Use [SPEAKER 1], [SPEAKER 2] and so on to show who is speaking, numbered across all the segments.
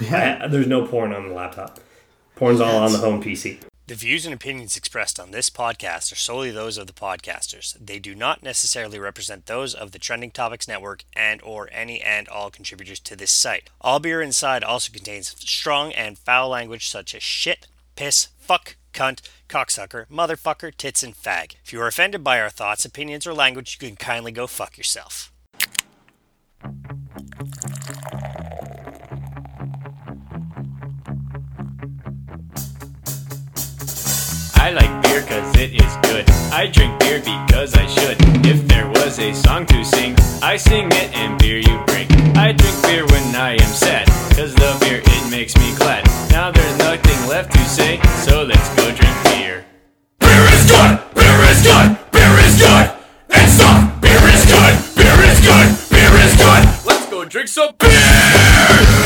[SPEAKER 1] Yeah.
[SPEAKER 2] I- there's no porn on the laptop. Porn's all on the home PC.
[SPEAKER 3] The views and opinions expressed on this podcast are solely those of the podcasters. They do not necessarily represent those of the Trending Topics Network and or any and all contributors to this site. All Beer Inside also contains strong and foul language such as shit, piss, fuck, cunt, cocksucker, motherfucker, tits, and fag. If you are offended by our thoughts, opinions, or language, you can kindly go fuck yourself.
[SPEAKER 4] I like beer cause it is good. I drink beer because I should. If there was a song to sing, I sing it and beer you drink. I drink beer when I am sad, cause the beer it makes me glad. Now there's nothing left to say, so let's go drink beer.
[SPEAKER 5] Beer is good! Beer is good! Beer is good! It's soft! Beer is good! Beer is good! Beer is good!
[SPEAKER 4] Let's go drink some beer!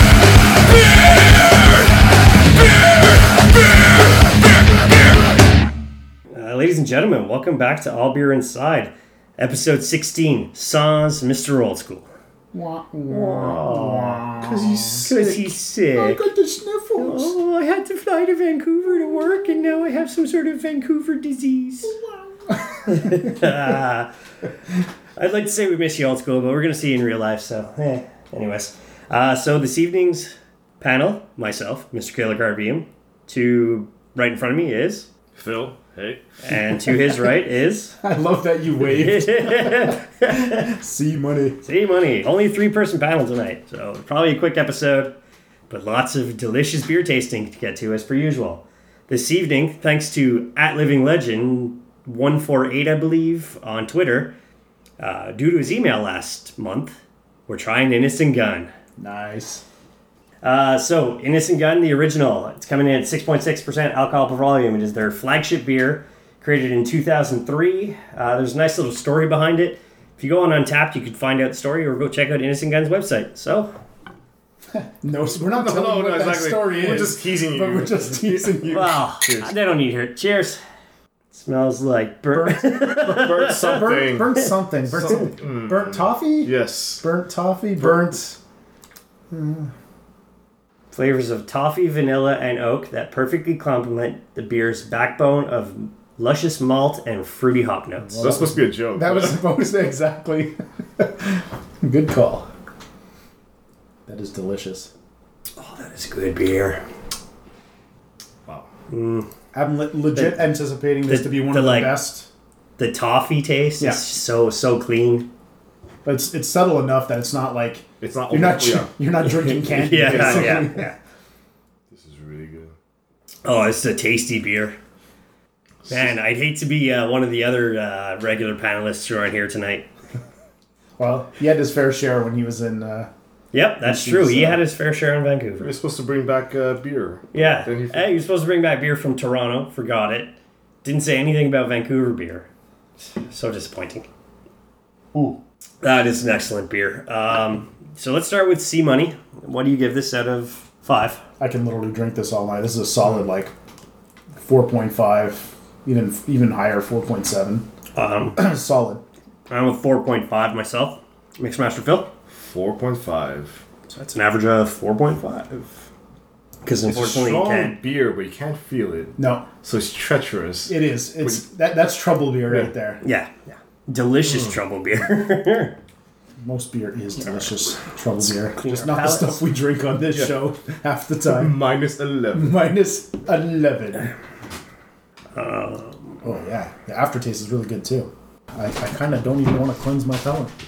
[SPEAKER 2] Uh, ladies and gentlemen, welcome back to All Beer Inside, episode 16, Sans Mr. Old School.
[SPEAKER 1] Because he's sick.
[SPEAKER 2] Because he's sick.
[SPEAKER 1] got the sniffles.
[SPEAKER 2] Oh, I had to fly to Vancouver to work, and now I have some sort of Vancouver disease. I'd like to say we miss you old school, but we're going to see you in real life, so eh. Anyways, uh, so this evening's panel, myself, Mr. Kayla Garbium, to right in front of me is,
[SPEAKER 6] Phil, hey.
[SPEAKER 2] and to his right is,
[SPEAKER 1] I love that you waved. See money.
[SPEAKER 2] see money. Only three person panel tonight, so probably a quick episode, but lots of delicious beer tasting to get to as per usual. This evening, thanks to at Living Legend 148, I believe, on Twitter, uh, due to his email last month, we're trying Innocent Gun.
[SPEAKER 1] Nice.
[SPEAKER 2] Uh, so, Innocent Gun, the original. It's coming in at 6.6% alcohol per volume. It is their flagship beer, created in 2003. Uh, there's a nice little story behind it. If you go on Untapped, you can find out the story or go check out Innocent Gun's website. So,
[SPEAKER 1] No, we're not telling you what
[SPEAKER 6] no,
[SPEAKER 1] that
[SPEAKER 6] exactly.
[SPEAKER 1] story
[SPEAKER 6] We're
[SPEAKER 1] is,
[SPEAKER 6] just teasing
[SPEAKER 1] but
[SPEAKER 6] you.
[SPEAKER 1] we're just teasing you.
[SPEAKER 2] wow, they don't need to hear it. Cheers. Smells like burnt.
[SPEAKER 6] Burnt something. Mm.
[SPEAKER 1] Burnt, burnt something. Burnt, burnt toffee?
[SPEAKER 6] Yes.
[SPEAKER 1] Burnt toffee? Burnt.
[SPEAKER 2] Flavors of toffee, vanilla, and oak that perfectly complement the beer's backbone of luscious malt and fruity hop notes.
[SPEAKER 6] That's supposed to be a joke.
[SPEAKER 1] That was supposed to exactly. Good call. That is delicious.
[SPEAKER 2] Oh, that is good beer.
[SPEAKER 1] I'm le- legit anticipating this
[SPEAKER 2] the-
[SPEAKER 1] to be one
[SPEAKER 2] the,
[SPEAKER 1] of the
[SPEAKER 2] like-
[SPEAKER 1] best.
[SPEAKER 2] The toffee taste
[SPEAKER 1] Yeah.
[SPEAKER 2] is so, so clean.
[SPEAKER 1] But it's, it's subtle enough that it's not like
[SPEAKER 6] It's not.
[SPEAKER 1] you're not
[SPEAKER 6] Oh, yeah.
[SPEAKER 1] you're not drinking candy.
[SPEAKER 2] Yeah,
[SPEAKER 1] basically.
[SPEAKER 2] yeah, yeah.
[SPEAKER 6] This is really good.
[SPEAKER 2] Oh, it's a tasty beer. Man, I'd hate to be uh, one of the other uh, regular panelists who aren't here tonight.
[SPEAKER 1] Well, he had his fair share when he was in. Uh,
[SPEAKER 2] Yep, that's true. He
[SPEAKER 1] so.
[SPEAKER 2] had his fair share in Vancouver.
[SPEAKER 6] You're supposed to bring back uh, beer.
[SPEAKER 2] Yeah.
[SPEAKER 6] Then he-
[SPEAKER 2] Hey, you're supposed to bring back beer from Toronto. Forgot it. Didn't say anything about Vancouver beer. So disappointing. Ooh. That is an excellent beer. Um, so let's start with Sea Money. What do you give this out of five?
[SPEAKER 1] I can literally drink this all night. This is a solid
[SPEAKER 2] Mm.
[SPEAKER 1] like four point five, even even higher four point seven.
[SPEAKER 2] Um,
[SPEAKER 1] solid.
[SPEAKER 2] I'm a 4.5 myself. Mixmaster Phil?
[SPEAKER 6] Four point five.
[SPEAKER 2] That's an average of 4.5. Because
[SPEAKER 6] It's a
[SPEAKER 2] unfortunately, you
[SPEAKER 6] strong
[SPEAKER 2] can't.
[SPEAKER 6] beer, but you can't feel it,
[SPEAKER 1] No,
[SPEAKER 6] so it's treacherous.
[SPEAKER 1] it is. It's that that's trouble beer right
[SPEAKER 6] Yeah.
[SPEAKER 1] there.
[SPEAKER 2] Yeah. yeah. Delicious trouble beer.
[SPEAKER 1] Most beer is delicious trouble beer.
[SPEAKER 2] Clean
[SPEAKER 1] Just
[SPEAKER 2] our
[SPEAKER 1] not
[SPEAKER 2] palates.
[SPEAKER 1] the stuff we drink on this show half the time.
[SPEAKER 6] Minus eleven.
[SPEAKER 1] Minus eleven. oh yeah, the aftertaste is really good too. I, I kind of don't even want to cleanse my palate.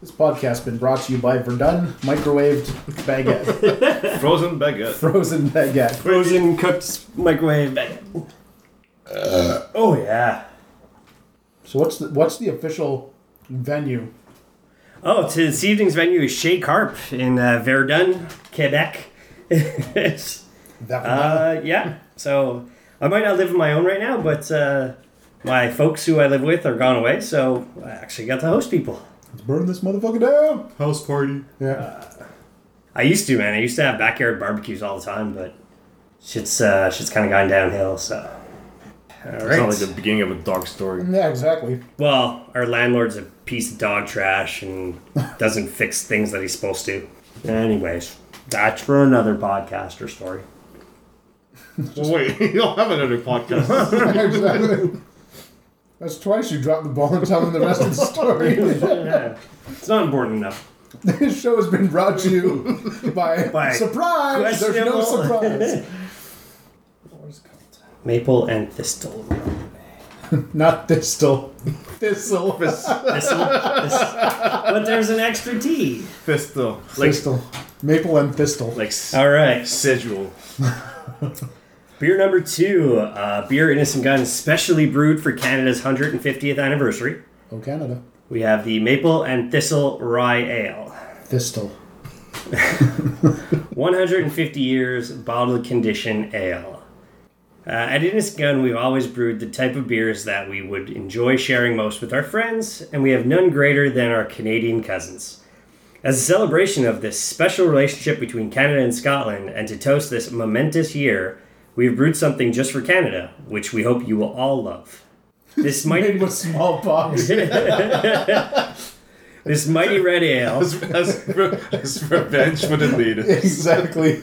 [SPEAKER 1] This podcast been brought to you by Verdun microwaved baguette,
[SPEAKER 6] Frozen baguette.
[SPEAKER 1] frozen baguette.
[SPEAKER 2] Frozen cooked microwave. oh, yeah.
[SPEAKER 1] So what's the what's the official venue?
[SPEAKER 2] Oh, to this evening's venue is Chez Carp in uh, Verdun, Quebec.
[SPEAKER 1] That
[SPEAKER 2] uh, yeah. So I might not live on my own right now, but uh, my folks who I live with are gone away, so I actually got to host people.
[SPEAKER 1] let's burn this motherfucker down.
[SPEAKER 6] House party.
[SPEAKER 1] Yeah,
[SPEAKER 2] I used to, man. I used to have backyard barbecues all the time, but shit's uh, shit's kind of gone downhill. So, all
[SPEAKER 6] It's not
[SPEAKER 2] right.
[SPEAKER 6] like the beginning of a dark story.
[SPEAKER 1] yeah, exactly.
[SPEAKER 2] Well, our landlord's a piece of dog trash and doesn't fix things that he's supposed to. Anyways, That's for another podcaster story.
[SPEAKER 6] Well, wait, you don't have another
[SPEAKER 1] Uh-huh.
[SPEAKER 6] podcast.
[SPEAKER 1] Exactly. That's twice you dropped the ball and telling the rest of the story.
[SPEAKER 2] it's not important enough.
[SPEAKER 1] this show has been brought to you by,
[SPEAKER 2] By
[SPEAKER 1] surprise. There's no
[SPEAKER 2] questionable-
[SPEAKER 1] surprise.
[SPEAKER 2] Maple and thistle.
[SPEAKER 1] Not thistle. Thistle.
[SPEAKER 2] Thistle. thistle. But there's an extra T.
[SPEAKER 6] Fistel. Like,
[SPEAKER 1] Thistle. Maple and thistle.
[SPEAKER 6] like s-
[SPEAKER 2] All right.
[SPEAKER 6] sigil.
[SPEAKER 2] Beer number two, uh, beer Innocent Gun, specially brewed for Canada's 150th anniversary.
[SPEAKER 1] Oh, Canada.
[SPEAKER 2] We have the Maple and Thistle Rye Ale.
[SPEAKER 1] Thistle.
[SPEAKER 2] 150 years bottled condition ale. Uh, at Innis Gun, we've always brewed the type of beers that we would enjoy sharing most with our friends, and we have none greater than our Canadian cousins. As a celebration of this special relationship between Canada and Scotland, and to toast this momentous year, we've brewed something just for Canada, which we hope you will all love. This
[SPEAKER 1] Made
[SPEAKER 2] mighty,
[SPEAKER 1] with smallpox.
[SPEAKER 2] this mighty red ale.
[SPEAKER 6] As, as, re- as revenge for the leaders.
[SPEAKER 1] exactly.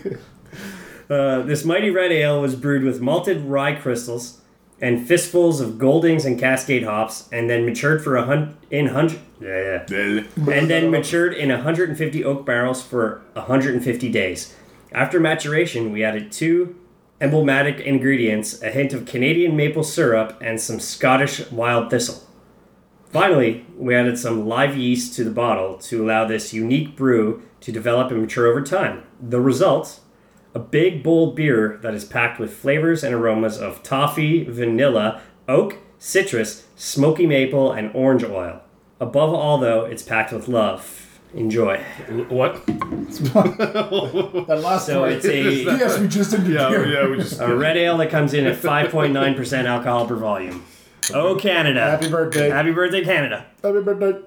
[SPEAKER 2] Uh, this mighty red ale was brewed with malted rye crystals and fistfuls of Goldings and Cascade hops, and then matured for a hun- in hundred yeah, yeah. and then matured in 150 oak barrels for 150 days. After maturation, we added two emblematic ingredients: a hint of Canadian maple syrup and some Scottish wild thistle. Finally, we added some live yeast to the bottle to allow this unique brew to develop and mature over time. The result a big, bold beer that is packed with flavors and aromas of toffee, vanilla, oak, citrus, smoky maple, and orange oil. Above all, though, it's packed with love. Enjoy.
[SPEAKER 6] What?
[SPEAKER 1] That last
[SPEAKER 2] So
[SPEAKER 1] one.
[SPEAKER 2] it's a,
[SPEAKER 1] Yes, we just did
[SPEAKER 6] Yeah,
[SPEAKER 1] beer.
[SPEAKER 6] yeah, we just.
[SPEAKER 2] a red ale that comes in at 5.9% alcohol per volume. Oh, Canada.
[SPEAKER 1] Happy birthday.
[SPEAKER 2] Happy birthday, Canada.
[SPEAKER 1] Happy birthday.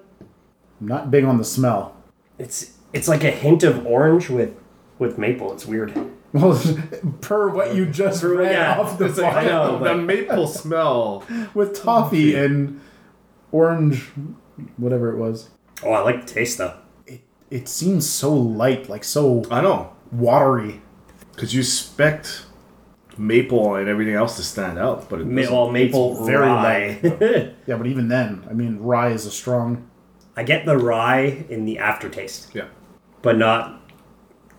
[SPEAKER 1] I'm not big on the smell.
[SPEAKER 2] It's it's like a hint of orange with with maple. It's weird.
[SPEAKER 1] Well, per what you just
[SPEAKER 2] Per-
[SPEAKER 1] read
[SPEAKER 2] yeah.
[SPEAKER 1] off the
[SPEAKER 6] It's like
[SPEAKER 2] I know,
[SPEAKER 1] bottle
[SPEAKER 6] the
[SPEAKER 2] but-
[SPEAKER 6] maple smell.
[SPEAKER 1] with toffee and orange, whatever it was.
[SPEAKER 2] Oh, I like the taste though.
[SPEAKER 1] It seems so light, like so
[SPEAKER 6] I know.
[SPEAKER 1] watery.
[SPEAKER 6] Because you expect maple and everything else to stand out, but it
[SPEAKER 2] Ma-
[SPEAKER 6] doesn't.
[SPEAKER 2] well, maple
[SPEAKER 1] very
[SPEAKER 2] rye.
[SPEAKER 1] Yeah, but even then, I mean, rye is a strong.
[SPEAKER 2] I get the rye in the aftertaste.
[SPEAKER 6] yeah.
[SPEAKER 2] but not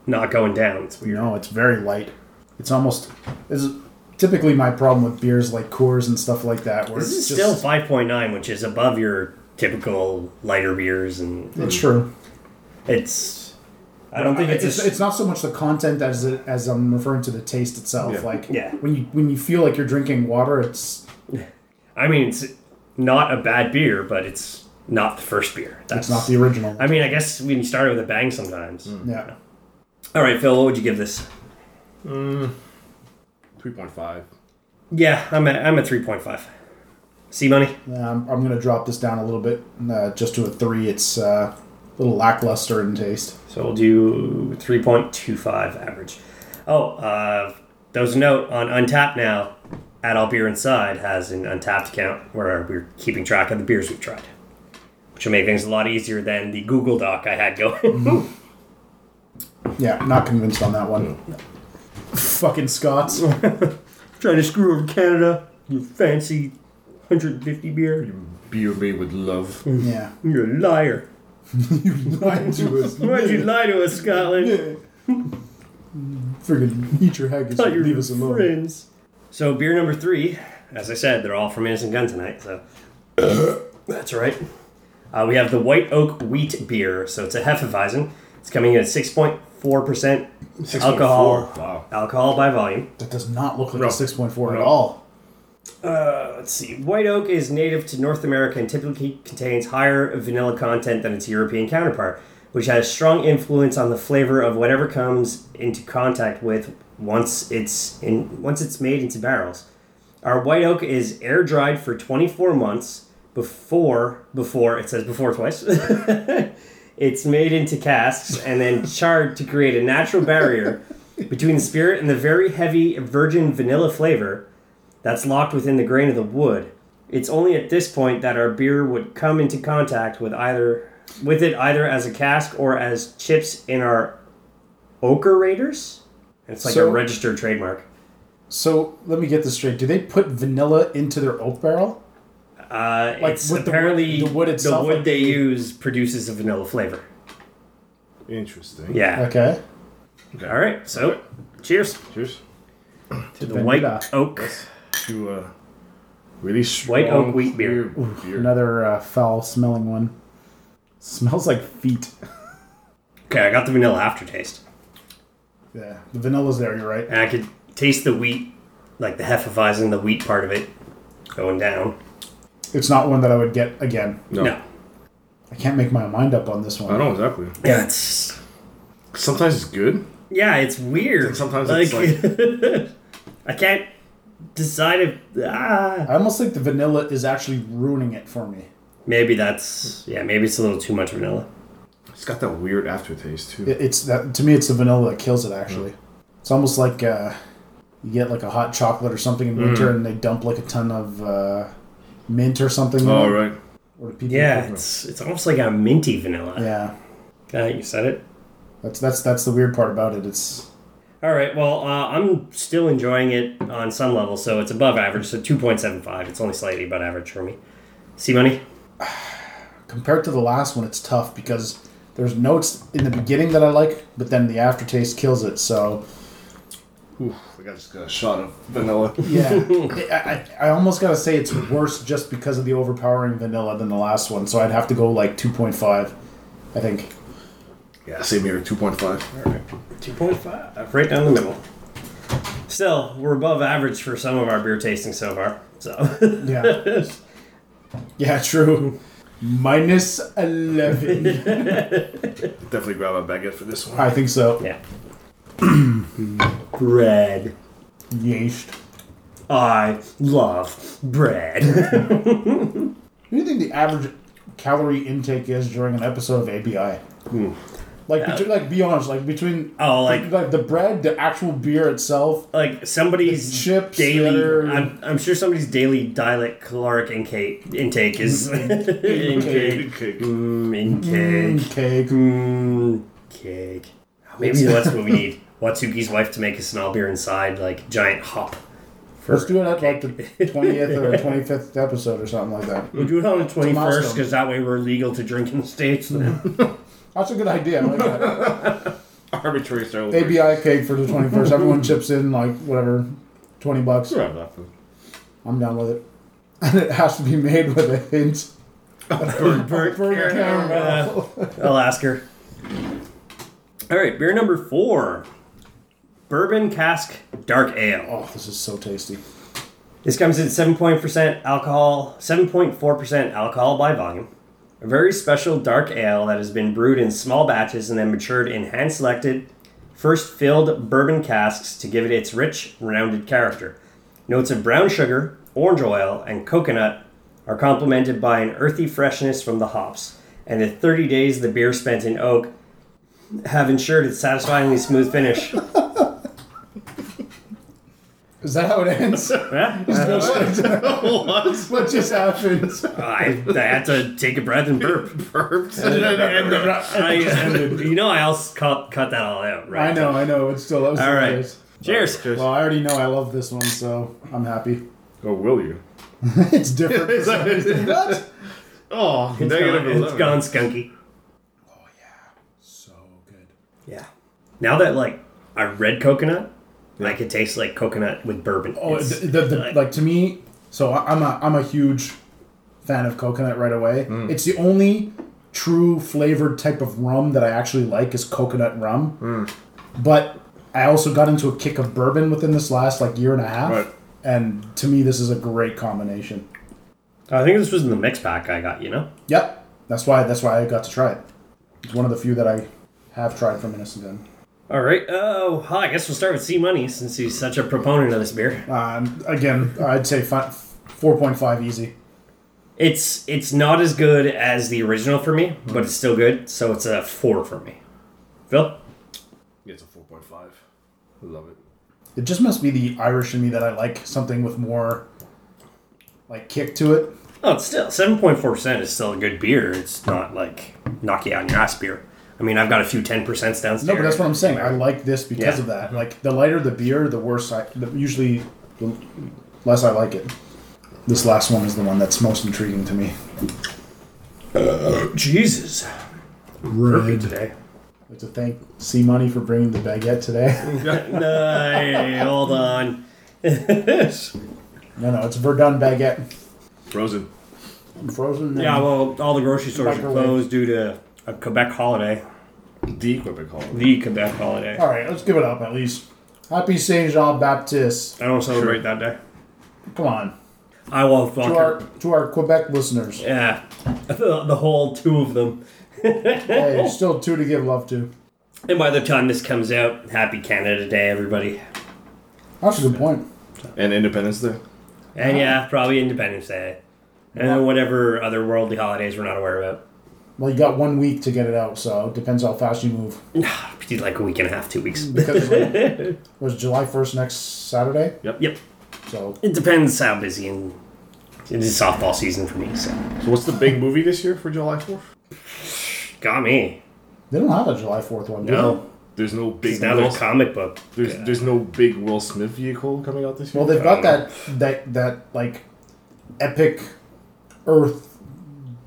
[SPEAKER 2] not going down. It's
[SPEAKER 1] You
[SPEAKER 2] weird.
[SPEAKER 1] know, it's very light. It's almost is typically my problem with beers like Coors and stuff like that, where
[SPEAKER 2] This is
[SPEAKER 1] it's just
[SPEAKER 2] still five point nine, which is above your typical lighter beers, and
[SPEAKER 1] it's true.
[SPEAKER 2] it's. I don't think it's,
[SPEAKER 1] it's,
[SPEAKER 2] a,
[SPEAKER 1] it's not so much the content as it, as I'm referring to the taste itself.
[SPEAKER 6] Yeah.
[SPEAKER 1] Like
[SPEAKER 2] Yeah.
[SPEAKER 1] when you when you feel like you're drinking water, it's
[SPEAKER 2] I mean, it's not a bad beer, but it's not the first beer. That's
[SPEAKER 1] it's not the Hmm. original.
[SPEAKER 2] I mean, I guess when you start with a bang, sometimes.
[SPEAKER 1] yeah,
[SPEAKER 2] All right, Phil, what would you give this?
[SPEAKER 6] 3.5.
[SPEAKER 2] Yeah, I'm at I'm at three point five. See money.
[SPEAKER 1] um, I'm gonna drop this down a little bit, uh, just to a three. It's uh, a little lackluster in taste.
[SPEAKER 2] So we'll do 3.25 average. Oh, uh, those note on Untapped now, at All Beer Inside has an Untapped account where we're keeping track of the beers we've tried, which will make things a lot easier than the Google Doc I had going.
[SPEAKER 1] Yeah, not convinced on that one. Fucking Scots.
[SPEAKER 2] Trying to screw over Canada, you fancy 150 beer.
[SPEAKER 6] Beer made with love.
[SPEAKER 1] yeah.
[SPEAKER 2] You're a liar.
[SPEAKER 1] Lying to us.
[SPEAKER 2] Why'd you lie to us, Scotland?
[SPEAKER 1] Friggin' eat your haggis
[SPEAKER 2] Thought you
[SPEAKER 1] and
[SPEAKER 2] were
[SPEAKER 1] leave us alone.
[SPEAKER 2] friends. So beer number three, as I said, they're all from Innocent Gun tonight. So that's all right. Uh, we have the White Oak Wheat Beer, so it's a Hefeweizen. It's coming in at six point four percent
[SPEAKER 6] 6.4.
[SPEAKER 2] alcohol
[SPEAKER 6] Wow.
[SPEAKER 2] alcohol by volume.
[SPEAKER 1] That does not look like
[SPEAKER 6] No.
[SPEAKER 1] a 6.4 at
[SPEAKER 6] No.
[SPEAKER 1] all.
[SPEAKER 2] Let's see. White oak is native to North America and typically contains higher vanilla content than its European counterpart, which has strong influence on the flavor of whatever comes into contact with once it's in once it's made into barrels. Our white oak is air dried for 24 months before before it says before twice. it's made into casks and then charred to create a natural barrier between the spirit and the very heavy virgin vanilla flavor that's locked within the grain of the wood. It's only at this point that our beer would come into contact with either with it either as a cask or as chips in our Ochre Raiders. And it's like
[SPEAKER 1] So-
[SPEAKER 2] a registered trademark.
[SPEAKER 1] So let me get this straight. Do they put vanilla into their oak barrel?
[SPEAKER 2] Uh,
[SPEAKER 1] Like,
[SPEAKER 2] it's
[SPEAKER 1] with the wood-
[SPEAKER 2] apparently
[SPEAKER 1] the wood itself,
[SPEAKER 2] wood
[SPEAKER 1] like-
[SPEAKER 2] they use produces a vanilla flavor.
[SPEAKER 6] Interesting.
[SPEAKER 2] Yeah.
[SPEAKER 1] Okay.
[SPEAKER 2] All right. So, cheers
[SPEAKER 6] Cheers.
[SPEAKER 2] to the white
[SPEAKER 1] Vanilla.
[SPEAKER 2] oak.
[SPEAKER 6] To uh, really
[SPEAKER 2] White
[SPEAKER 6] strong
[SPEAKER 2] oak wheat beer.
[SPEAKER 6] clear beer.
[SPEAKER 1] Another uh, foul smelling one. Smells like feet.
[SPEAKER 2] Okay, I got the vanilla aftertaste.
[SPEAKER 1] Yeah, the vanilla's there. You're right.
[SPEAKER 2] And I could taste the wheat, like the Hefeweizen, the wheat part of it going down.
[SPEAKER 1] It's not one that I would get again.
[SPEAKER 6] No.
[SPEAKER 2] No.
[SPEAKER 1] I can't make my mind up on this one.
[SPEAKER 6] I know exactly.
[SPEAKER 2] Yeah, it's
[SPEAKER 6] Sometimes it's good.
[SPEAKER 2] yeah, it's weird.
[SPEAKER 6] Sometimes it's
[SPEAKER 2] I can't decide if ah
[SPEAKER 1] I almost think the vanilla is actually ruining it for me.
[SPEAKER 2] maybe that's yeah maybe it's a little too much vanilla.
[SPEAKER 6] It's got that weird aftertaste too.
[SPEAKER 1] It- It's that to me. It's the vanilla that kills it. Actually, it's almost like uh, you get like a hot chocolate or something in winter, and they dump like a ton of uh, mint or something. in
[SPEAKER 6] All
[SPEAKER 1] it.
[SPEAKER 6] Oh, right.
[SPEAKER 1] Or people
[SPEAKER 2] Yeah, it's it's almost like a minty vanilla.
[SPEAKER 1] yeah.
[SPEAKER 2] Yeah, you said it.
[SPEAKER 1] That's that's that's the weird part about it. It's
[SPEAKER 2] All right. Well, uh, I'm still enjoying it on some level, so it's above average. So 2.75. It's only slightly above average for me. See money.
[SPEAKER 1] compared to the last one. It's tough because there's notes in the beginning that I like, but then the aftertaste kills it. So
[SPEAKER 6] Oof, I got- just got a shot of vanilla.
[SPEAKER 1] yeah, I, I, I almost gotta say it's worse just because of the overpowering vanilla than the last one. So I'd have to go like 2.5, I think.
[SPEAKER 6] yeah, same here. Two point five.
[SPEAKER 2] All right. 2.5. Right down the middle. Still, we're above average for some of our beer tastings so far. So
[SPEAKER 1] Yeah. Yeah, true. Minus 11.
[SPEAKER 6] Definitely grab a baguette for this one.
[SPEAKER 1] I think so.
[SPEAKER 2] yeah. bread.
[SPEAKER 1] Yeesh.
[SPEAKER 2] I love bread.
[SPEAKER 1] What do you think the average calorie intake is during an episode of ABI? Like, between, like, be honest, like, between
[SPEAKER 2] Oh, like-
[SPEAKER 1] like the bread, the actual beer itself,
[SPEAKER 2] like somebody's
[SPEAKER 1] Chips,
[SPEAKER 2] daily.
[SPEAKER 1] cheddar.
[SPEAKER 2] I'm, I'm sure somebody's daily dialect caloric intake intake is intake.
[SPEAKER 6] Cake.
[SPEAKER 2] Mm, intake.
[SPEAKER 1] cake.
[SPEAKER 2] Mm, cake. Maybe that's what we need. Watsuki's wife to make us an all beer inside, like giant hop. For
[SPEAKER 1] Let's do it at like the 20th or 25th episode or something like that.
[SPEAKER 2] We'll do it on the twenty first
[SPEAKER 1] milestone.
[SPEAKER 2] because that way we're legal to drink in the states. Then.
[SPEAKER 1] That's a good idea. I like that.
[SPEAKER 6] Arbitrary style.
[SPEAKER 1] ABI cake for the 21st. Everyone chips in like whatever, 20 bucks.
[SPEAKER 6] Grab that food.
[SPEAKER 1] I'm down with it. And it has to be made with a hint
[SPEAKER 2] Burnt
[SPEAKER 1] Burnt
[SPEAKER 2] caramel. I'll ask her. All right, beer number four, bourbon cask dark ale.
[SPEAKER 1] Oh, this is so tasty.
[SPEAKER 2] This comes in seven point percent alcohol, seven point four percent alcohol by volume. A very special dark ale that has been brewed in small batches and then matured in hand selected, first filled bourbon casks to give it its rich, rounded character. Notes of brown sugar, orange oil, and coconut are complemented by an earthy freshness from the hops, and the 30 days the beer spent in oak have ensured its satisfyingly smooth finish.
[SPEAKER 1] Is that how it ends?
[SPEAKER 2] Yeah?
[SPEAKER 1] what just happened?
[SPEAKER 2] I, I had to take a breath and burp. I, you know, I also cut, cut that all out, right?
[SPEAKER 1] I know, I know. It's still that was
[SPEAKER 2] All right.
[SPEAKER 1] hilarious.
[SPEAKER 2] Cheers.
[SPEAKER 1] Well, I already know I love this one, so I'm happy.
[SPEAKER 6] Oh, will you?
[SPEAKER 1] It's different. for some reason. what?
[SPEAKER 6] Oh,
[SPEAKER 2] It's gone, it's gone skunky.
[SPEAKER 1] So good.
[SPEAKER 2] Yeah. Now that like I read coconut, I could taste like coconut with bourbon.
[SPEAKER 1] Oh,
[SPEAKER 2] It's-
[SPEAKER 1] the, the, the,
[SPEAKER 2] like-
[SPEAKER 1] like, to me, so I- I'm a I'm a huge fan of coconut right away.
[SPEAKER 2] Mm.
[SPEAKER 1] It's the only true flavored type of rum that I actually like is coconut rum.
[SPEAKER 2] Mm.
[SPEAKER 1] But I also got into a kick of bourbon within this last like year and a half,
[SPEAKER 6] Right.
[SPEAKER 1] and to me, this is a great combination.
[SPEAKER 2] I think this was in the mix pack I got. You know.
[SPEAKER 1] Yep, that's why that's why I got to try it. It's one of the few that I have tried from Innocent Den.
[SPEAKER 2] All right. Oh, huh, I guess we'll start with C Money since he's such a proponent of this beer.
[SPEAKER 1] Um, again, I'd say fi- four point five easy.
[SPEAKER 2] It's it's not as good as the original for me, but it's still good. So it's a four for me. Phil.
[SPEAKER 6] Yeah, it's a four point five. Love it.
[SPEAKER 1] It just must be the Irish in me that I like something with more like kick to it.
[SPEAKER 2] Oh, it's still seven point four percent is still a good beer. It's not like knock you on your ass beer. I mean, I've got a few 10% downstairs.
[SPEAKER 1] No, but that's what I'm saying. I like this because of that. Like the lighter the beer, the worse I the, usually the less I like it. This last one is the one that's most intriguing to me.
[SPEAKER 2] Jesus.
[SPEAKER 1] Red. I'd
[SPEAKER 2] Today.
[SPEAKER 1] like to thank C Money for bringing the baguette today.
[SPEAKER 2] No, hey, hold on.
[SPEAKER 1] no, no, it's Verdun baguette.
[SPEAKER 6] Frozen.
[SPEAKER 1] Frozen.
[SPEAKER 2] Yeah, well, all the grocery stores are
[SPEAKER 1] Microwave.
[SPEAKER 2] closed due to a Quebec holiday.
[SPEAKER 6] The Quebec holiday.
[SPEAKER 2] The Quebec holiday.
[SPEAKER 1] All right, let's give it up at least. Happy Saint Jean Baptiste.
[SPEAKER 2] I don't celebrate that day.
[SPEAKER 1] Come on,
[SPEAKER 2] I love
[SPEAKER 1] to
[SPEAKER 2] vodka.
[SPEAKER 1] our to our Quebec listeners.
[SPEAKER 2] Yeah, the, the whole two of them.
[SPEAKER 1] Hey, there's still two to give love to.
[SPEAKER 2] And by the time this comes out, happy Canada Day, everybody.
[SPEAKER 1] That's a good point.
[SPEAKER 6] And Independence Day.
[SPEAKER 2] And yeah, probably Independence Day. And then whatever other worldly holidays we're not aware about.
[SPEAKER 1] Well, you got one week to get it out, so it depends how fast you move.
[SPEAKER 2] We did like a week and a half, two weeks.
[SPEAKER 1] Because like, was July first next Saturday,
[SPEAKER 2] Yep.
[SPEAKER 1] so
[SPEAKER 2] It depends how busy and it is softball season for me, so.
[SPEAKER 6] So what's the big movie this year for July 4th?
[SPEAKER 2] Got me.
[SPEAKER 1] they don't have a July fourth one. do they?
[SPEAKER 2] No.
[SPEAKER 6] There's no big
[SPEAKER 2] Now
[SPEAKER 6] Will,
[SPEAKER 2] there's comic book.
[SPEAKER 6] there's, there's no big Will Smith vehicle coming out this year.
[SPEAKER 1] Well, they've
[SPEAKER 2] Uh,
[SPEAKER 1] got that that that like epic Earth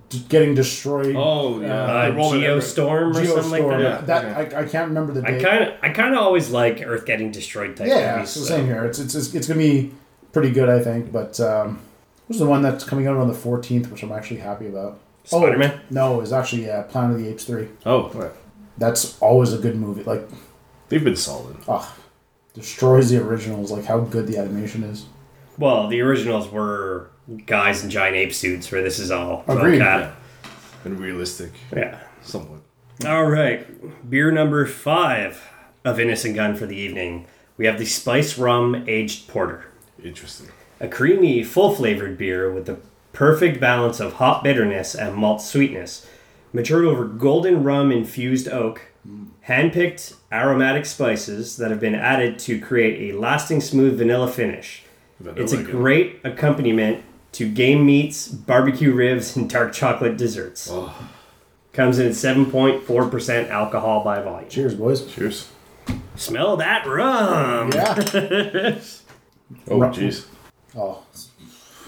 [SPEAKER 1] d- getting destroyed.
[SPEAKER 6] Oh yeah,
[SPEAKER 2] Uh, Geostorm or something like
[SPEAKER 1] Geostorm.
[SPEAKER 2] that.
[SPEAKER 6] Yeah,
[SPEAKER 1] that I, I can't remember the
[SPEAKER 2] I
[SPEAKER 1] date.
[SPEAKER 2] kind of, I kind of always like Earth getting destroyed type
[SPEAKER 1] Yeah,
[SPEAKER 2] movies.
[SPEAKER 1] it's the
[SPEAKER 2] so.
[SPEAKER 1] same here. It's, it's it's it's gonna be pretty good, I think. But um, who's the one that's coming out on the fourteenth, which I'm actually happy about? Oh,
[SPEAKER 2] Spider-Man?
[SPEAKER 1] no, it's actually uh, Planet of the Apes three.
[SPEAKER 6] Oh, right.
[SPEAKER 1] That's always a good movie. Like,
[SPEAKER 6] they've been solid.
[SPEAKER 1] ah, destroys the originals. Like how good the animation is.
[SPEAKER 2] Well, the originals were guys in giant ape suits, where this is all
[SPEAKER 1] Agreed.
[SPEAKER 2] mocap.
[SPEAKER 6] and realistic,
[SPEAKER 2] Yeah.
[SPEAKER 6] somewhat.
[SPEAKER 2] All right. Beer number five of Innocent Gun for the evening. We have the Spice Rum Aged Porter,
[SPEAKER 6] Interesting.
[SPEAKER 2] a creamy, full flavored beer with the perfect balance of hop bitterness and malt sweetness. Matured over golden rum infused oak, handpicked aromatic spices that have been added to create a lasting smooth vanilla finish.
[SPEAKER 6] Vanilla
[SPEAKER 2] It's a
[SPEAKER 6] again.
[SPEAKER 2] great accompaniment to game meats, barbecue ribs, and dark chocolate desserts. Comes in at 7.4% alcohol by volume.
[SPEAKER 1] Cheers, boys.
[SPEAKER 6] Cheers.
[SPEAKER 2] Smell that rum!
[SPEAKER 1] Yeah.
[SPEAKER 6] Oh
[SPEAKER 1] Rum.
[SPEAKER 6] jeez.
[SPEAKER 1] oh.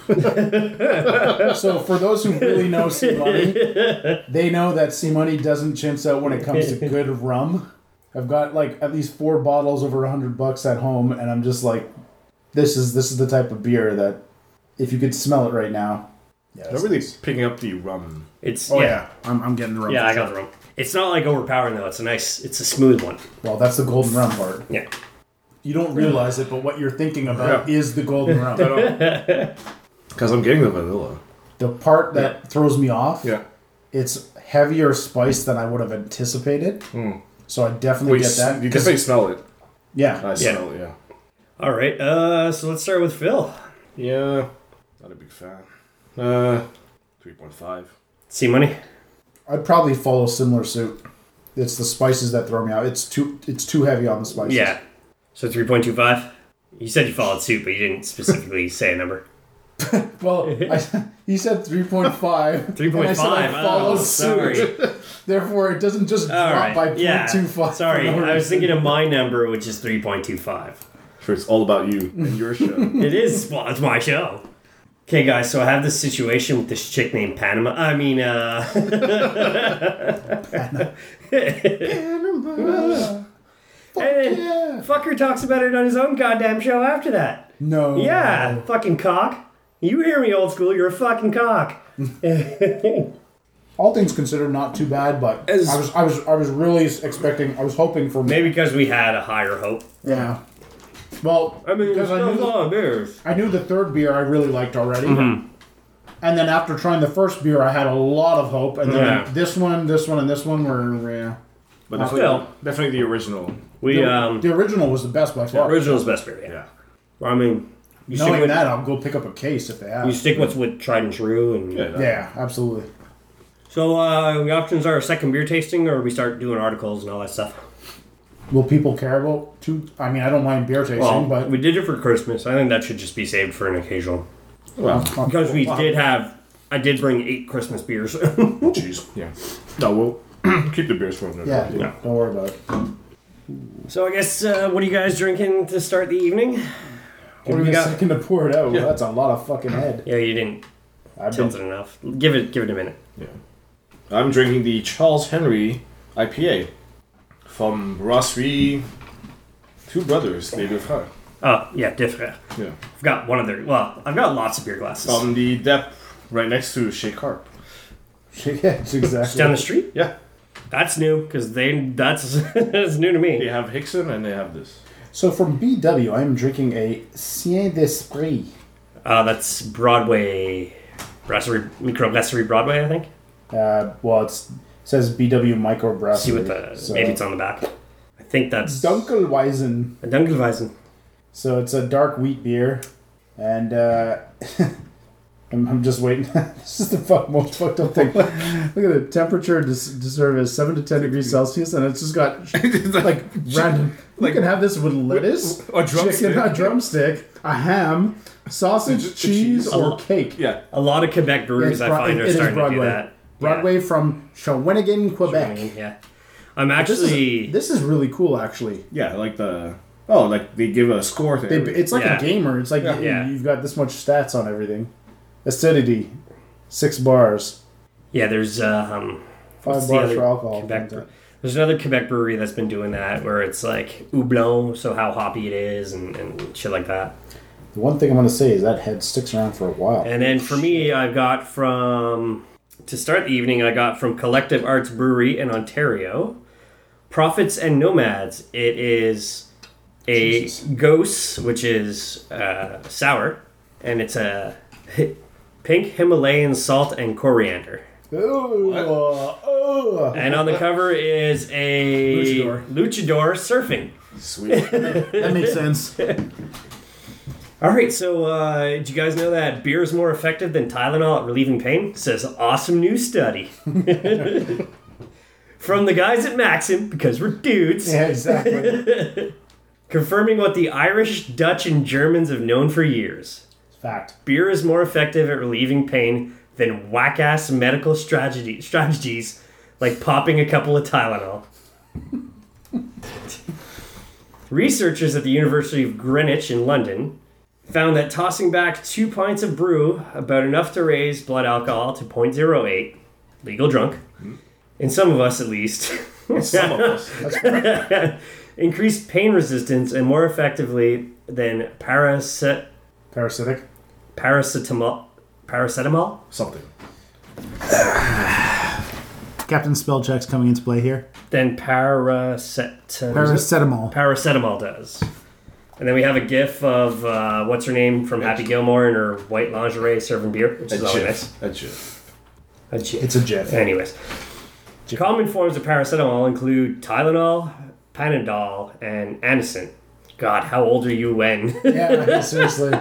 [SPEAKER 1] so for those who really know C Money, they know that C Money doesn't chintz out when it comes to good rum. I've got like at least four bottles over a hundred bucks at home, and I'm just like, this is this is the type of beer that if you could smell it right now. Yeah,
[SPEAKER 6] Not really picking up the rum.
[SPEAKER 2] It's,
[SPEAKER 1] Oh yeah,
[SPEAKER 2] yeah.
[SPEAKER 1] I'm, I'm getting the rum.
[SPEAKER 2] Yeah,
[SPEAKER 1] for
[SPEAKER 2] I got
[SPEAKER 1] sure.
[SPEAKER 2] the rum. It's not like overpowering though. It's a nice, it's a smooth one.
[SPEAKER 1] Well, that's the golden rum part.
[SPEAKER 2] Yeah.
[SPEAKER 1] You don't realize it, but what you're thinking about is the golden rum.
[SPEAKER 6] Because I'm getting the vanilla.
[SPEAKER 1] the part that throws me off.
[SPEAKER 6] Yeah.
[SPEAKER 1] it's heavier spice than I would have anticipated. So I definitely
[SPEAKER 6] Well, you,
[SPEAKER 1] get
[SPEAKER 6] s-
[SPEAKER 1] that.
[SPEAKER 6] Hmm. you
[SPEAKER 1] 'cause-
[SPEAKER 6] definitely smell it. I
[SPEAKER 1] yeah,
[SPEAKER 6] smell it. Yeah.
[SPEAKER 2] All right. Uh, so let's start with Phil.
[SPEAKER 6] Yeah. Not a big fan. Uh, three point five.
[SPEAKER 2] See money.
[SPEAKER 1] I'd probably follow similar suit. It's the spices that throw me out. It's too it's too heavy on the spices.
[SPEAKER 2] Yeah. So three point two five. You said you followed suit, but you didn't specifically say a number.
[SPEAKER 1] Well, I, he said three point five.
[SPEAKER 2] Three point five.
[SPEAKER 1] Follow
[SPEAKER 2] Oh,
[SPEAKER 1] suit.
[SPEAKER 2] sorry.
[SPEAKER 1] Therefore, it doesn't just
[SPEAKER 2] All
[SPEAKER 1] drop
[SPEAKER 2] right.
[SPEAKER 1] by
[SPEAKER 2] yeah.
[SPEAKER 1] point two five.
[SPEAKER 2] Sorry,
[SPEAKER 1] for no
[SPEAKER 2] I was
[SPEAKER 1] reason.
[SPEAKER 2] thinking of my number, which is three point two five.
[SPEAKER 6] Sure, it's all about you and your show.
[SPEAKER 2] It is. Well, it's my show. Okay, guys. So I have this situation with this chick named Panama. I mean, uh, and
[SPEAKER 1] yeah.
[SPEAKER 2] fucker talks about it on his own goddamn show after that.
[SPEAKER 1] No.
[SPEAKER 2] Yeah, fucking cock. You hear me, old school? You're a fucking cock.
[SPEAKER 1] All things considered, not too bad. But
[SPEAKER 6] As-
[SPEAKER 1] I was I was I was really expecting. I was hoping for
[SPEAKER 2] Maybe because we had a higher hope.
[SPEAKER 1] Yeah. Well, I mean, because I knew, the, I knew the third beer I really liked already.
[SPEAKER 2] Mm-hmm.
[SPEAKER 1] And then after trying the first beer, I had a lot of hope. And then
[SPEAKER 2] Yeah.
[SPEAKER 1] this one, this one, and this one were. Yeah.
[SPEAKER 6] But definitely,
[SPEAKER 2] Well.
[SPEAKER 6] definitely the original.
[SPEAKER 2] We um,
[SPEAKER 1] The original was the best by far.
[SPEAKER 2] original's best beer. Yeah.
[SPEAKER 6] Yeah.
[SPEAKER 2] I mean, you stick
[SPEAKER 1] Knowing
[SPEAKER 2] with
[SPEAKER 1] that, I'll go pick up a case if they
[SPEAKER 2] you
[SPEAKER 1] have.
[SPEAKER 2] stick with what tried and true, and
[SPEAKER 6] Yeah.
[SPEAKER 1] Yeah, absolutely.
[SPEAKER 2] so uh, the options are a second beer tasting, or we start doing articles and all that stuff.
[SPEAKER 1] Will people care about two? I mean, I don't mind beer tasting,
[SPEAKER 2] Well,
[SPEAKER 1] but
[SPEAKER 2] we did it for Christmas. I think that should just be saved for an occasional
[SPEAKER 6] Well.
[SPEAKER 1] Oh,
[SPEAKER 2] because we did have. I did bring eight Christmas beers.
[SPEAKER 6] Jeez. Yeah. No, we'll Keep the beers for another
[SPEAKER 1] Yeah,
[SPEAKER 6] day.
[SPEAKER 1] don't worry about it.
[SPEAKER 2] So I guess uh, what are you guys drinking to start the evening?
[SPEAKER 1] Give
[SPEAKER 2] do
[SPEAKER 1] me
[SPEAKER 2] we
[SPEAKER 1] a
[SPEAKER 2] got?
[SPEAKER 1] second to pour it out. That's a lot of fucking head.
[SPEAKER 2] Yeah, you didn't
[SPEAKER 1] I've
[SPEAKER 2] tilt
[SPEAKER 1] been
[SPEAKER 2] it enough. Give it, give it a minute.
[SPEAKER 6] I'm drinking the Charles Henry IPA from Brasserie Two Brothers, Les Deux Frères.
[SPEAKER 2] Oh yeah, different.
[SPEAKER 6] Yeah.
[SPEAKER 2] I've got one of their. Well, I've got lots of beer glasses
[SPEAKER 6] From the depth right next to Chez Carp.
[SPEAKER 1] yeah, it's
[SPEAKER 2] It's down
[SPEAKER 1] exactly.
[SPEAKER 2] the street.
[SPEAKER 6] Yeah.
[SPEAKER 2] That's new because they. That's it's new to
[SPEAKER 6] They
[SPEAKER 2] me.
[SPEAKER 6] have Hickson and they have this.
[SPEAKER 1] So from BW, I am drinking a Sien d'Esprit.
[SPEAKER 2] Uh, that's Broadway, brasserie, microbrasserie Broadway, I think.
[SPEAKER 1] Uh, well, it's, it says BW Microbrew.
[SPEAKER 2] See what the
[SPEAKER 1] so.
[SPEAKER 2] maybe it's on the back. I think that's
[SPEAKER 1] Dunkelweizen.
[SPEAKER 2] a Dunkelweizen.
[SPEAKER 1] So it's a dark wheat beer, and uh, I'm, I'm just waiting. this is the fuck, most fucked up thing. Look at the temperature dis- deserve is seven to ten degrees Celsius, and it's just got like random. you can have this with lettuce,
[SPEAKER 6] a drumstick.
[SPEAKER 1] chicken, a drumstick, a ham, sausage, cheese,
[SPEAKER 6] cheese.
[SPEAKER 1] or cake.
[SPEAKER 6] Yeah.
[SPEAKER 2] A lot of Quebec breweries I
[SPEAKER 1] It's Bro-
[SPEAKER 2] find
[SPEAKER 1] it-
[SPEAKER 2] are
[SPEAKER 1] it is
[SPEAKER 2] starting to do
[SPEAKER 1] Broadway.
[SPEAKER 2] that.
[SPEAKER 1] Broadway from Shawinigan,
[SPEAKER 2] Yeah.
[SPEAKER 1] Quebec.
[SPEAKER 2] yeah. I'm
[SPEAKER 1] This
[SPEAKER 2] actually
[SPEAKER 1] is, this is really cool, actually.
[SPEAKER 6] Yeah, like the oh, like they give a score to
[SPEAKER 1] They,
[SPEAKER 6] everything.
[SPEAKER 1] it's like
[SPEAKER 2] Yeah.
[SPEAKER 1] a gamer. It's like you-
[SPEAKER 2] Yeah.
[SPEAKER 1] you've got this much stats on everything. Acidity, six bars,
[SPEAKER 2] yeah. There's uh, um
[SPEAKER 1] five
[SPEAKER 2] What's the
[SPEAKER 1] bars
[SPEAKER 2] other
[SPEAKER 1] for alcohol.
[SPEAKER 2] Quebec. bre- There's another Quebec brewery that's been doing that where it's like houblon, so how hoppy it is and, and shit like that.
[SPEAKER 1] The one thing I'm gonna say is that head sticks around for a while.
[SPEAKER 2] And then for me, I got from to start the evening. I got from Collective Arts Brewery in Ontario, Prophets and Nomads. It is a ghost, which is uh, sour, and it's a pink Himalayan salt and coriander.
[SPEAKER 1] Ooh, uh, oh,
[SPEAKER 2] And on the cover is a
[SPEAKER 1] Luchador.
[SPEAKER 2] luchador surfing.
[SPEAKER 6] sweet.
[SPEAKER 1] that makes sense.
[SPEAKER 2] All right, so uh, did you guys know that beer is more effective than Tylenol at relieving pain? Says awesome new study from the guys at Maxim because we're dudes,
[SPEAKER 1] yeah, exactly.
[SPEAKER 2] confirming what the Irish, Dutch, and Germans have known for years:
[SPEAKER 1] Fact.
[SPEAKER 2] beer is more effective at relieving pain than whack-ass medical strategy- strategies like popping a couple of Tylenol. Researchers at the University of Greenwich in London found that tossing back two pints of brew, about enough to raise blood alcohol to 0.08, legal drunk, in some of us at least,
[SPEAKER 6] Hmm. Some of us.
[SPEAKER 2] increased pain resistance and more effectively than parace-
[SPEAKER 1] Parasitic.
[SPEAKER 2] paracetamol. Paracetamol?
[SPEAKER 6] Something.
[SPEAKER 1] Captain Spellcheck's coming into play here.
[SPEAKER 2] Than paracetamol.
[SPEAKER 1] Paracetamol.
[SPEAKER 2] Paracetamol does. And then we have a gif of uh, what's her name from Happy Gilmore in her white lingerie serving beer, which is
[SPEAKER 6] That's
[SPEAKER 2] always
[SPEAKER 6] it.
[SPEAKER 2] nice.
[SPEAKER 6] That's it.
[SPEAKER 2] A gif.
[SPEAKER 1] it's a gif.
[SPEAKER 2] Anyways, common forms of paracetamol include Tylenol, Panadol, and Anacin. God, how old are you when
[SPEAKER 1] Yeah, seriously.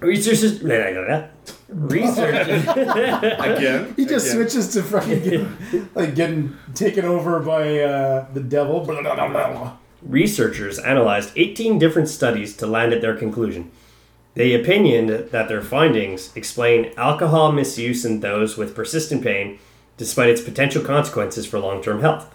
[SPEAKER 2] researchers? blah, blah, blah, blah. Researchers.
[SPEAKER 6] Again.
[SPEAKER 1] He just
[SPEAKER 6] again.
[SPEAKER 1] switches to fucking get, like getting taken over by uh, the devil. Blah, blah, blah, blah.
[SPEAKER 2] researchers analyzed 18 different studies to land at their conclusion. They opinioned that their findings explain alcohol misuse in those with persistent pain, despite its potential consequences for long-term health.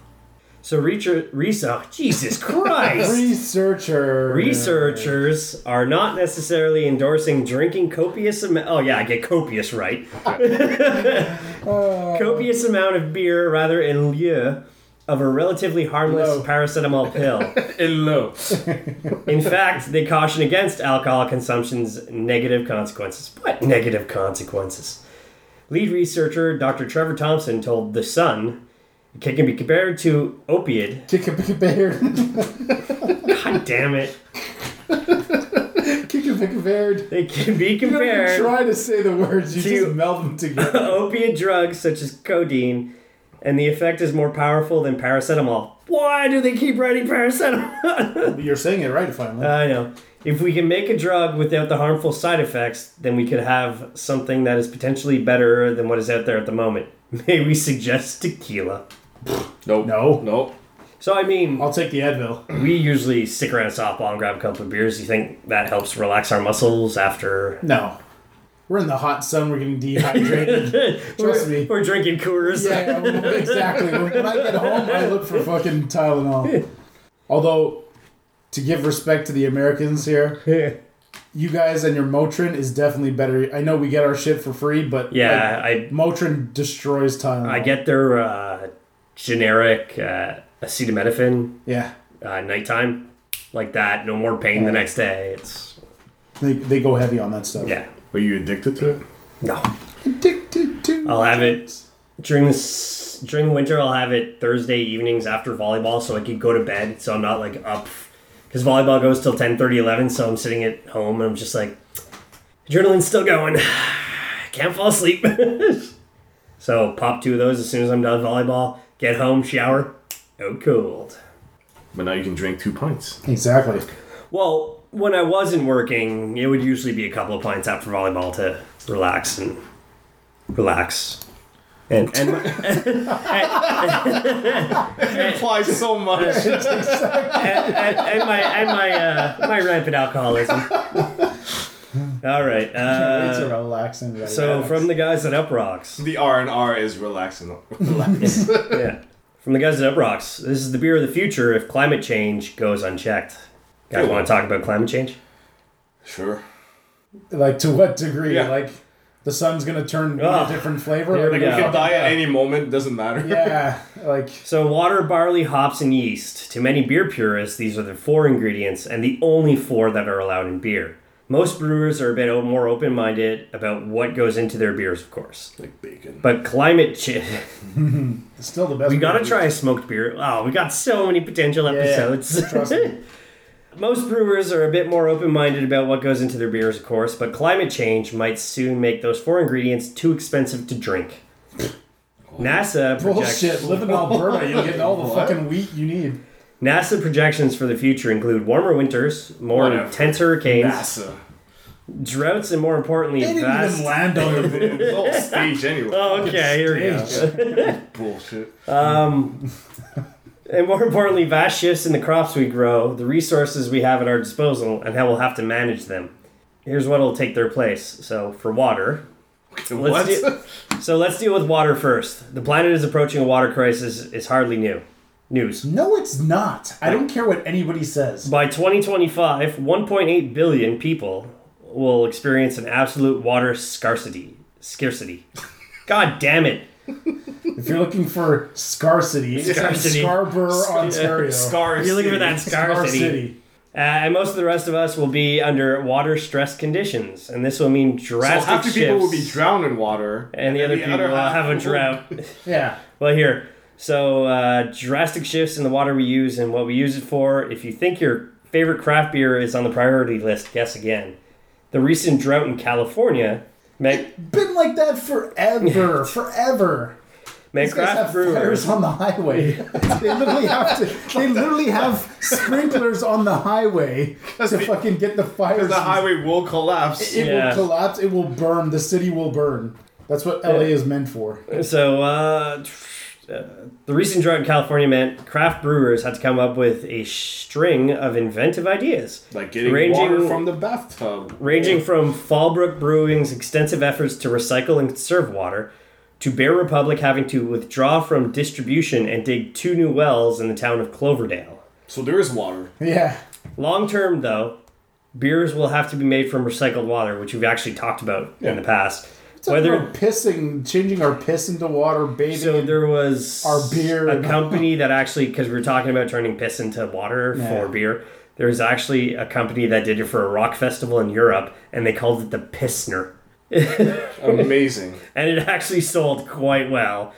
[SPEAKER 2] So, research, research Jesus Christ.
[SPEAKER 1] Researcher.
[SPEAKER 2] Researchers are not necessarily endorsing drinking copious amount. Oh yeah, I get copious right. copious amount of beer, rather in lieu of a relatively harmless
[SPEAKER 1] No.
[SPEAKER 2] paracetamol pill.
[SPEAKER 6] Hello.
[SPEAKER 2] In fact, they caution against alcohol consumption's negative consequences. What negative consequences? Lead researcher Dr. Trevor Thompson told The Sun, "It can be compared to opiate
[SPEAKER 1] Kick a pick a bear.
[SPEAKER 2] God damn it.
[SPEAKER 1] Kick a pick a bear.
[SPEAKER 2] They can be compared.
[SPEAKER 1] Try to say the words, you
[SPEAKER 2] To-
[SPEAKER 1] just meld them together.
[SPEAKER 2] opiate drugs such as codeine, and the effect is more powerful than paracetamol. Why do they keep writing paracetamol?
[SPEAKER 1] You're saying it right, finally.
[SPEAKER 2] I know. If we can make a drug without the harmful side effects, then we could have something that is potentially better than what is out there at the moment. May we suggest tequila?
[SPEAKER 6] Nope.
[SPEAKER 1] No.
[SPEAKER 6] Nope.
[SPEAKER 2] So, I mean,
[SPEAKER 1] I'll take the Advil.
[SPEAKER 2] we usually stick around softball and grab a couple of beers. You think that helps relax our muscles after
[SPEAKER 1] No. We're in the hot sun. We're getting dehydrated.
[SPEAKER 2] we're,
[SPEAKER 1] Trust me.
[SPEAKER 2] we're drinking Coors.
[SPEAKER 1] Yeah, well, exactly. When I get home, I look for fucking Tylenol. Although, to give respect to the Americans here, you guys and your Motrin is definitely better. I know we get our shit for free, but
[SPEAKER 2] Yeah,
[SPEAKER 1] like,
[SPEAKER 2] I
[SPEAKER 1] Motrin destroys Tylenol.
[SPEAKER 2] I get their uh, generic uh, acetaminophen
[SPEAKER 1] Yeah,
[SPEAKER 2] uh, nighttime like that. No more pain the
[SPEAKER 1] Oh.
[SPEAKER 2] next day. It's
[SPEAKER 1] they, they go heavy on that stuff.
[SPEAKER 2] yeah.
[SPEAKER 6] Were you addicted to it?
[SPEAKER 2] No,
[SPEAKER 1] Addicted to.
[SPEAKER 2] I'll have it during this during the winter. I'll have it Thursday evenings after volleyball, so I could go to bed. So I'm not like up because volleyball goes till 10, 11. So I'm sitting at home and I'm just like adrenaline's still going. Can't fall asleep. so pop two of those as soon as I'm done with volleyball. Get home, shower. Oh, cold.
[SPEAKER 6] But now you can drink two pints.
[SPEAKER 1] Exactly.
[SPEAKER 2] Well, when I wasn't working, it would usually be a couple of pints after volleyball to relax and relax. And, and
[SPEAKER 6] Implies so much.
[SPEAKER 2] and, and my and my uh, my rampant alcoholism. All right.
[SPEAKER 1] it's
[SPEAKER 2] Uh,
[SPEAKER 1] a relaxing. Right
[SPEAKER 2] so from the guys at Up Rocks,
[SPEAKER 6] the R and R is relaxing.
[SPEAKER 2] yeah, from the guys at Up Rocks, this is the beer of the future if climate change goes unchecked. Guys, want to talk about climate change?
[SPEAKER 6] sure.
[SPEAKER 1] like to what degree?
[SPEAKER 6] Yeah.
[SPEAKER 1] Like the sun's gonna turn
[SPEAKER 2] Ugh.
[SPEAKER 1] a different flavor.
[SPEAKER 2] Here we
[SPEAKER 1] Like,
[SPEAKER 2] go.
[SPEAKER 6] You can die at any moment. Doesn't matter.
[SPEAKER 1] Yeah, like
[SPEAKER 2] So, water, barley, hops, and yeast. To many beer purists, these are the four ingredients and the only four that are allowed in beer. Most brewers are a bit o- more open minded about what goes into their beers, of course.
[SPEAKER 6] Like bacon.
[SPEAKER 2] But climate change.
[SPEAKER 1] it's still the best.
[SPEAKER 2] we gotta
[SPEAKER 1] beer.
[SPEAKER 2] try a smoked beer. Oh, we got so many potential episodes.
[SPEAKER 1] Trust me.
[SPEAKER 2] Most brewers are a bit more open minded about what goes into their beers, of course, but climate change might soon make those four ingredients too expensive to drink. NASA projects.
[SPEAKER 1] Bullshit. Live in Alberta, you're getting all the fucking wheat you need.
[SPEAKER 2] NASA projections for the future include warmer winters, more
[SPEAKER 6] Whatever.
[SPEAKER 2] intense hurricanes,
[SPEAKER 6] NASA.
[SPEAKER 2] droughts, and more importantly,
[SPEAKER 1] They didn't
[SPEAKER 2] vast.
[SPEAKER 1] even land on the moon.
[SPEAKER 6] It's all stage anyway.
[SPEAKER 2] Oh, okay, here we go.
[SPEAKER 6] Bullshit.
[SPEAKER 2] And more importantly, vast shifts in the crops we grow, the resources we have at our disposal, and how we'll have to manage them. Here's what'll take their place. So, for water,
[SPEAKER 6] what?
[SPEAKER 2] Let's do- so let's deal with water first. The planet is approaching a water crisis. Is hardly new news.
[SPEAKER 1] No, it's not. I don't care what anybody says.
[SPEAKER 2] By 2025, 1.8 billion people will experience an absolute water scarcity. Scarcity. God damn it.
[SPEAKER 1] If you're looking for scarcity, it's in
[SPEAKER 2] Scarcity.
[SPEAKER 1] Scarborough, Ontario.
[SPEAKER 6] Scars.
[SPEAKER 2] You're looking for that
[SPEAKER 1] Scar
[SPEAKER 2] scarcity. Uh, and most of the rest of us will be under water stress conditions, and this will mean
[SPEAKER 6] So
[SPEAKER 2] drastic
[SPEAKER 6] half the people
[SPEAKER 2] shifts,
[SPEAKER 6] will be drowned in water,
[SPEAKER 2] and the other people will
[SPEAKER 6] half
[SPEAKER 2] have a
[SPEAKER 6] will-
[SPEAKER 2] drought.
[SPEAKER 1] Yeah.
[SPEAKER 2] Well, here. So, uh, drastic shifts in the water we use and what we use it for. If you think your favorite craft beer is on the priority list, guess again. The recent drought in California meant,
[SPEAKER 1] Been like that forever. Forever.
[SPEAKER 2] meant
[SPEAKER 1] These guys
[SPEAKER 2] craft
[SPEAKER 1] have fires
[SPEAKER 2] brewers.
[SPEAKER 1] on the highway. they literally have to. They literally have sprinklers on the highway to fucking get the fires.
[SPEAKER 6] The highway will collapse.
[SPEAKER 1] It
[SPEAKER 2] Yeah.
[SPEAKER 1] will collapse. It will burn. The city will burn. That's what LA is meant for.
[SPEAKER 2] So, uh, uh, the recent drought in California meant craft brewers had to come up with a string of inventive ideas.
[SPEAKER 6] Like getting
[SPEAKER 2] Ranging-
[SPEAKER 6] water from the bathtub.
[SPEAKER 2] ranging from Fallbrook Brewing's extensive efforts to recycle and conserve water to Bear Republic having to withdraw from distribution and dig two new wells in the town of Cloverdale.
[SPEAKER 6] So there is water.
[SPEAKER 1] Yeah.
[SPEAKER 2] Long term, though, beers will have to be made from recycled water, which we've actually talked about in the past.
[SPEAKER 1] Whether
[SPEAKER 2] Whether
[SPEAKER 1] pissing, changing our piss into water, bathing.
[SPEAKER 2] so,
[SPEAKER 1] in-
[SPEAKER 2] there was
[SPEAKER 1] Our beer-
[SPEAKER 2] a company that actually because we were talking about turning piss into water for beer. There was actually a company that did it for a rock festival in Europe, and they called it the Pissner.
[SPEAKER 6] Amazing.
[SPEAKER 2] and it actually sold quite well.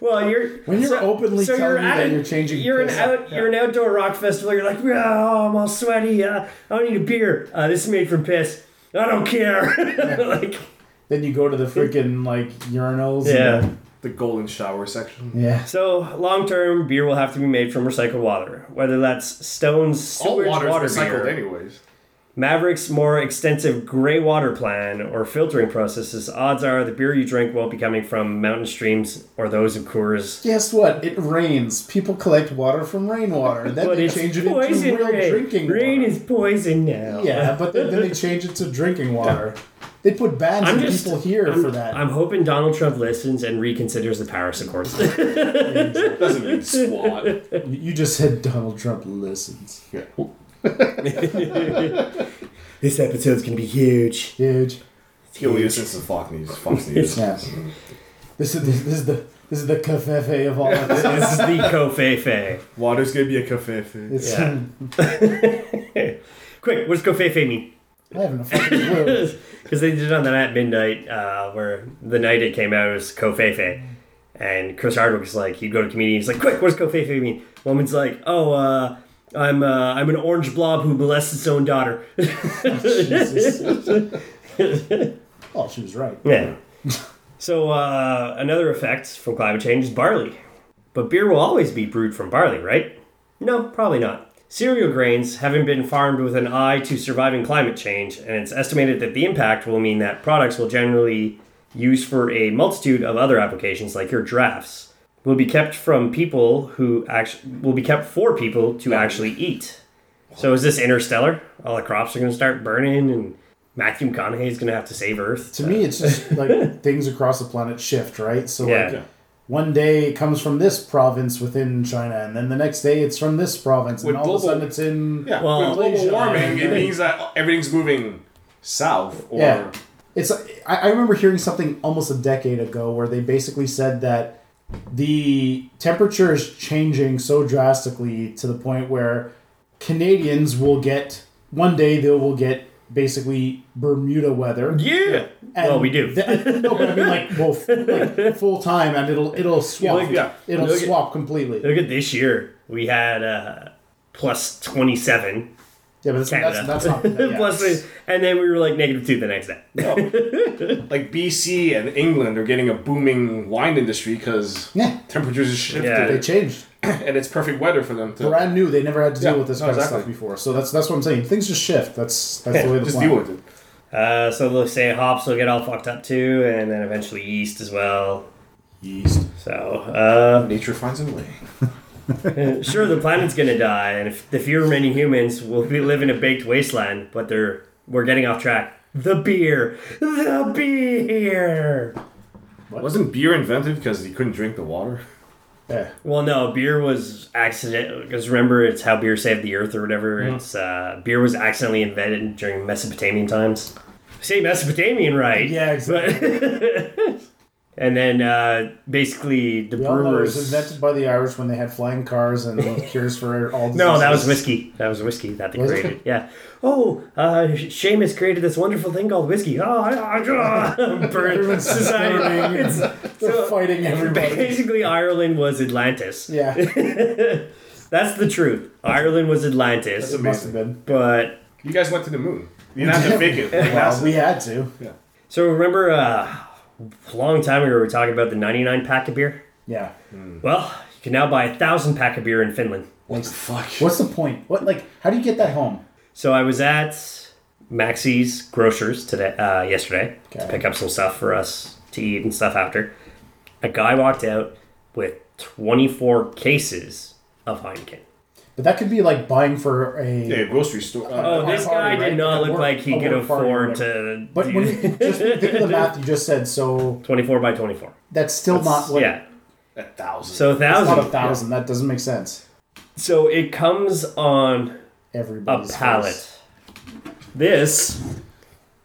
[SPEAKER 2] well, you're
[SPEAKER 1] When you're openly telling me
[SPEAKER 2] at
[SPEAKER 1] that
[SPEAKER 2] an-
[SPEAKER 1] you're changing
[SPEAKER 2] You're an
[SPEAKER 1] piss-
[SPEAKER 2] out, you're an outdoor rock festival. You're like, oh, I'm all sweaty. Uh, I don't need a beer. Uh, this is made from piss. I don't care. like,
[SPEAKER 1] then you go to the freaking like urinals.
[SPEAKER 2] yeah.
[SPEAKER 1] and-
[SPEAKER 6] The golden shower section.
[SPEAKER 1] yeah.
[SPEAKER 2] So long term, beer will have to be made from recycled water, whether that's Stone's
[SPEAKER 6] All
[SPEAKER 2] sewage
[SPEAKER 6] water
[SPEAKER 2] water
[SPEAKER 6] is recycled
[SPEAKER 2] beer,
[SPEAKER 6] anyways.
[SPEAKER 2] Maverick's more extensive gray water plan or filtering processes. Odds are the beer you drink won't be coming from mountain streams or those of Coors
[SPEAKER 1] Guess what? It rains. People collect water from rainwater. Then
[SPEAKER 2] But
[SPEAKER 1] they
[SPEAKER 2] it's
[SPEAKER 1] change it into
[SPEAKER 2] poison
[SPEAKER 1] real
[SPEAKER 2] rain.
[SPEAKER 1] drinking
[SPEAKER 2] Rain
[SPEAKER 1] water.
[SPEAKER 2] is poison now.
[SPEAKER 1] yeah, but then, then they change it to drinking water. They put bans
[SPEAKER 2] I'm
[SPEAKER 1] on
[SPEAKER 2] just
[SPEAKER 1] people here
[SPEAKER 2] I'm,
[SPEAKER 1] for that.
[SPEAKER 2] I'm hoping Donald Trump listens and reconsiders the Paris Accords.
[SPEAKER 6] Doesn't mean squat.
[SPEAKER 1] you just said Donald Trump listens.
[SPEAKER 2] this episode's gonna be huge.
[SPEAKER 1] Huge.
[SPEAKER 6] He'll listen to Fox News. Fox News.
[SPEAKER 1] Yeah. This is this, is the this is the cafefe of all of this.
[SPEAKER 2] This is the Kofefe.
[SPEAKER 6] Water's gonna be a cafe.
[SPEAKER 1] It's,
[SPEAKER 2] Yeah. Quick, what does Kofefe mean?
[SPEAKER 1] I haven't a fucking clue.
[SPEAKER 2] Because they did on that at midnight, uh, where the night it came out it was Kofefe. And Chris Hardwick was like, he'd go to comedians, like, quick, what does Kofefe mean? Woman's like, oh, uh, I'm uh, I'm an orange blob who molests his own daughter.
[SPEAKER 1] Jesus. oh, she was right.
[SPEAKER 2] Yeah. so uh, another effect from climate change is barley. But beer will always be brewed from barley, right? No, probably not. Cereal grains having been farmed with an eye to surviving climate change, and it's estimated that the impact will mean that products will generally used for a multitude of other applications like your drafts will be kept from people who actually will be kept for people to actually eat. So is this interstellar? All the crops are going to start burning and Matthew McConaughey is going to have to save Earth.
[SPEAKER 1] To me, it's just like things across the planet shift, right? So
[SPEAKER 2] Yeah.
[SPEAKER 1] like one day it comes from this province within China, and then the next day it's from this province, and
[SPEAKER 6] With
[SPEAKER 1] all of a
[SPEAKER 6] global-
[SPEAKER 1] sudden it's in
[SPEAKER 6] Yeah,
[SPEAKER 2] Well-
[SPEAKER 6] with global
[SPEAKER 1] Malaysia,
[SPEAKER 6] warming,
[SPEAKER 1] yeah.
[SPEAKER 6] it means that everything's moving south or
[SPEAKER 1] Yeah. It's I, I remember hearing something almost a decade ago where they basically said that the temperature is changing so drastically to the point where Canadians will get one day they will get basically Bermuda weather.
[SPEAKER 2] Yeah.
[SPEAKER 1] And
[SPEAKER 2] well, we do.
[SPEAKER 1] the- no, but I mean like well, f- like full time, and it'll it'll swap.
[SPEAKER 6] Like, yeah.
[SPEAKER 1] It'll
[SPEAKER 2] Look at-
[SPEAKER 1] swap completely.
[SPEAKER 2] Look at this year. We had uh, plus 27.
[SPEAKER 1] Yeah, but that's,
[SPEAKER 2] Canada.
[SPEAKER 1] that's, that's not. Yeah.
[SPEAKER 2] Plus- and then we were like negative 2 the next day.
[SPEAKER 6] like BC and England are getting a booming wine industry because
[SPEAKER 1] Yeah.
[SPEAKER 6] temperatures have shifted
[SPEAKER 2] Yeah.
[SPEAKER 1] they changed.
[SPEAKER 6] and it's perfect weather for them to
[SPEAKER 1] Brand new. They never had to deal
[SPEAKER 6] Yeah,
[SPEAKER 1] with this
[SPEAKER 6] no,
[SPEAKER 1] kind of
[SPEAKER 6] exactly.
[SPEAKER 1] stuff before. So that's that's what I'm saying. Things just shift. That's that's the way the
[SPEAKER 6] just
[SPEAKER 1] planet-
[SPEAKER 6] deal with it.
[SPEAKER 2] Uh, so they'll say hops will get all fucked up too, and then eventually yeast as well.
[SPEAKER 6] Yeast.
[SPEAKER 2] So,
[SPEAKER 6] Nature finds a way.
[SPEAKER 2] uh, sure, the planet's gonna die, and if the few remaining humans will be live in a baked wasteland, but they're we're getting off track. The beer, the beer.
[SPEAKER 6] Wasn't beer invented because you couldn't drink the water?
[SPEAKER 1] Yeah.
[SPEAKER 2] Well, no, beer was accident because remember it's how beer saved the earth or whatever.
[SPEAKER 1] Mm-hmm.
[SPEAKER 2] It's uh, beer was accidentally invented during Mesopotamian times. Say Mesopotamian, right?
[SPEAKER 1] Yeah, exactly.
[SPEAKER 2] And then uh, basically the
[SPEAKER 1] We all know it was
[SPEAKER 2] brewers.
[SPEAKER 1] invented by the Irish when they had flying cars and cures for all.
[SPEAKER 2] No, that was
[SPEAKER 1] diseases.
[SPEAKER 2] whiskey. That was whiskey that they
[SPEAKER 1] Was it?
[SPEAKER 2] created. Yeah. Oh, uh, Seamus created this wonderful thing called whiskey. Oh, I, I, oh, burn
[SPEAKER 1] Everyone's
[SPEAKER 2] society.
[SPEAKER 1] society. They're
[SPEAKER 2] so-
[SPEAKER 1] fighting everybody.
[SPEAKER 2] Basically, Ireland was Atlantis.
[SPEAKER 1] Yeah,
[SPEAKER 2] That's the truth. Ireland was Atlantis,
[SPEAKER 1] it must have been.
[SPEAKER 2] but
[SPEAKER 6] You guys went to the moon. You didn't have to fake it. Like,
[SPEAKER 1] Well,
[SPEAKER 6] that's-
[SPEAKER 1] we had to.
[SPEAKER 2] So remember, uh, a long time ago, we were talking about the 99 pack of beer.
[SPEAKER 1] Yeah.
[SPEAKER 2] Well, you can now buy a thousand pack of beer in Finland.
[SPEAKER 1] What the fuck? What's the point? What like? How do you get that home?
[SPEAKER 2] So I was at Maxi's Grocers today, uh, yesterday, to
[SPEAKER 1] Okay.
[SPEAKER 2] pick up some stuff for us to eat and stuff after. A guy walked out with 24 cases of Heineken.
[SPEAKER 1] But that could be like buying for a.
[SPEAKER 6] Yeah, grocery store. uh,
[SPEAKER 2] Oh, this guy
[SPEAKER 1] party,
[SPEAKER 2] did
[SPEAKER 1] right?
[SPEAKER 2] not
[SPEAKER 1] Like a
[SPEAKER 2] look
[SPEAKER 1] work-
[SPEAKER 2] like he
[SPEAKER 1] a
[SPEAKER 2] could
[SPEAKER 1] work party or
[SPEAKER 2] afford
[SPEAKER 1] whatever.
[SPEAKER 2] to
[SPEAKER 1] But when
[SPEAKER 2] do
[SPEAKER 1] you just think of the math you just said, so
[SPEAKER 2] 24 by 24.
[SPEAKER 1] that's still not what.
[SPEAKER 2] yeah.
[SPEAKER 6] a thousand.
[SPEAKER 2] So a
[SPEAKER 1] It's
[SPEAKER 2] thousand.
[SPEAKER 1] not a thousand. That doesn't make sense.
[SPEAKER 2] so it comes on a
[SPEAKER 1] Everybody's
[SPEAKER 2] pallet.
[SPEAKER 1] face.
[SPEAKER 2] This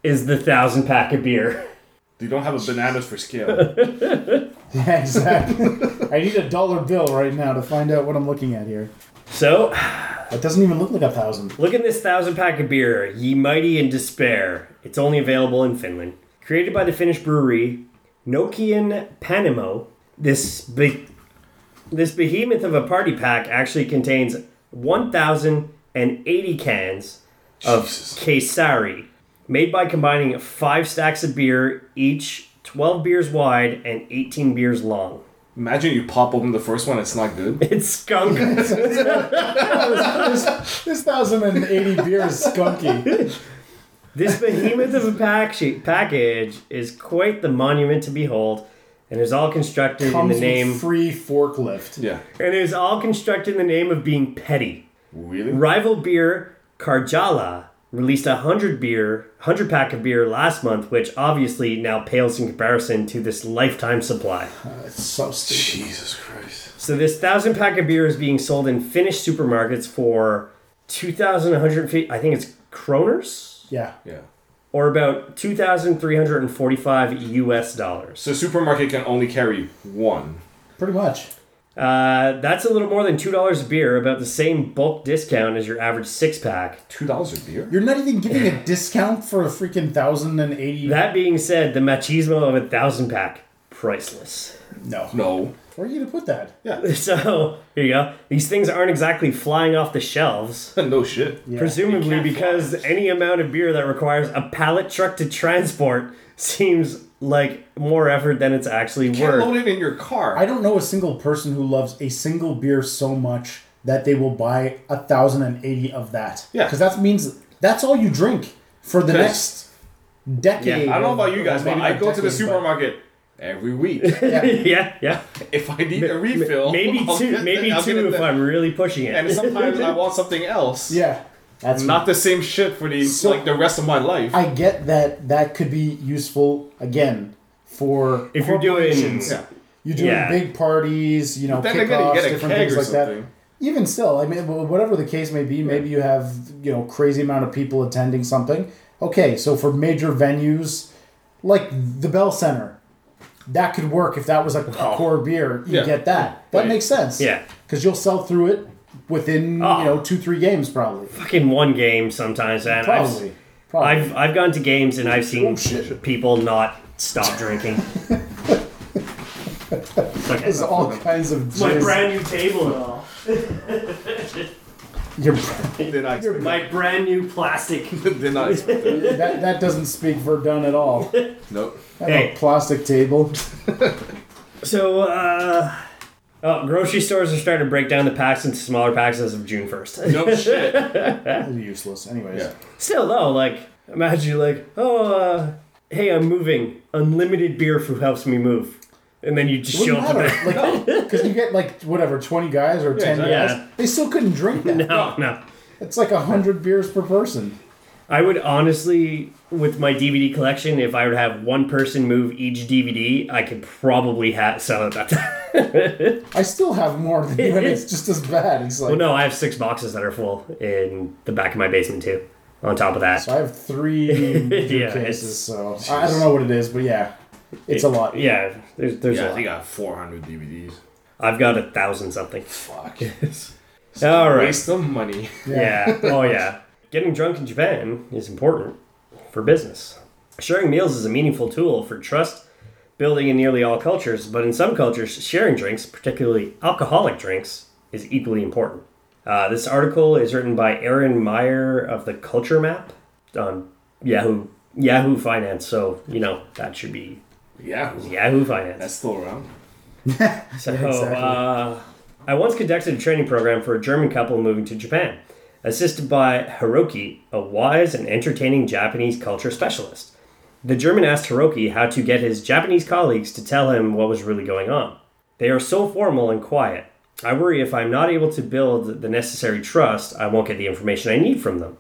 [SPEAKER 2] is the thousand pack of beer.
[SPEAKER 6] you don't have a bananas for scale.
[SPEAKER 1] Yeah, exactly. I need a dollar bill right now to find out what I'm looking at here.
[SPEAKER 2] So,
[SPEAKER 1] That doesn't even look like a thousand.
[SPEAKER 2] look at this thousand pack of beer, ye mighty in despair. It's only available in Finland. Created by the Finnish brewery Nokian Panimo, this be- this behemoth of a party pack actually contains 1,080 cans of Kesari, made by combining five stacks of beer, each 12 beers wide and 18 beers long.
[SPEAKER 6] Imagine you pop open the first one, it's not good.
[SPEAKER 2] It's skunk.
[SPEAKER 1] this, this thousand and eighty beer is skunky.
[SPEAKER 2] This behemoth of a pack sheet package is quite the monument to behold, and is all constructed in
[SPEAKER 1] Comes
[SPEAKER 2] the name
[SPEAKER 1] with free forklift.
[SPEAKER 6] Yeah.
[SPEAKER 2] and is all constructed in the name of being petty.
[SPEAKER 6] Really?
[SPEAKER 2] Rival beer Karjala released a hundred beer, hundred pack of beer last month, which obviously now pales in comparison to this lifetime supply.
[SPEAKER 1] It's so stupid.
[SPEAKER 6] Jesus Christ.
[SPEAKER 2] So this thousand pack of beer is being sold in Finnish supermarkets for two thousand one hundred fifty. I think it's kroners
[SPEAKER 1] Yeah.
[SPEAKER 6] Yeah.
[SPEAKER 2] or about two thousand three hundred and forty-five U.S. dollars.
[SPEAKER 6] So supermarket can only carry one.
[SPEAKER 1] Pretty much.
[SPEAKER 2] Uh, that's a little more than two dollars a beer, about the same bulk discount as your average six pack.
[SPEAKER 6] Two dollars a beer?
[SPEAKER 1] You're not even giving a discount for a freaking thousand and eighty.
[SPEAKER 2] That being said, the machismo of a thousand pack, priceless.
[SPEAKER 1] No.
[SPEAKER 6] No.
[SPEAKER 1] Where are you gonna put that?
[SPEAKER 2] So here you go. These things aren't exactly flying off the shelves.
[SPEAKER 6] no shit.
[SPEAKER 2] Presumably because any amount of beer that requires a pallet truck to transport seems like more effort than it's actually
[SPEAKER 6] Can't load
[SPEAKER 2] worth.
[SPEAKER 6] it in your car.
[SPEAKER 1] I don't know a single person who loves a single beer so much that they will buy a thousand and eighty of that.
[SPEAKER 6] Yeah.
[SPEAKER 1] Because that means that's all you drink for the next
[SPEAKER 6] Yes.
[SPEAKER 1] decade.
[SPEAKER 2] Yeah,
[SPEAKER 6] I don't know
[SPEAKER 1] or-
[SPEAKER 6] about you guys,
[SPEAKER 1] or
[SPEAKER 6] but
[SPEAKER 1] maybe
[SPEAKER 6] I
[SPEAKER 1] not
[SPEAKER 6] go to the
[SPEAKER 1] decade, but-
[SPEAKER 6] supermarket every week.
[SPEAKER 2] yeah, yeah.
[SPEAKER 6] if I need a refill,
[SPEAKER 2] Maybe
[SPEAKER 6] I'll
[SPEAKER 2] two,
[SPEAKER 6] get
[SPEAKER 2] maybe
[SPEAKER 6] that- I'll get
[SPEAKER 2] two
[SPEAKER 6] it
[SPEAKER 2] if
[SPEAKER 6] then.
[SPEAKER 2] I'm really pushing
[SPEAKER 6] And
[SPEAKER 2] it.
[SPEAKER 6] sometimes I want something else.
[SPEAKER 1] Yeah. That's
[SPEAKER 6] Not the same shit for the
[SPEAKER 1] So-
[SPEAKER 6] like the rest of my life.
[SPEAKER 1] I get that that could be useful again for
[SPEAKER 2] If you're doing-
[SPEAKER 1] corporations.
[SPEAKER 6] yeah.
[SPEAKER 1] You're doing
[SPEAKER 2] Yeah.
[SPEAKER 1] big parties, you know,
[SPEAKER 6] Then again, you
[SPEAKER 1] kickoffs,
[SPEAKER 6] get a
[SPEAKER 1] different
[SPEAKER 6] keg
[SPEAKER 1] things
[SPEAKER 6] or
[SPEAKER 1] like
[SPEAKER 6] something.
[SPEAKER 1] that. Even still, I mean, wh- whatever the case may be, maybe you have you know crazy amount of people attending something. Okay, so for major venues like the Bell Center, that could work if that was like a core beer. You
[SPEAKER 6] Oh. Yeah.
[SPEAKER 1] get that. That
[SPEAKER 6] Right.
[SPEAKER 1] makes sense.
[SPEAKER 2] Yeah.
[SPEAKER 1] because you'll sell through it within
[SPEAKER 2] Oh.
[SPEAKER 1] you know two three games probably.
[SPEAKER 2] Fucking one game sometimes, and I've-
[SPEAKER 1] Probably. Probably.
[SPEAKER 2] I've I've gone to games and I've seen
[SPEAKER 1] Oh, shit.
[SPEAKER 2] people not stop drinking. uh, okay.
[SPEAKER 1] There's all kinds of jizz.
[SPEAKER 2] new table and all.
[SPEAKER 1] Your-
[SPEAKER 6] Did I expect
[SPEAKER 2] My brand new plastic.
[SPEAKER 6] that? Did not expect that.
[SPEAKER 1] that, that doesn't speak Verdun at all.
[SPEAKER 6] Nope.
[SPEAKER 1] I have
[SPEAKER 2] Hey.
[SPEAKER 1] a plastic table.
[SPEAKER 2] So, uh, oh, grocery stores are starting to break down the packs into smaller packs as of June first.
[SPEAKER 6] No shit.
[SPEAKER 1] useless. Anyways.
[SPEAKER 6] Yeah.
[SPEAKER 2] Still though, like imagine you're like, oh, uh, hey, I'm moving. Unlimited beer who helps me move, and then you just show
[SPEAKER 1] Wouldn't
[SPEAKER 2] up. With
[SPEAKER 1] matter. Like, because you get like whatever, twenty guys or ten
[SPEAKER 6] exactly.
[SPEAKER 1] guys,
[SPEAKER 2] Yeah.
[SPEAKER 1] they still couldn't drink that.
[SPEAKER 2] that. No, oh, no.
[SPEAKER 1] It's like hundred beers per person.
[SPEAKER 2] I would honestly, with my DVD collection, if I would have one person move each DVD, I could probably ha- sell it that time.
[SPEAKER 1] I still have more than you, and it's just as bad. It's like
[SPEAKER 2] well, no, I have six boxes that are full in the back of my basement too. On top of that,
[SPEAKER 1] I have three beer
[SPEAKER 2] Yeah,
[SPEAKER 1] cases,
[SPEAKER 2] it's-
[SPEAKER 1] so I I don't know what it is, but yeah, it's a lot.
[SPEAKER 2] yeah, there's, there's
[SPEAKER 6] Yeah,
[SPEAKER 2] a
[SPEAKER 6] I
[SPEAKER 2] lot.
[SPEAKER 6] think I have 400 DVDs.
[SPEAKER 2] I've got a thousand something.
[SPEAKER 6] Fuck.
[SPEAKER 2] All right.
[SPEAKER 6] Waste of money.
[SPEAKER 2] Yeah. Oh yeah. Getting drunk in Japan is important for business. Sharing meals is a meaningful tool for trust building in nearly all cultures, but in some cultures, sharing drinks, particularly alcoholic drinks, is equally important. Uh, this article is written by Aaron Meyer of the Culture Map on Yahoo Yahoo Finance. So you know that should be
[SPEAKER 6] Yeah.
[SPEAKER 2] Yahoo Finance.
[SPEAKER 6] That's still around.
[SPEAKER 2] So, uh, I once conducted a training program for a German couple moving to Japan, assisted by Hiroki, a wise and entertaining Japanese culture specialist. The German asked Hiroki how to get his Japanese colleagues to tell him what was really going on. They are so formal and quiet. I worry if I'm not able to build the necessary trust, I won't get the information I need from them.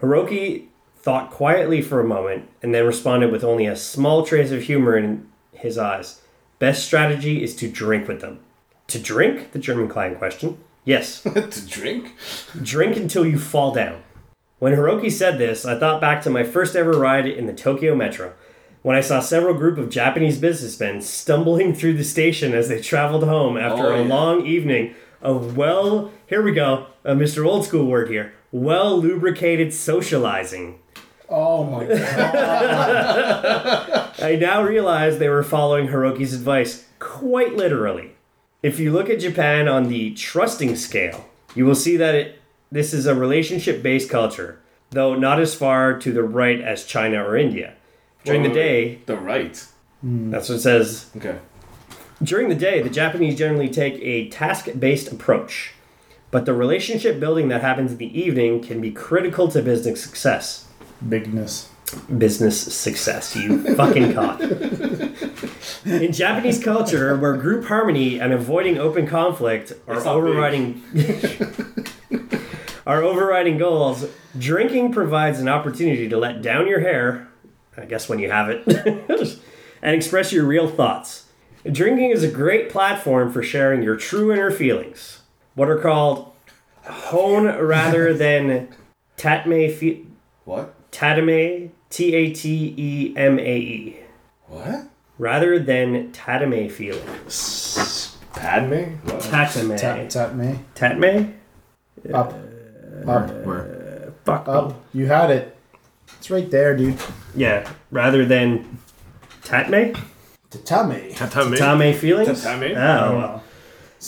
[SPEAKER 2] Hiroki thought quietly for a moment and then responded with only a small trace of humor in his eyes. Best strategy is to drink with them. To drink? The German client questioned. Yes,
[SPEAKER 6] to drink?
[SPEAKER 2] drink until you fall down. When Hiroki said this, I thought back to my first ever ride in the Tokyo Metro, when I saw several group of Japanese businessmen stumbling through the station as they traveled home after
[SPEAKER 6] Oh,
[SPEAKER 2] a
[SPEAKER 6] yeah.
[SPEAKER 2] long evening of well, here we go, a Mr. Old School word here, well lubricated socializing.
[SPEAKER 1] Oh my god!
[SPEAKER 2] I now realize they were following Hiroki's advice quite literally. If you look at Japan on the trusting scale, you will see that it, this is a relationship based culture, though not as far to the right as China or India. During the
[SPEAKER 6] Wait, wait,
[SPEAKER 2] day,
[SPEAKER 6] wait. The right.
[SPEAKER 2] that's what it says
[SPEAKER 6] Okay.
[SPEAKER 2] during the day, the Japanese generally take a task based approach, but the relationship building that happens in the evening can be critical to business success.
[SPEAKER 1] Bigness.
[SPEAKER 2] business success, you fucking cock. In Japanese culture, where group harmony and avoiding open conflict are
[SPEAKER 6] not big.
[SPEAKER 2] overriding Our overriding goals drinking provides an opportunity to let down your hair, I guess when you have it, and express your real thoughts. Drinking is a great platform for sharing your true inner feelings, what are called hone rather than tatme, fe-
[SPEAKER 6] What?
[SPEAKER 2] tatame, T A T E M A E,
[SPEAKER 6] What?
[SPEAKER 2] rather than tatame feeling.
[SPEAKER 6] Padme? What?
[SPEAKER 1] Tap,
[SPEAKER 2] Tatame.
[SPEAKER 1] tap me.
[SPEAKER 2] Tatame?
[SPEAKER 1] Up. Up.
[SPEAKER 7] Where?
[SPEAKER 2] Fuck. me.
[SPEAKER 1] Up. You had it. It's right there, dude.
[SPEAKER 2] Yeah, rather than tatme?
[SPEAKER 1] Tatame.
[SPEAKER 7] Tatami.
[SPEAKER 2] Tatame feelings?
[SPEAKER 6] Tatame?
[SPEAKER 2] Oh, well.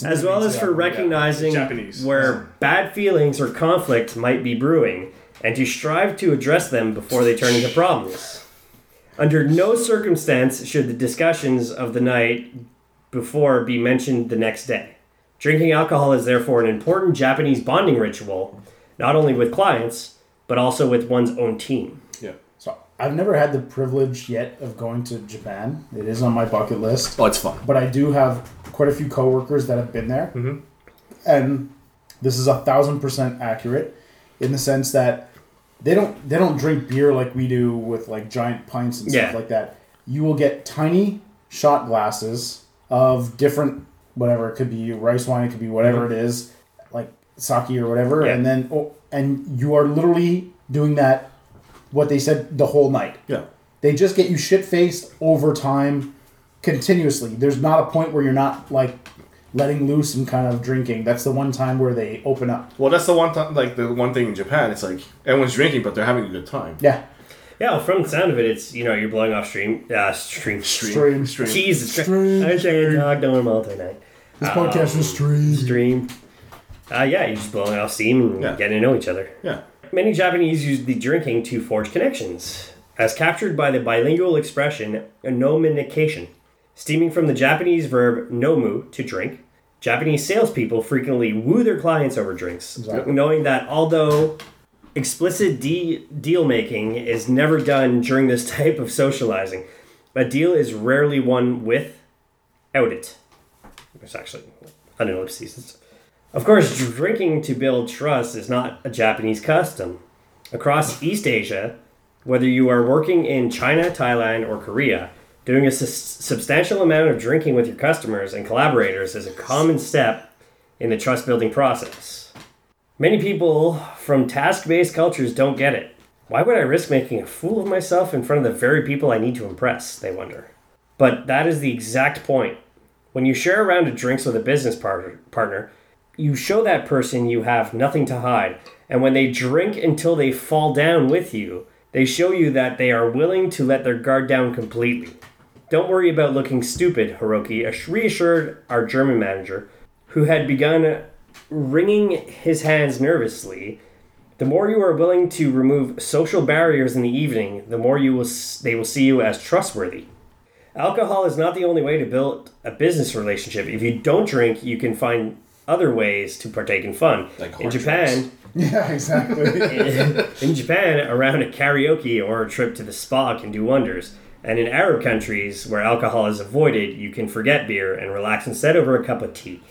[SPEAKER 2] As well as for recognizing
[SPEAKER 6] Japanese.
[SPEAKER 2] where bad feelings or conflict might be brewing and to strive to address them before they turn into problems. Under no circumstance should the discussions of the night before be mentioned the next day. Drinking alcohol is therefore an important Japanese bonding ritual, not only with clients, but also with one's own team.
[SPEAKER 6] Yeah.
[SPEAKER 1] So I've never had the privilege yet of going to Japan. It is on my bucket list.
[SPEAKER 7] Oh, it's fun.
[SPEAKER 1] but I do have quite a few coworkers that have been there,
[SPEAKER 2] Mm-hmm.
[SPEAKER 1] and this is a thousand percent accurate in the sense that they don't they don't drink beer like we do with like giant pints and
[SPEAKER 2] Yeah.
[SPEAKER 1] stuff like that. You will get tiny shot glasses of different whatever it could be rice wine, it could be whatever it is, like sake or whatever,
[SPEAKER 2] Mm-hmm. Yeah.
[SPEAKER 1] and then oh, and you are literally doing that what they said the whole night.
[SPEAKER 7] Yeah.
[SPEAKER 1] They just get you shit faced over time continuously. There's not a point where you're not like letting loose and kind of drinking. That's the one time where they open up.
[SPEAKER 6] Well, that's the one time, like the one thing in Japan. It's like everyone's drinking, but they're having a good time.
[SPEAKER 1] Yeah.
[SPEAKER 2] Yeah, well, from the sound of it, it's, you know, you're blowing off stream, uh, stream,
[SPEAKER 1] Stream.
[SPEAKER 2] Jeez, it's
[SPEAKER 1] Stream.
[SPEAKER 2] I was like a dog doing all day night.
[SPEAKER 1] This podcast is stream.
[SPEAKER 2] Stream. Uh, yeah, you just blowing off steam and
[SPEAKER 6] Yeah.
[SPEAKER 2] getting to know each other.
[SPEAKER 6] Yeah.
[SPEAKER 2] Many Japanese use the drinking to forge connections, as captured by the bilingual expression nominication, steaming from the Japanese verb nomu to drink. Japanese salespeople frequently woo their clients over drinks, knowing that although explicit de- deal making is never done during this type of socializing, a deal is rarely won without it. It's actually an ellipsis. It's- of course, drinking to build trust is not a Japanese custom. Across East Asia, whether you are working in China, Thailand, or Korea, doing a sus- substantial amount of drinking with your customers and collaborators is a common step in the trust building process. Many people from task based cultures don't get it. Why would I risk making a fool of myself in front of the very people I need to impress? They wonder. But that is the exact point. When you share a round of drinks with a business par- partner, you show that person you have nothing to hide. And when they drink until they fall down with you, they show you that they are willing to let their guard down completely. Don't worry about looking stupid, Hiroki ass- reassured our German manager, who had begun wringing his hands nervously. The more you are willing to remove social barriers in the evening, the more you will s- they will see you as trustworthy. Alcohol is not the only way to build a business relationship. If you don't drink, you can find other ways to partake in fun.
[SPEAKER 6] Like
[SPEAKER 2] in
[SPEAKER 6] hard
[SPEAKER 2] Japan,
[SPEAKER 1] Yeah, exactly.
[SPEAKER 2] in Japan, around a karaoke or a trip to the spa can do wonders. And in Arab countries where alcohol is avoided, you can forget beer and relax instead over a cup of tea.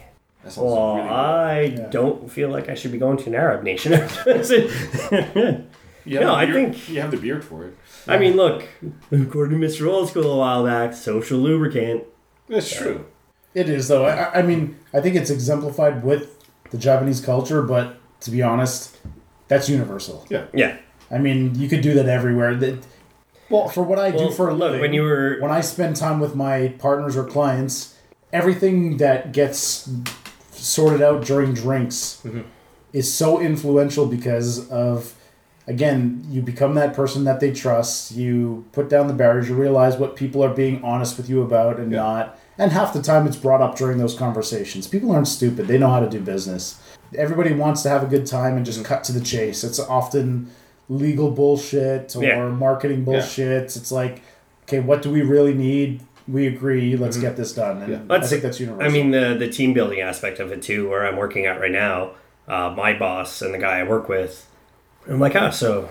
[SPEAKER 6] That sounds
[SPEAKER 2] Well,
[SPEAKER 6] really
[SPEAKER 2] I don't feel like I should be going to an Arab nation. I
[SPEAKER 6] good. You
[SPEAKER 2] no,
[SPEAKER 6] have the
[SPEAKER 2] I
[SPEAKER 6] beer-
[SPEAKER 2] think-
[SPEAKER 6] you have the beard for it.
[SPEAKER 2] mean, look, according to Mr. Old School a while back, social lubricant.
[SPEAKER 6] That's true.
[SPEAKER 1] it is though. I, I- I mean, I think it's exemplified with the Japanese culture, but to be honest, that's universal.
[SPEAKER 6] Yeah.
[SPEAKER 2] Yeah.
[SPEAKER 1] I mean, you could do that everywhere. That well, for what I
[SPEAKER 2] Well,
[SPEAKER 1] do for a
[SPEAKER 2] look,
[SPEAKER 1] living,
[SPEAKER 2] when you were-
[SPEAKER 1] when I spend time with my partners or clients, everything that gets sorted out during drinks is so influential because of again, you become that person that they trust. You put down the barriers. You realize what people are being honest with you about and not. And half the time, it's brought up during those conversations. People aren't stupid. They know how to do business. Everybody wants to have a good time and
[SPEAKER 2] Mm-hmm.
[SPEAKER 1] just cut to the chase. It's often legal bullshit or
[SPEAKER 2] Yeah.
[SPEAKER 1] marketing bullshit. It's like, okay, what do we really need? We agree. Let's get this done. And I
[SPEAKER 2] That's-
[SPEAKER 1] think that's universal.
[SPEAKER 2] Mm-hmm. I mean, the, the team building aspect of it too, where I'm working at right now, uh, my boss and the guy I work with, I'm like, ah, so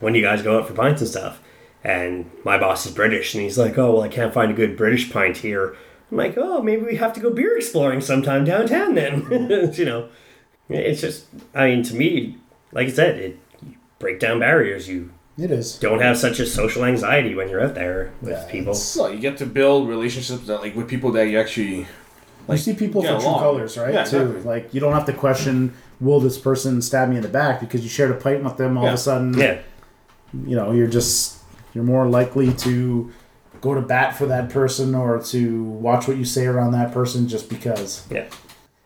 [SPEAKER 2] when do you guys go out for pints and stuff? And my boss is British, and he's like, oh, well, I can't find a good British pint here. I'm like, oh, maybe we have to go beer exploring sometime downtown then. you know, it's just, I mean, to me, like I said, it you break down barriers. You
[SPEAKER 1] It is.
[SPEAKER 2] don't have such a social anxiety when you're out there with people.
[SPEAKER 6] So you get to build relationships that like with people that you actually
[SPEAKER 1] You see people
[SPEAKER 6] get
[SPEAKER 1] for true
[SPEAKER 6] along.
[SPEAKER 1] colors, right?
[SPEAKER 6] Yeah,
[SPEAKER 1] too.
[SPEAKER 6] exactly.
[SPEAKER 1] Like you don't have to question, will this person stab me in the back because you shared a pint with them all of
[SPEAKER 6] Yeah.
[SPEAKER 1] a sudden.
[SPEAKER 2] Yeah,
[SPEAKER 1] You know, you're just you're more likely to go to bat for that person or to watch what you say around that person just because.
[SPEAKER 2] yeah.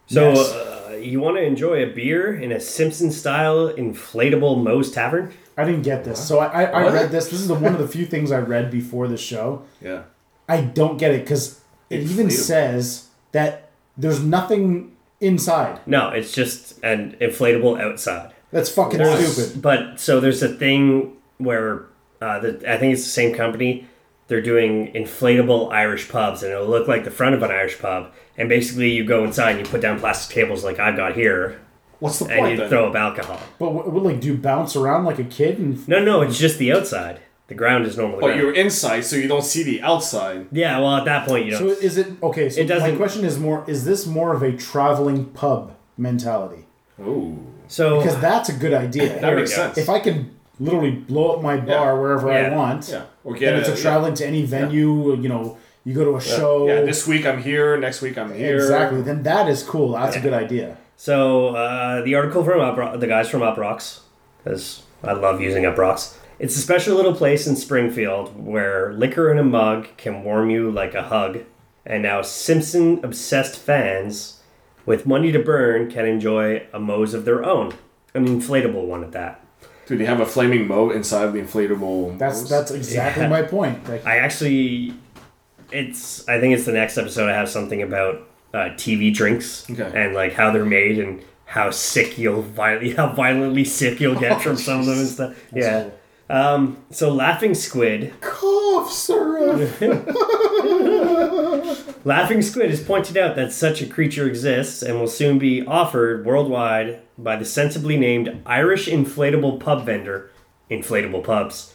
[SPEAKER 2] So
[SPEAKER 1] Yes.
[SPEAKER 2] uh, you want to enjoy a beer in a Simpson-style inflatable Moe's Tavern?
[SPEAKER 1] I didn't get this. So I, I, I
[SPEAKER 6] What?
[SPEAKER 1] read this. This is the, one of the few things I read before the show.
[SPEAKER 6] yeah.
[SPEAKER 1] I don't get it because it even
[SPEAKER 6] Inflatable.
[SPEAKER 1] says that there's nothing inside.
[SPEAKER 2] No, it's just an inflatable outside.
[SPEAKER 1] That's fucking
[SPEAKER 6] Yes.
[SPEAKER 1] stupid.
[SPEAKER 2] But so there's a thing where uh, the, I think it's the same company. They're doing inflatable Irish pubs, and it'll look like the front of an Irish pub. And basically, you go inside and you put down plastic tables like I've got here,
[SPEAKER 6] What's the
[SPEAKER 2] and
[SPEAKER 6] point
[SPEAKER 2] you
[SPEAKER 6] then?
[SPEAKER 2] throw up alcohol.
[SPEAKER 1] But what, what, like, do you bounce around like a kid? And
[SPEAKER 2] No, no, it's just the outside. The ground is
[SPEAKER 1] Oh,
[SPEAKER 2] normally.
[SPEAKER 6] But
[SPEAKER 2] round.
[SPEAKER 6] you're inside, so you don't see the outside.
[SPEAKER 2] yeah, well, at that point, you
[SPEAKER 1] so
[SPEAKER 2] don't.
[SPEAKER 1] is it okay? So
[SPEAKER 2] It doesn't-
[SPEAKER 1] my question is more: Is this more of a traveling pub mentality?
[SPEAKER 6] Oh,
[SPEAKER 2] So,
[SPEAKER 1] Because that's a good idea.
[SPEAKER 6] that makes
[SPEAKER 2] go.
[SPEAKER 6] sense.
[SPEAKER 1] if I can literally blow up my bar wherever I
[SPEAKER 2] Yeah.
[SPEAKER 1] want,
[SPEAKER 6] yeah, or get
[SPEAKER 1] and it's a
[SPEAKER 6] yeah.
[SPEAKER 1] traveling to any venue. You know, you go to a show.
[SPEAKER 6] Yeah, this week I'm here, next week I'm here.
[SPEAKER 1] exactly. Then that is cool. That's a good idea.
[SPEAKER 2] so uh, the article from Up Rock, the guys from Up Rocks, because I love using Up Rocks. It's a special little place in Springfield where liquor in a mug can warm you like a hug, and now Simpson obsessed fans with money to burn can enjoy a Moe's of their own, an inflatable one at that.
[SPEAKER 6] Do they have a flaming moat inside the inflatable?
[SPEAKER 1] That's
[SPEAKER 6] moats?
[SPEAKER 1] that's exactly my point. Like,
[SPEAKER 2] I actually, it's. I think it's the next episode. I have something about uh, TV drinks
[SPEAKER 6] Okay.
[SPEAKER 2] and like how they're made and how sick you'll violently, how violently sick you'll
[SPEAKER 6] Oh,
[SPEAKER 2] get from some of them and stuff. yeah. Um, so laughing squid.
[SPEAKER 6] cough syrup.
[SPEAKER 2] Laughing squid has pointed out that such a creature exists and will soon be offered worldwide by the sensibly named Irish inflatable pub vendor, inflatable pubs,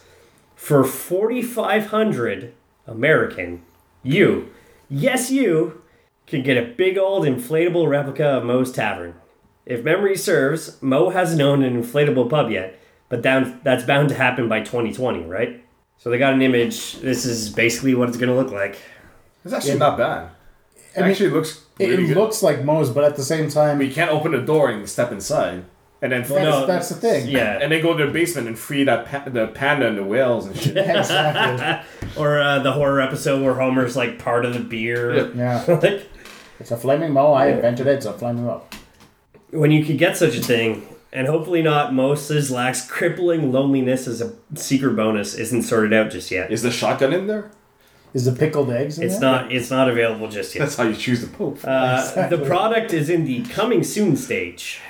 [SPEAKER 2] for forty five hundred American. You, yes, you can get a big old inflatable replica of Moe's Tavern. If memory serves, Moe hasn't owned an inflatable pub yet, but down, that's bound to happen by 2020, right? So they got an image. This is basically what it's going to look like.
[SPEAKER 6] It's actually not bad. It
[SPEAKER 1] I mean,
[SPEAKER 6] actually looks
[SPEAKER 1] it,
[SPEAKER 6] really
[SPEAKER 1] it
[SPEAKER 6] good.
[SPEAKER 1] looks like Moe's, but at the same time,
[SPEAKER 6] But you can't open the door and step inside, and then
[SPEAKER 1] that's,
[SPEAKER 2] no,
[SPEAKER 1] that's the thing.
[SPEAKER 2] Yeah,
[SPEAKER 6] and then go to the basement and free that pa- the panda and the whales and shit.
[SPEAKER 1] exactly.
[SPEAKER 2] or uh, the horror episode where Homer's like part of the beer.
[SPEAKER 1] Yeah,
[SPEAKER 2] like
[SPEAKER 1] it's a flaming Moe. I invented it. It's a flaming Moe.
[SPEAKER 2] when you could get such a thing, and hopefully not Moses lacks crippling loneliness as a secret bonus isn't sorted out just yet.
[SPEAKER 6] Is the shotgun in there?
[SPEAKER 1] Is the pickled eggs? In
[SPEAKER 2] It's
[SPEAKER 1] there?
[SPEAKER 2] not. It's not available just yet.
[SPEAKER 6] That's how you choose the pope.
[SPEAKER 2] Uh, The product is in the coming soon stage.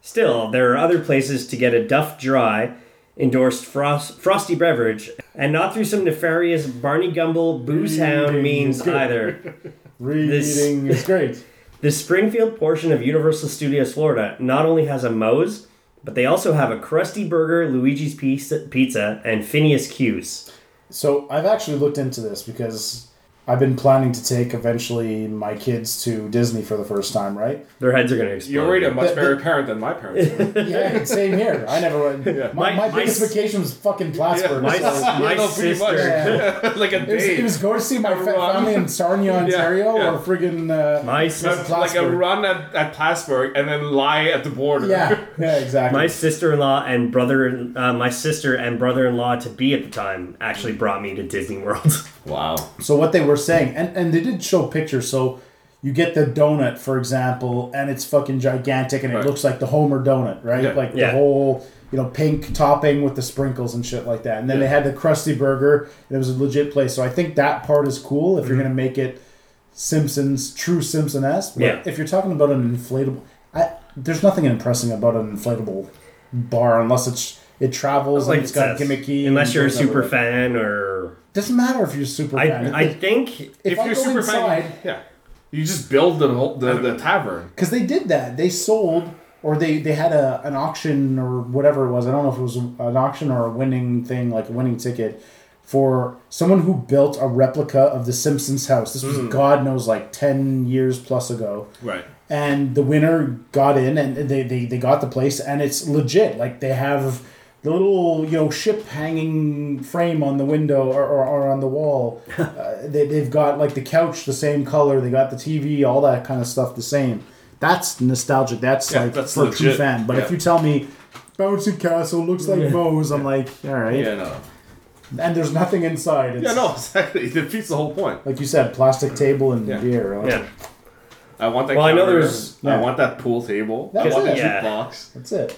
[SPEAKER 2] Still, there are other places to get a Duff Dry endorsed frost, frosty beverage, and not through some nefarious Barney Gumble booze hound means either.
[SPEAKER 1] reading.
[SPEAKER 2] this-
[SPEAKER 1] It's great.
[SPEAKER 2] The Springfield portion of Universal Studios Florida not only has a Moe's, but they also have a Krusty Burger, Luigi's Pizza, Pizza and Phineas Q's.
[SPEAKER 1] So I've actually looked into this because I've been planning to take eventually my kids to Disney for the first time. Right?
[SPEAKER 2] Their heads are going to explode.
[SPEAKER 6] You're already a much
[SPEAKER 1] But-
[SPEAKER 6] better parent than my parents. were.
[SPEAKER 1] Yeah. Same here. I never went. My, my,
[SPEAKER 2] My- my
[SPEAKER 1] biggest
[SPEAKER 2] s-
[SPEAKER 1] vacation was fucking Plattsburgh.
[SPEAKER 2] My,
[SPEAKER 1] so-
[SPEAKER 2] my
[SPEAKER 6] no, pretty much.
[SPEAKER 2] sister,
[SPEAKER 6] like a
[SPEAKER 1] It was,
[SPEAKER 6] date.
[SPEAKER 1] it was going to see my fa-
[SPEAKER 6] Wrong.
[SPEAKER 1] family in Sarnia, Ontario,
[SPEAKER 6] yeah.
[SPEAKER 1] or friggin' uh,
[SPEAKER 2] my
[SPEAKER 6] Like-
[SPEAKER 2] sister,
[SPEAKER 6] like a
[SPEAKER 1] Plattsburgh.
[SPEAKER 6] run at, at Plattsburgh and then lie at the border.
[SPEAKER 1] yeah, yeah, exactly.
[SPEAKER 2] my sister-in-law and brother, uh, my sister and brother-in-law to be at the time actually brought me to Disney World.
[SPEAKER 6] Wow.
[SPEAKER 1] So what they were saying, and and they did show pictures. So you get the donut, for example, and it's fucking gigantic, and it
[SPEAKER 6] Right.
[SPEAKER 1] looks like the Homer donut, right?
[SPEAKER 6] Yeah.
[SPEAKER 1] Like
[SPEAKER 2] Yeah.
[SPEAKER 1] the whole you know pink topping with the sprinkles and shit like that. And then they had the Krusty Burger. And it was a legit place. So I think that part is cool if you're
[SPEAKER 2] Mm-hmm.
[SPEAKER 1] gonna make it Simpsons true Simpson esque. But
[SPEAKER 2] Yeah.
[SPEAKER 1] if you're talking about an inflatable, I, there's nothing impressing about an inflatable bar unless it's. It travels
[SPEAKER 2] Like
[SPEAKER 1] and it's got
[SPEAKER 2] it says,
[SPEAKER 1] gimmicky.
[SPEAKER 2] Unless
[SPEAKER 1] and
[SPEAKER 2] you're a
[SPEAKER 1] goes everywhere.
[SPEAKER 2] super fan, or
[SPEAKER 1] doesn't matter if you're super
[SPEAKER 2] I,
[SPEAKER 1] fan.
[SPEAKER 2] I think
[SPEAKER 1] if, I
[SPEAKER 6] you're
[SPEAKER 1] go
[SPEAKER 6] super
[SPEAKER 1] inside,
[SPEAKER 6] fan, yeah, you just build the whole, the, the tavern.
[SPEAKER 1] because they did that. They sold or they they had a an auction or whatever it was. I don't know if it was an auction or a winning thing, like a winning ticket for someone who built a replica of the Simpsons house. This was
[SPEAKER 6] Hmm.
[SPEAKER 1] God knows like ten years plus ago.
[SPEAKER 6] Right.
[SPEAKER 1] And the winner got in and they, they, they got the place and it's legit. Like they have the little, you know, ship hanging frame on the window or, or, or on the wall. uh, they, they've got like the couch the same color, they got the TV, all that kind of stuff the same. That's nostalgic. That's
[SPEAKER 6] Yeah,
[SPEAKER 1] like
[SPEAKER 6] that's
[SPEAKER 1] for a true
[SPEAKER 6] legit.
[SPEAKER 1] fan. But if
[SPEAKER 6] Yeah.
[SPEAKER 1] you tell me Bouncy Castle looks like Moe's, I'm like, all right.
[SPEAKER 6] Yeah, no.
[SPEAKER 1] And there's nothing inside. It's,
[SPEAKER 6] Yeah, no, exactly. It defeats the whole point.
[SPEAKER 1] Like you said, plastic table and
[SPEAKER 6] Yeah.
[SPEAKER 1] beer. Like,
[SPEAKER 2] Yeah.
[SPEAKER 6] I want that.
[SPEAKER 2] Well, I know
[SPEAKER 6] counter.
[SPEAKER 2] there's-
[SPEAKER 1] yeah.
[SPEAKER 6] I want that pool table.
[SPEAKER 1] That's
[SPEAKER 6] I want
[SPEAKER 1] it.
[SPEAKER 6] that
[SPEAKER 2] Yeah.
[SPEAKER 6] box.
[SPEAKER 1] That's it.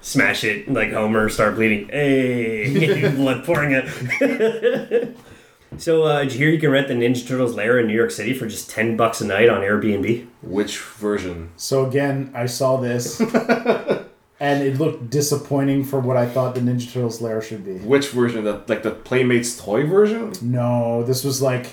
[SPEAKER 2] Smash it like Homer, start bleeding. Hey, blood pouring out. so, uh, did you hear you can rent the Ninja Turtles lair in New York City for just ten bucks a night on Airbnb?
[SPEAKER 6] Which version?
[SPEAKER 1] So again, I saw this, and it looked disappointing for what I thought the Ninja Turtles lair should be.
[SPEAKER 6] Which version? The like the Playmates toy version?
[SPEAKER 1] No, this was like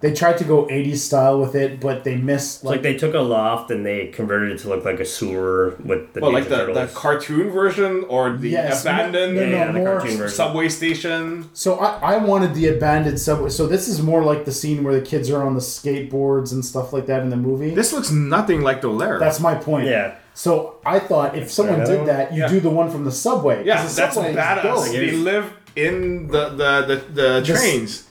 [SPEAKER 1] they tried to go '80s style with it, but they missed
[SPEAKER 2] Like
[SPEAKER 1] like,
[SPEAKER 2] they took a loft and they converted it to look like a sewer with the
[SPEAKER 6] Well,
[SPEAKER 2] Ninja
[SPEAKER 6] like the, the
[SPEAKER 2] Turtles.
[SPEAKER 6] cartoon version or the
[SPEAKER 1] Yes, no-
[SPEAKER 6] abandoned
[SPEAKER 1] no,
[SPEAKER 2] yeah, yeah, the
[SPEAKER 1] more
[SPEAKER 2] cartoon version.
[SPEAKER 6] subway station.
[SPEAKER 1] So I, I wanted the abandoned subway. So this is more like the scene where the kids are on the skateboards and stuff like that in the movie.
[SPEAKER 6] This looks nothing like the lair.
[SPEAKER 1] That's my point.
[SPEAKER 2] Yeah.
[SPEAKER 1] So I thought if someone
[SPEAKER 2] another
[SPEAKER 1] did
[SPEAKER 2] one?
[SPEAKER 1] that, you
[SPEAKER 6] Yeah.
[SPEAKER 1] do the one from the subway. 'cause
[SPEAKER 6] yeah,
[SPEAKER 1] the
[SPEAKER 6] that's
[SPEAKER 1] subway is dope.
[SPEAKER 6] badass. They
[SPEAKER 2] Yes.
[SPEAKER 6] live in the the the, the
[SPEAKER 1] This-
[SPEAKER 6] trains.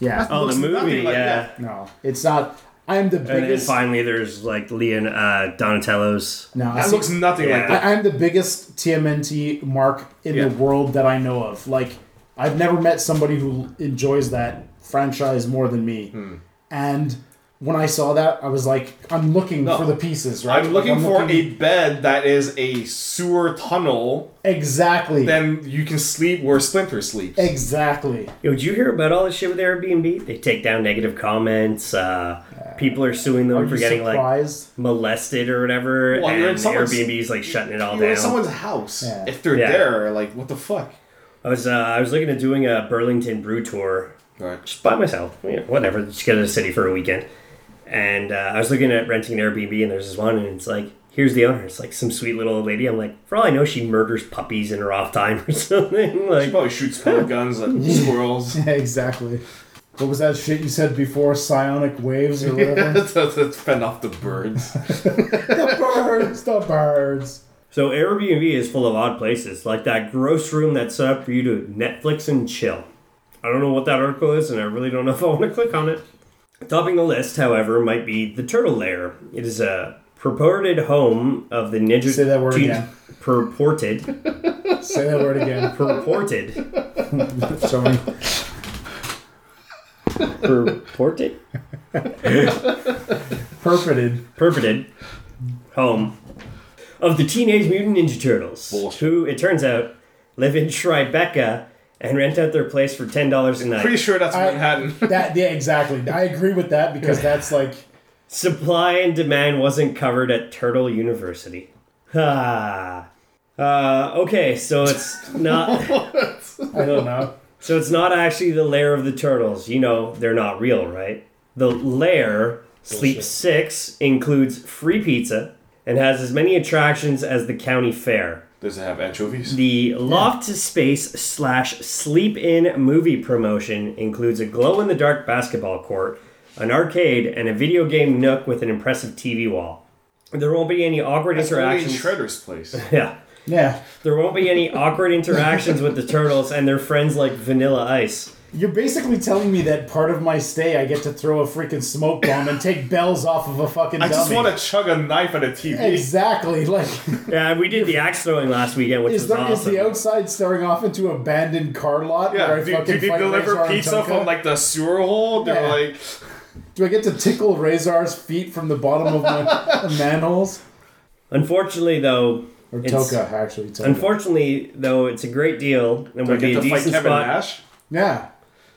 [SPEAKER 1] Yeah.
[SPEAKER 2] Oh, the
[SPEAKER 6] Looks nothing
[SPEAKER 2] movie,
[SPEAKER 6] like
[SPEAKER 2] yeah.
[SPEAKER 6] that.
[SPEAKER 1] No, it's not. I'm the
[SPEAKER 2] And then
[SPEAKER 1] biggest.
[SPEAKER 2] finally, there's like Leon uh, Donatello's.
[SPEAKER 1] No,
[SPEAKER 6] That
[SPEAKER 1] see,
[SPEAKER 6] looks nothing
[SPEAKER 2] Yeah.
[SPEAKER 6] like that.
[SPEAKER 1] I, I'm the biggest TMNT mark in
[SPEAKER 6] Yeah.
[SPEAKER 1] the world that I know of. Like, I've never met somebody who enjoys that franchise more than me.
[SPEAKER 6] Hmm.
[SPEAKER 1] And when I saw that, I was like, I'm looking
[SPEAKER 6] No.
[SPEAKER 1] for the pieces, right?
[SPEAKER 6] I'm
[SPEAKER 1] Like,
[SPEAKER 6] looking for a bed that is a sewer tunnel.
[SPEAKER 1] exactly,
[SPEAKER 6] Then you can sleep where Splinter sleeps.
[SPEAKER 1] exactly.
[SPEAKER 2] Yo, did you hear about all this shit with Airbnb? They take down negative comments. Uh, people are suing them
[SPEAKER 1] Are
[SPEAKER 2] for
[SPEAKER 1] you
[SPEAKER 2] getting like
[SPEAKER 1] surprised?
[SPEAKER 2] molested or whatever,
[SPEAKER 6] Well, you're in
[SPEAKER 2] and
[SPEAKER 6] someone's-
[SPEAKER 2] Airbnb's like shutting it all
[SPEAKER 6] You're
[SPEAKER 2] down.
[SPEAKER 6] in someone's house.
[SPEAKER 1] Yeah.
[SPEAKER 6] If they're
[SPEAKER 2] Yeah.
[SPEAKER 6] there, like what the fuck?
[SPEAKER 2] I was uh, I was looking at doing a Burlington brew tour
[SPEAKER 6] Right.
[SPEAKER 2] just by myself, you know, whatever, just go to the city for a weekend. And uh, I was looking at renting an Airbnb, and there's this one, and it's like, here's the owner. It's like some sweet little old lady. I'm like, for all I know, she murders puppies in her off time or something.
[SPEAKER 6] She
[SPEAKER 2] Like,
[SPEAKER 6] probably shoots pellet guns at squirrels.
[SPEAKER 1] exactly. What was that shit you said before? Psionic waves or whatever.
[SPEAKER 6] that's, that's, that's fend off the birds.
[SPEAKER 1] the birds, the birds.
[SPEAKER 2] so Airbnb is full of odd places, like that gross room that's set up for you to Netflix and chill. I don't know what that article is, and I really don't know if I want to click on it. Topping the list, however, might be the Turtle Lair. It is a purported home of the Ninja.
[SPEAKER 1] Say that word
[SPEAKER 2] Teenage-
[SPEAKER 1] again.
[SPEAKER 2] Purported.
[SPEAKER 1] Say that word again.
[SPEAKER 2] Purported.
[SPEAKER 1] Sorry.
[SPEAKER 2] Purported?
[SPEAKER 1] Perfited.
[SPEAKER 2] Purported. Home. Of the Teenage Mutant Ninja Turtles,
[SPEAKER 6] Bullshit.
[SPEAKER 2] who, it turns out, live in Tribeca and rent out their place for $10 a night.
[SPEAKER 6] Pretty sure that's
[SPEAKER 1] I-
[SPEAKER 6] Manhattan.
[SPEAKER 1] That yeah, exactly. I agree with that because that's like
[SPEAKER 2] Supply and demand wasn't covered at Turtle University. Ah. Uh, okay, so it's not.
[SPEAKER 1] I don't know.
[SPEAKER 2] so it's not actually the lair of the turtles. You know they're not real, right? The lair Sleep Six includes free pizza and has as many attractions as the county fair.
[SPEAKER 6] Does it have anchovies?
[SPEAKER 2] The loft space slash sleep in movie promotion includes a glow in the dark basketball court, an arcade, and a video game nook with an impressive TV wall. There won't be any awkward
[SPEAKER 6] It's only in
[SPEAKER 2] interactions.
[SPEAKER 6] Shredder's place.
[SPEAKER 2] yeah.
[SPEAKER 1] Yeah,
[SPEAKER 2] There won't be any awkward interactions with the turtles and their friends like Vanilla Ice.
[SPEAKER 1] you're basically telling me that part of my stay, I get to throw a freaking smoke bomb and take bells off of a fucking.
[SPEAKER 6] I just
[SPEAKER 1] dummy.
[SPEAKER 6] want to chug a knife at a TV.
[SPEAKER 1] Exactly. Like,
[SPEAKER 2] Yeah, we did the axe throwing last weekend, which
[SPEAKER 1] is,
[SPEAKER 2] was
[SPEAKER 1] there, is
[SPEAKER 2] awesome.
[SPEAKER 1] the outside staring off into abandoned car lot? where
[SPEAKER 6] Yeah,
[SPEAKER 1] I
[SPEAKER 6] do,
[SPEAKER 1] fucking
[SPEAKER 6] do they
[SPEAKER 1] fight
[SPEAKER 6] deliver
[SPEAKER 1] Rezar and
[SPEAKER 6] pizza
[SPEAKER 1] Tonka?
[SPEAKER 6] from like the sewer hole? They're
[SPEAKER 1] Yeah.
[SPEAKER 6] like,
[SPEAKER 1] Do I get to tickle Razor's feet from the bottom of my manholes?
[SPEAKER 2] unfortunately, though,
[SPEAKER 1] Or
[SPEAKER 2] It's-
[SPEAKER 1] Toka, actually. Toka.
[SPEAKER 2] unfortunately though, it's a great deal and
[SPEAKER 6] do I
[SPEAKER 2] would be
[SPEAKER 6] get
[SPEAKER 2] a
[SPEAKER 6] to fight
[SPEAKER 2] decent
[SPEAKER 6] Kevin
[SPEAKER 2] spot.
[SPEAKER 6] Nash?
[SPEAKER 1] yeah.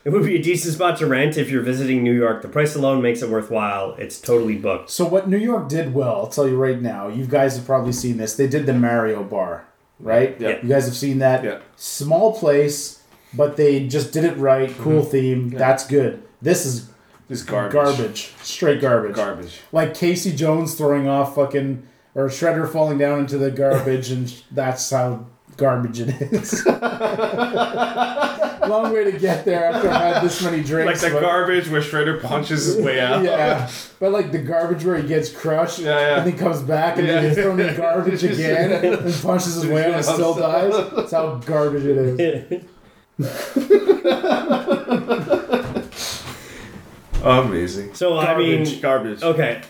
[SPEAKER 2] It would be a decent spot to rent if you're visiting New York. The price alone makes it worthwhile. It's totally booked.
[SPEAKER 1] So what New York did well, I'll tell you right now. You guys have probably seen this. They did the Mario Bar, right?
[SPEAKER 6] Yeah.
[SPEAKER 1] You guys have seen that.
[SPEAKER 6] Yeah.
[SPEAKER 1] Small place, but they just did it right. Cool theme. That's good. This is
[SPEAKER 6] This Mm-hmm. garbage.
[SPEAKER 1] garbage. Straight garbage.
[SPEAKER 6] Garbage.
[SPEAKER 1] Like Casey Jones throwing off fucking or Shredder falling down into the garbage, and that's how garbage it is. Long way to get there after I've had this many
[SPEAKER 6] Like
[SPEAKER 1] drinks.
[SPEAKER 6] the
[SPEAKER 1] but-
[SPEAKER 6] garbage where Shredder punches his way out.
[SPEAKER 1] yeah, but like the garbage where he gets crushed
[SPEAKER 6] Yeah, yeah.
[SPEAKER 1] and then comes back and
[SPEAKER 6] Yeah.
[SPEAKER 1] then gets thrown in garbage again and punches his way out and still dies. That's how garbage it is.
[SPEAKER 6] Amazing.
[SPEAKER 2] So I
[SPEAKER 6] Garbage,
[SPEAKER 2] mean,
[SPEAKER 6] garbage.
[SPEAKER 2] okay,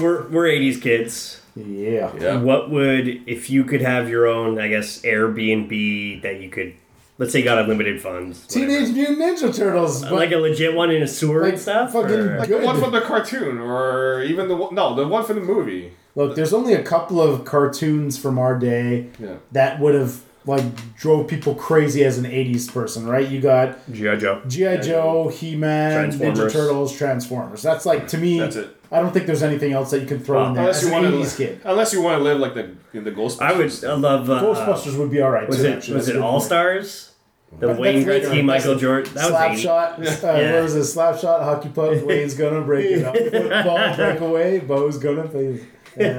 [SPEAKER 2] we're we're '80s kids.
[SPEAKER 1] Yeah.
[SPEAKER 6] Yeah.
[SPEAKER 2] What would if you could have your own, I guess, Airbnb that you could, let's say, you got unlimited funds,
[SPEAKER 1] Teenage Mutant Ninja Turtles. But
[SPEAKER 2] like
[SPEAKER 1] like
[SPEAKER 2] a legit one in a sewer and stuff.
[SPEAKER 1] fucking
[SPEAKER 2] or-
[SPEAKER 1] good.
[SPEAKER 6] One from the cartoon, or even the one, no, the one from the movie.
[SPEAKER 1] Look, there's only a couple of cartoons from our day
[SPEAKER 6] Yeah.
[SPEAKER 1] that would have like drove people crazy as an 80s person, right? You got
[SPEAKER 2] G.I. Joe.
[SPEAKER 1] G.I. Joe, He Man, Ninja
[SPEAKER 2] Transformers.
[SPEAKER 1] Turtles, Transformers. That's like to me
[SPEAKER 6] That's it. Uh,
[SPEAKER 1] I don't think there's anything else that you can throw
[SPEAKER 2] Well,
[SPEAKER 1] in there.
[SPEAKER 6] Unless
[SPEAKER 1] As
[SPEAKER 6] you
[SPEAKER 1] an
[SPEAKER 6] want
[SPEAKER 1] 80s
[SPEAKER 6] to,
[SPEAKER 1] kid.
[SPEAKER 6] unless you want to live like the in the Ghostbusters.
[SPEAKER 2] I would I love. Uh,
[SPEAKER 1] Ghostbusters would be alright
[SPEAKER 2] was
[SPEAKER 1] too,
[SPEAKER 2] it
[SPEAKER 1] actually.
[SPEAKER 2] was
[SPEAKER 1] That's
[SPEAKER 2] it
[SPEAKER 1] a good
[SPEAKER 2] All
[SPEAKER 1] point.
[SPEAKER 2] Stars? The
[SPEAKER 1] But
[SPEAKER 2] Wayne
[SPEAKER 1] that's
[SPEAKER 2] Gretzky,
[SPEAKER 1] later.
[SPEAKER 2] Michael Jordan. That was
[SPEAKER 1] Slap
[SPEAKER 2] 80.
[SPEAKER 1] shot, uh,
[SPEAKER 2] Yeah.
[SPEAKER 1] what was it? Slap shot, hockey puck. Wayne's gonna break it up. Football breakaway. Bo's gonna play. And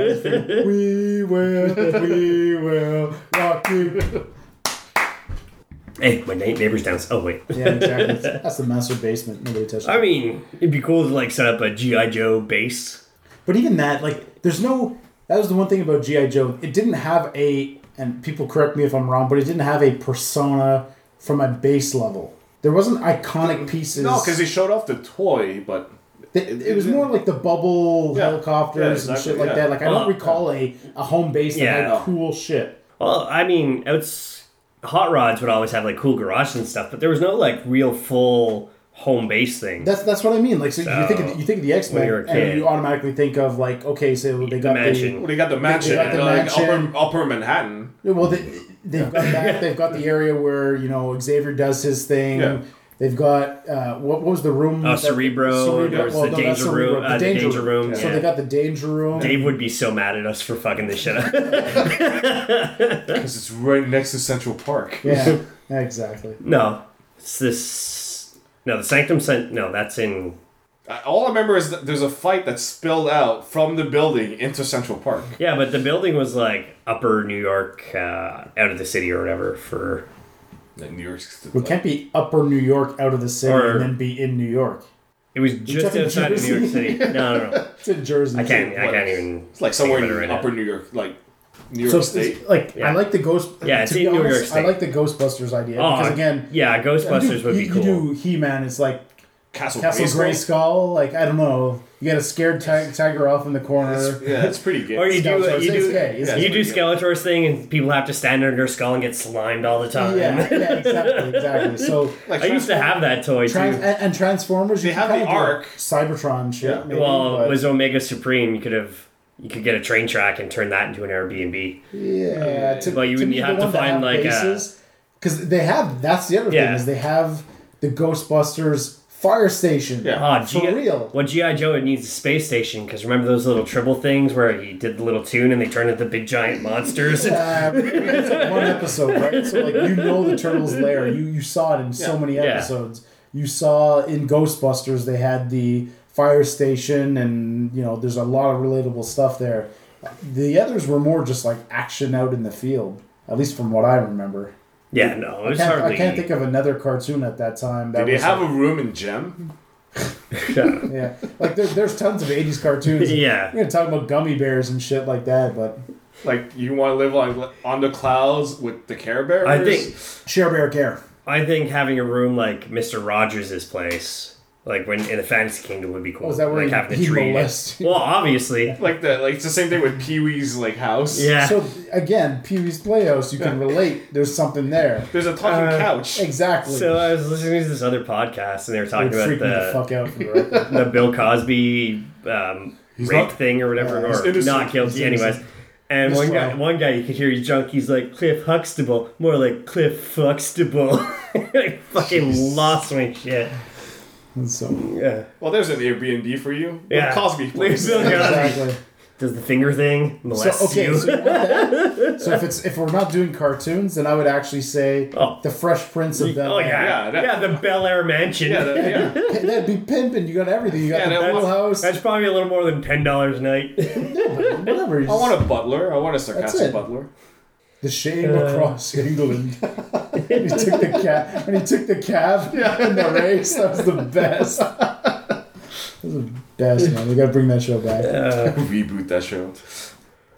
[SPEAKER 1] we will, we will rock you.
[SPEAKER 2] Hey, my na- neighbor's downstairs. Oh wait.
[SPEAKER 1] Yeah, exactly. That's the master basement. Nobody touched.
[SPEAKER 2] I
[SPEAKER 1] it.
[SPEAKER 2] mean, it'd be cool to like set up a GI Joe base.
[SPEAKER 1] But even that, like, there's no. That was the one thing about GI Joe. It didn't have a, and people correct me if I'm wrong, but it didn't have a persona from a base level. There wasn't iconic pieces.
[SPEAKER 6] No, because he showed off the toy, but
[SPEAKER 1] Th- it, was more like the bubble
[SPEAKER 6] Yeah.
[SPEAKER 1] helicopters
[SPEAKER 6] Yeah,
[SPEAKER 1] and
[SPEAKER 6] exactly,
[SPEAKER 1] shit like
[SPEAKER 6] yeah.
[SPEAKER 1] that. Like I don't
[SPEAKER 2] Well,
[SPEAKER 1] recall a, a home base that
[SPEAKER 2] Yeah.
[SPEAKER 1] had cool shit.
[SPEAKER 2] Well, I mean, it's hot rods would always have like cool garages and stuff, but there was no like real full home base thing.
[SPEAKER 1] That's that's what I mean. Like so, you
[SPEAKER 2] So,
[SPEAKER 1] think of, you think of the X
[SPEAKER 2] when you're
[SPEAKER 1] Men
[SPEAKER 2] a
[SPEAKER 1] and
[SPEAKER 2] kid.
[SPEAKER 1] you automatically think of like okay, so they got
[SPEAKER 2] mansion.
[SPEAKER 6] well, he got the mansion,
[SPEAKER 1] got the
[SPEAKER 6] like
[SPEAKER 1] mansion.
[SPEAKER 6] Upper, upper Manhattan.
[SPEAKER 1] the well they they've got that they've got the area where you know Xavier does his thing.
[SPEAKER 6] Yeah.
[SPEAKER 1] They've got uh, what, what was the room?
[SPEAKER 2] Oh,
[SPEAKER 1] that-
[SPEAKER 2] Cerebro. There was the
[SPEAKER 1] that's
[SPEAKER 2] Danger Room-
[SPEAKER 1] Cerebro.
[SPEAKER 2] uh, the Danger Room,
[SPEAKER 1] So
[SPEAKER 2] yeah.
[SPEAKER 1] they got the danger room.
[SPEAKER 2] Dave would be so mad at us for fucking this shit up.
[SPEAKER 6] Because it's right next to Central Park.
[SPEAKER 1] yeah, exactly.
[SPEAKER 2] no, it's this. No, the Sanctum Sent. No, that's in.
[SPEAKER 6] I- All I remember is that there's a fight that spilled out from the building into Central Park.
[SPEAKER 2] Yeah, but the building was like upper New York, uh, out of the city or whatever. For
[SPEAKER 6] Like New York's.
[SPEAKER 1] We can't be upper New York out of the city
[SPEAKER 2] Or-
[SPEAKER 1] and then be in New York.
[SPEAKER 2] it was
[SPEAKER 1] that
[SPEAKER 2] just
[SPEAKER 1] in
[SPEAKER 2] outside of New York
[SPEAKER 1] Jersey?
[SPEAKER 2] City. No, no, no.
[SPEAKER 1] It's in Jersey.
[SPEAKER 2] I
[SPEAKER 1] too.
[SPEAKER 2] can't. I can't even.
[SPEAKER 6] It's like somewhere
[SPEAKER 2] think about
[SPEAKER 6] in
[SPEAKER 2] it right
[SPEAKER 6] upper
[SPEAKER 2] now.
[SPEAKER 6] New York, like New
[SPEAKER 1] So
[SPEAKER 6] York
[SPEAKER 1] it's-
[SPEAKER 6] State.
[SPEAKER 1] it's like I
[SPEAKER 2] Yeah.
[SPEAKER 1] like the ghost.
[SPEAKER 2] Yeah, it's
[SPEAKER 1] to be
[SPEAKER 2] in New York
[SPEAKER 1] honest, I
[SPEAKER 2] State.
[SPEAKER 1] like the Ghostbusters idea because
[SPEAKER 2] Oh,
[SPEAKER 1] again,
[SPEAKER 2] yeah, Ghostbusters
[SPEAKER 1] you,
[SPEAKER 2] would be
[SPEAKER 1] you-
[SPEAKER 2] cool.
[SPEAKER 1] You do He Man, it's like
[SPEAKER 6] Castle,
[SPEAKER 1] Castle
[SPEAKER 6] Grayskull.
[SPEAKER 1] Grayskull. Like I don't know, you got a scared ti- tiger off in the corner.
[SPEAKER 6] Yeah, that's pretty good.
[SPEAKER 2] Or you do
[SPEAKER 1] Skeletor.
[SPEAKER 2] you
[SPEAKER 1] It's
[SPEAKER 2] do
[SPEAKER 1] okay, it's
[SPEAKER 2] you
[SPEAKER 6] okay.
[SPEAKER 2] do Skeletor's thing, and people have to stand under their skull and get slimed all the time.
[SPEAKER 1] Yeah, yeah, exactly, exactly. So
[SPEAKER 6] Like
[SPEAKER 2] I used to have that toy
[SPEAKER 1] trans-
[SPEAKER 2] too.
[SPEAKER 1] and, and Transformers, you
[SPEAKER 6] They
[SPEAKER 1] can
[SPEAKER 6] have the
[SPEAKER 1] kinda do
[SPEAKER 6] Ark.
[SPEAKER 1] Cybertron shit.
[SPEAKER 6] Yeah.
[SPEAKER 1] maybe,
[SPEAKER 2] well,
[SPEAKER 1] but-
[SPEAKER 2] it was Omega Supreme. You could have you could get a train track and turn that into an Airbnb.
[SPEAKER 1] yeah. To,
[SPEAKER 2] well, you would-
[SPEAKER 1] me,
[SPEAKER 2] you
[SPEAKER 1] the
[SPEAKER 2] have to
[SPEAKER 1] ones that
[SPEAKER 2] find, like, a-
[SPEAKER 1] because they have. That's the other
[SPEAKER 2] Yeah.
[SPEAKER 1] thing is they have the Ghostbusters fire station.
[SPEAKER 6] Yeah.
[SPEAKER 2] Oh,
[SPEAKER 1] For
[SPEAKER 2] G-
[SPEAKER 1] real.
[SPEAKER 2] Well, GI Joe it needs a space station because remember those little tribble things where he did the little tune and they turned into big giant monsters.
[SPEAKER 1] Uh, it's like one episode, right? So like you know the turtles lair. You you saw it in so many episodes. You saw in Ghostbusters they had the fire station, and you know there's a lot of relatable stuff there. The others were more just like action out in the field, at least from what I remember.
[SPEAKER 2] yeah, no, it was
[SPEAKER 1] Can't-
[SPEAKER 2] hardly.
[SPEAKER 1] I can't think of another cartoon at that time. That
[SPEAKER 6] Did they
[SPEAKER 1] was
[SPEAKER 6] have
[SPEAKER 1] like,
[SPEAKER 6] a room in Gem?
[SPEAKER 1] yeah, like there, there's tons of '80s cartoons.
[SPEAKER 2] Yeah.
[SPEAKER 1] we're gonna talk about gummy bears and shit like that, but
[SPEAKER 6] Like you want to live on on the clouds with the Care Bears?
[SPEAKER 2] I think
[SPEAKER 1] share bear care.
[SPEAKER 2] I think having a room like Mister Rogers' place, like when in the Fantasy Kingdom, would be cool.
[SPEAKER 1] Oh, is that where
[SPEAKER 2] like
[SPEAKER 1] he-
[SPEAKER 2] having
[SPEAKER 1] he
[SPEAKER 2] a tree?
[SPEAKER 1] molests you?
[SPEAKER 2] Well, obviously,
[SPEAKER 6] like the like it's the same thing with Pee Wee's like house.
[SPEAKER 2] yeah.
[SPEAKER 1] So again, Pee Wee's Playhouse, you can relate. There's something there.
[SPEAKER 6] There's a talking
[SPEAKER 2] Uh,
[SPEAKER 6] couch.
[SPEAKER 1] Exactly.
[SPEAKER 2] So uh, I was listening to this other podcast, and they were
[SPEAKER 1] It
[SPEAKER 2] talking
[SPEAKER 1] would freak
[SPEAKER 2] about
[SPEAKER 1] me the
[SPEAKER 2] the
[SPEAKER 1] fuck out for the record.
[SPEAKER 2] the Bill Cosby um, rape
[SPEAKER 6] not-
[SPEAKER 2] thing or whatever,
[SPEAKER 1] Yeah,
[SPEAKER 6] he's
[SPEAKER 2] or
[SPEAKER 6] innocent.
[SPEAKER 2] not guilty,
[SPEAKER 1] He's
[SPEAKER 2] anyways. And
[SPEAKER 1] He's
[SPEAKER 2] one guy,
[SPEAKER 1] fine.
[SPEAKER 2] one guy, you could hear he's drunk. He's like Cliff Huxtable, more like Cliff Fuxtable. I fucking lost my shit.
[SPEAKER 1] And so
[SPEAKER 2] Yeah.
[SPEAKER 6] Well, there's an Airbnb for you. With
[SPEAKER 2] Yeah.
[SPEAKER 6] Cosby place.
[SPEAKER 2] Bill Cosby.
[SPEAKER 1] exactly.
[SPEAKER 2] Does the finger thing
[SPEAKER 1] So
[SPEAKER 2] molest
[SPEAKER 1] okay,
[SPEAKER 2] you?
[SPEAKER 1] so, you want that? so if it's if we're not doing cartoons, then I would actually say
[SPEAKER 2] Oh.
[SPEAKER 1] the Fresh Prince of Bel
[SPEAKER 2] oh yeah,
[SPEAKER 6] Yeah,
[SPEAKER 2] yeah,
[SPEAKER 6] that-
[SPEAKER 2] the Bel Air Mansion.
[SPEAKER 6] yeah, that- yeah.
[SPEAKER 1] That'd be pimping. You got everything. You got
[SPEAKER 6] Yeah,
[SPEAKER 1] the
[SPEAKER 6] that-
[SPEAKER 1] pool house.
[SPEAKER 2] That's probably a little more than ten dollars a night.
[SPEAKER 1] whatever. You
[SPEAKER 6] I
[SPEAKER 1] just-
[SPEAKER 6] want a butler. I want a
[SPEAKER 1] That's it.
[SPEAKER 6] sarcastic butler.
[SPEAKER 1] the shame
[SPEAKER 2] Uh,
[SPEAKER 1] across England. when he took the calf, when he took the calf in the race, that was the best. that was the best man. We gotta bring that show back.
[SPEAKER 6] Reboot that show.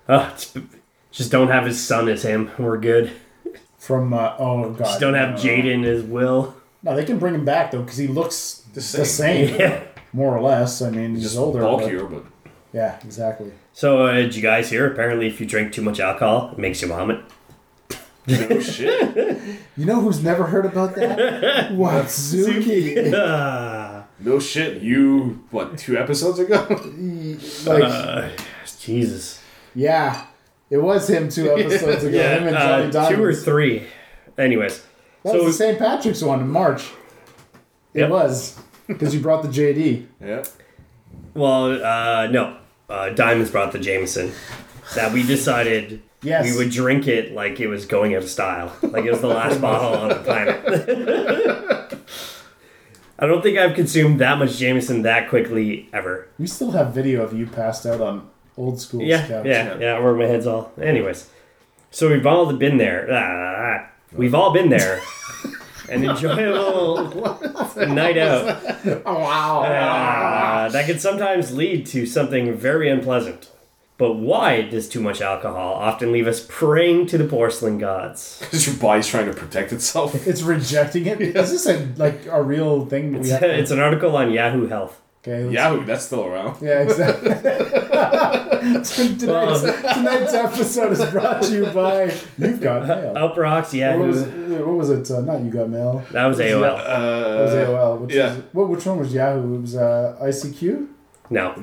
[SPEAKER 2] Ah, it's, just don't have his son as him. We're good.
[SPEAKER 1] From uh, oh god,
[SPEAKER 2] Just don't have Jaden as Will.
[SPEAKER 1] No, they can bring him back though because he looks the same,
[SPEAKER 6] same.
[SPEAKER 2] Yeah.
[SPEAKER 1] more or less. I mean, he's
[SPEAKER 6] Just
[SPEAKER 1] older. but-
[SPEAKER 6] bulkier, but
[SPEAKER 1] yeah, exactly.
[SPEAKER 2] So, uh, did you guys hear? Apparently, if you drink too much alcohol, it makes you vomit.
[SPEAKER 6] no shit.
[SPEAKER 1] You know who's never heard about that? Watsuki.
[SPEAKER 2] Ah,
[SPEAKER 6] No shit. You what? Two episodes ago.
[SPEAKER 1] like,
[SPEAKER 2] Uh. Jesus.
[SPEAKER 1] yeah, it was him two episodes ago.
[SPEAKER 2] Yeah,
[SPEAKER 1] him and Johnny
[SPEAKER 2] uh, two or
[SPEAKER 1] Diamond.
[SPEAKER 2] three. Anyways,
[SPEAKER 1] That
[SPEAKER 2] so-
[SPEAKER 1] was the St. Patrick's one in March. It
[SPEAKER 2] Yep.
[SPEAKER 1] was because you brought the JD.
[SPEAKER 6] yeah.
[SPEAKER 2] well, uh, no. Uh, Diamonds brought the Jameson that we decided
[SPEAKER 1] Yes.
[SPEAKER 2] we would drink it like it was going out of style, like it was the last bottle on the planet. I don't think I've consumed that much Jameson that quickly ever.
[SPEAKER 1] We still have video of you passed out on old school
[SPEAKER 2] Yeah,
[SPEAKER 1] couch.
[SPEAKER 2] yeah, yeah. Where my head's all. Anyways, so we've all been there. Ah, we've all been there. An enjoyable night out
[SPEAKER 1] Oh, Wow.
[SPEAKER 2] Ah, that can sometimes lead to something very unpleasant. But why does too much alcohol often leave us praying to the porcelain gods?
[SPEAKER 6] Because your body's trying to protect itself.
[SPEAKER 1] It's rejecting it. Is this a like a real thing? that we have to-
[SPEAKER 2] it's an article on Yahoo Health.
[SPEAKER 1] okay. let's-
[SPEAKER 6] Yahoo, that's still around.
[SPEAKER 1] Yeah, exactly. tonight's, tonight's episode is brought to you by You've Got Mail.
[SPEAKER 2] Up rocks
[SPEAKER 1] What was,
[SPEAKER 2] Yahoo.
[SPEAKER 1] what was it? Uh, not You Got Mail.
[SPEAKER 2] That was
[SPEAKER 6] Uh,
[SPEAKER 2] AOL.
[SPEAKER 1] It
[SPEAKER 2] Uh,
[SPEAKER 1] was AOL. Which
[SPEAKER 6] yeah.
[SPEAKER 1] is- what, which one was Yahoo? It was uh, ICQ?
[SPEAKER 2] No,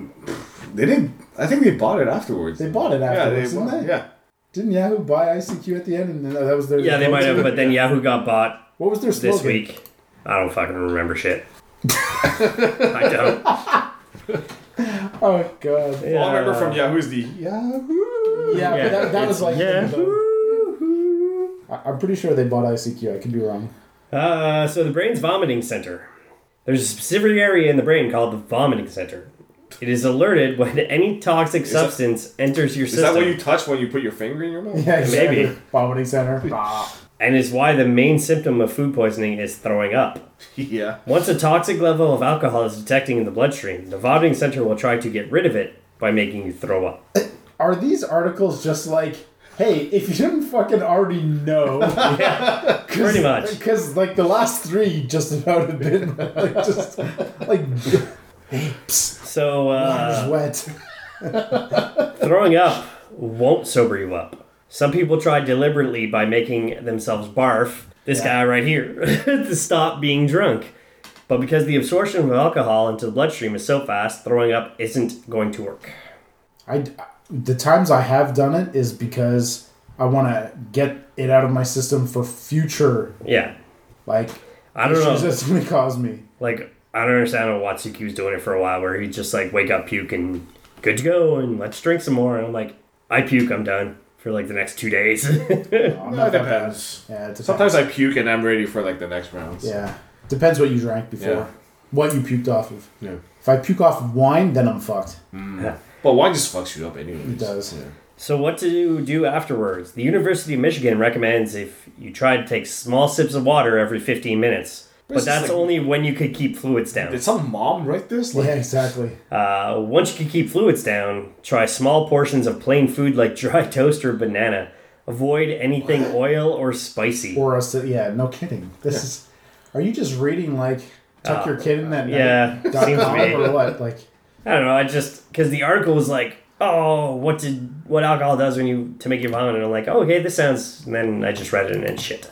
[SPEAKER 6] They didn't. I think they bought it afterwards.
[SPEAKER 1] They bought it
[SPEAKER 6] Yeah,
[SPEAKER 1] afterwards,
[SPEAKER 6] they
[SPEAKER 1] didn't
[SPEAKER 6] bought,
[SPEAKER 1] they?
[SPEAKER 6] yeah.
[SPEAKER 1] Didn't Yahoo buy ICQ at the end? And then, oh, that was their
[SPEAKER 2] yeah, they might have, but then Yahoo got bought
[SPEAKER 1] What was their slogan?
[SPEAKER 2] this week. I don't fucking remember shit. I don't.
[SPEAKER 1] Oh god. Yeah,
[SPEAKER 6] All I remember from Yahoo is the
[SPEAKER 1] Yahoo. Yeah,
[SPEAKER 2] Yeah,
[SPEAKER 1] but that, that was
[SPEAKER 2] it's
[SPEAKER 1] like
[SPEAKER 2] Yahoo.
[SPEAKER 1] I- I'm pretty sure they bought ICQ. I could be wrong.
[SPEAKER 2] Uh, so the brain's vomiting center. There's a specific area in the brain called the vomiting center. It is alerted when any toxic
[SPEAKER 6] that-
[SPEAKER 2] substance enters your
[SPEAKER 6] Is that
[SPEAKER 2] system,
[SPEAKER 6] what you touch when you put your finger in your mouth?
[SPEAKER 1] Yeah, exactly.
[SPEAKER 2] Maybe.
[SPEAKER 1] vomiting center. Bah.
[SPEAKER 2] and is why the main symptom of food poisoning is throwing up.
[SPEAKER 6] yeah.
[SPEAKER 2] Once a toxic level of alcohol is detecting in the bloodstream, the vomiting center will try to get rid of it by making you throw up.
[SPEAKER 1] Are these articles just like, hey, if you didn't fucking already know,
[SPEAKER 2] Pretty much.
[SPEAKER 1] because like the last three just about have been like just like
[SPEAKER 2] So uh,
[SPEAKER 1] wet.
[SPEAKER 2] throwing up won't sober you up. Some people try deliberately by making themselves barf. This guy right here to stop being drunk. But because the absorption of alcohol into the bloodstream is so fast, throwing up isn't going to work.
[SPEAKER 1] I the times I have done it is because I want to get it out of my system for future
[SPEAKER 2] Yeah.
[SPEAKER 1] like
[SPEAKER 2] I don't
[SPEAKER 1] issues
[SPEAKER 2] know.
[SPEAKER 1] that's gonna cause me.
[SPEAKER 2] Like, I don't understand what Watsuki was doing it for a while, where he'd just like wake up, puke, and good to go, and let's drink some more. And I'm like, I puke, I'm done for like the next two days. Uh,
[SPEAKER 1] No,
[SPEAKER 6] No, it depends.
[SPEAKER 1] Yeah, it depends.
[SPEAKER 6] Sometimes I puke and I'm ready for like the next round.
[SPEAKER 1] yeah, depends what you drank before,
[SPEAKER 6] Yeah.
[SPEAKER 1] what you puked off of.
[SPEAKER 6] Yeah.
[SPEAKER 1] If I puke off of wine, then I'm fucked.
[SPEAKER 6] But wine just fucks you up anyway.
[SPEAKER 1] It does.
[SPEAKER 2] So, what to do afterwards? The University of Michigan recommends if you try to take small sips of water every 15 minutes, but,
[SPEAKER 6] it's just
[SPEAKER 2] that's
[SPEAKER 6] like-
[SPEAKER 2] only when you could keep fluids down.
[SPEAKER 6] Did some mom write this? Like,
[SPEAKER 1] Yeah, exactly.
[SPEAKER 2] Uh, once you can keep fluids down, try small portions of plain food like dry toast or banana. Avoid anything oil or spicy.
[SPEAKER 1] Or us to yeah, no kidding. This is. Are you just reading like tuck your kid in that?
[SPEAKER 2] Uh, yeah,
[SPEAKER 1] night dot
[SPEAKER 2] seems to
[SPEAKER 1] com
[SPEAKER 2] be.
[SPEAKER 1] or what? Like
[SPEAKER 2] I don't know. I just because the article was like, "Oh, what did what alcohol does when you to make you vomit?" And I'm like, "Oh, "Okay, this sounds." And then I just read it and then shit.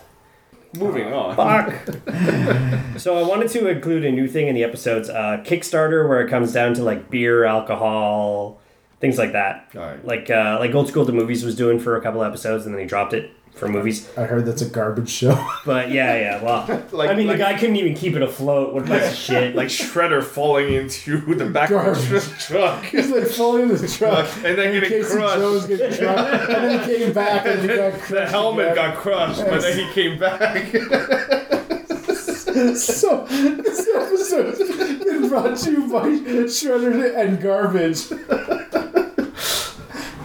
[SPEAKER 6] moving on.
[SPEAKER 2] Fuck. so I wanted to include a new thing in the episodes, uh, Kickstarter, where it comes down to like beer, alcohol, things like that.
[SPEAKER 6] Alright.
[SPEAKER 2] Like uh, like old school the movies was doing for a couple episodes, and then he dropped it for movies.
[SPEAKER 1] I heard that's a garbage show.
[SPEAKER 2] But yeah, yeah, well,
[SPEAKER 6] Like-
[SPEAKER 2] I mean,
[SPEAKER 6] like-
[SPEAKER 2] the guy couldn't even keep it afloat. What a piece of shit?
[SPEAKER 6] Like Shredder falling into the back of a
[SPEAKER 1] Garbage.
[SPEAKER 6] tr- truck.
[SPEAKER 1] He's like falling in the truck.
[SPEAKER 6] And then getting
[SPEAKER 1] Casey
[SPEAKER 6] crushed.
[SPEAKER 1] Jones getting crushed, and then he came back and he got crushed.
[SPEAKER 6] The helmet
[SPEAKER 1] again.
[SPEAKER 6] got crushed, but then he came back.
[SPEAKER 1] So this episode's been brought to you by Shredder and Garbage.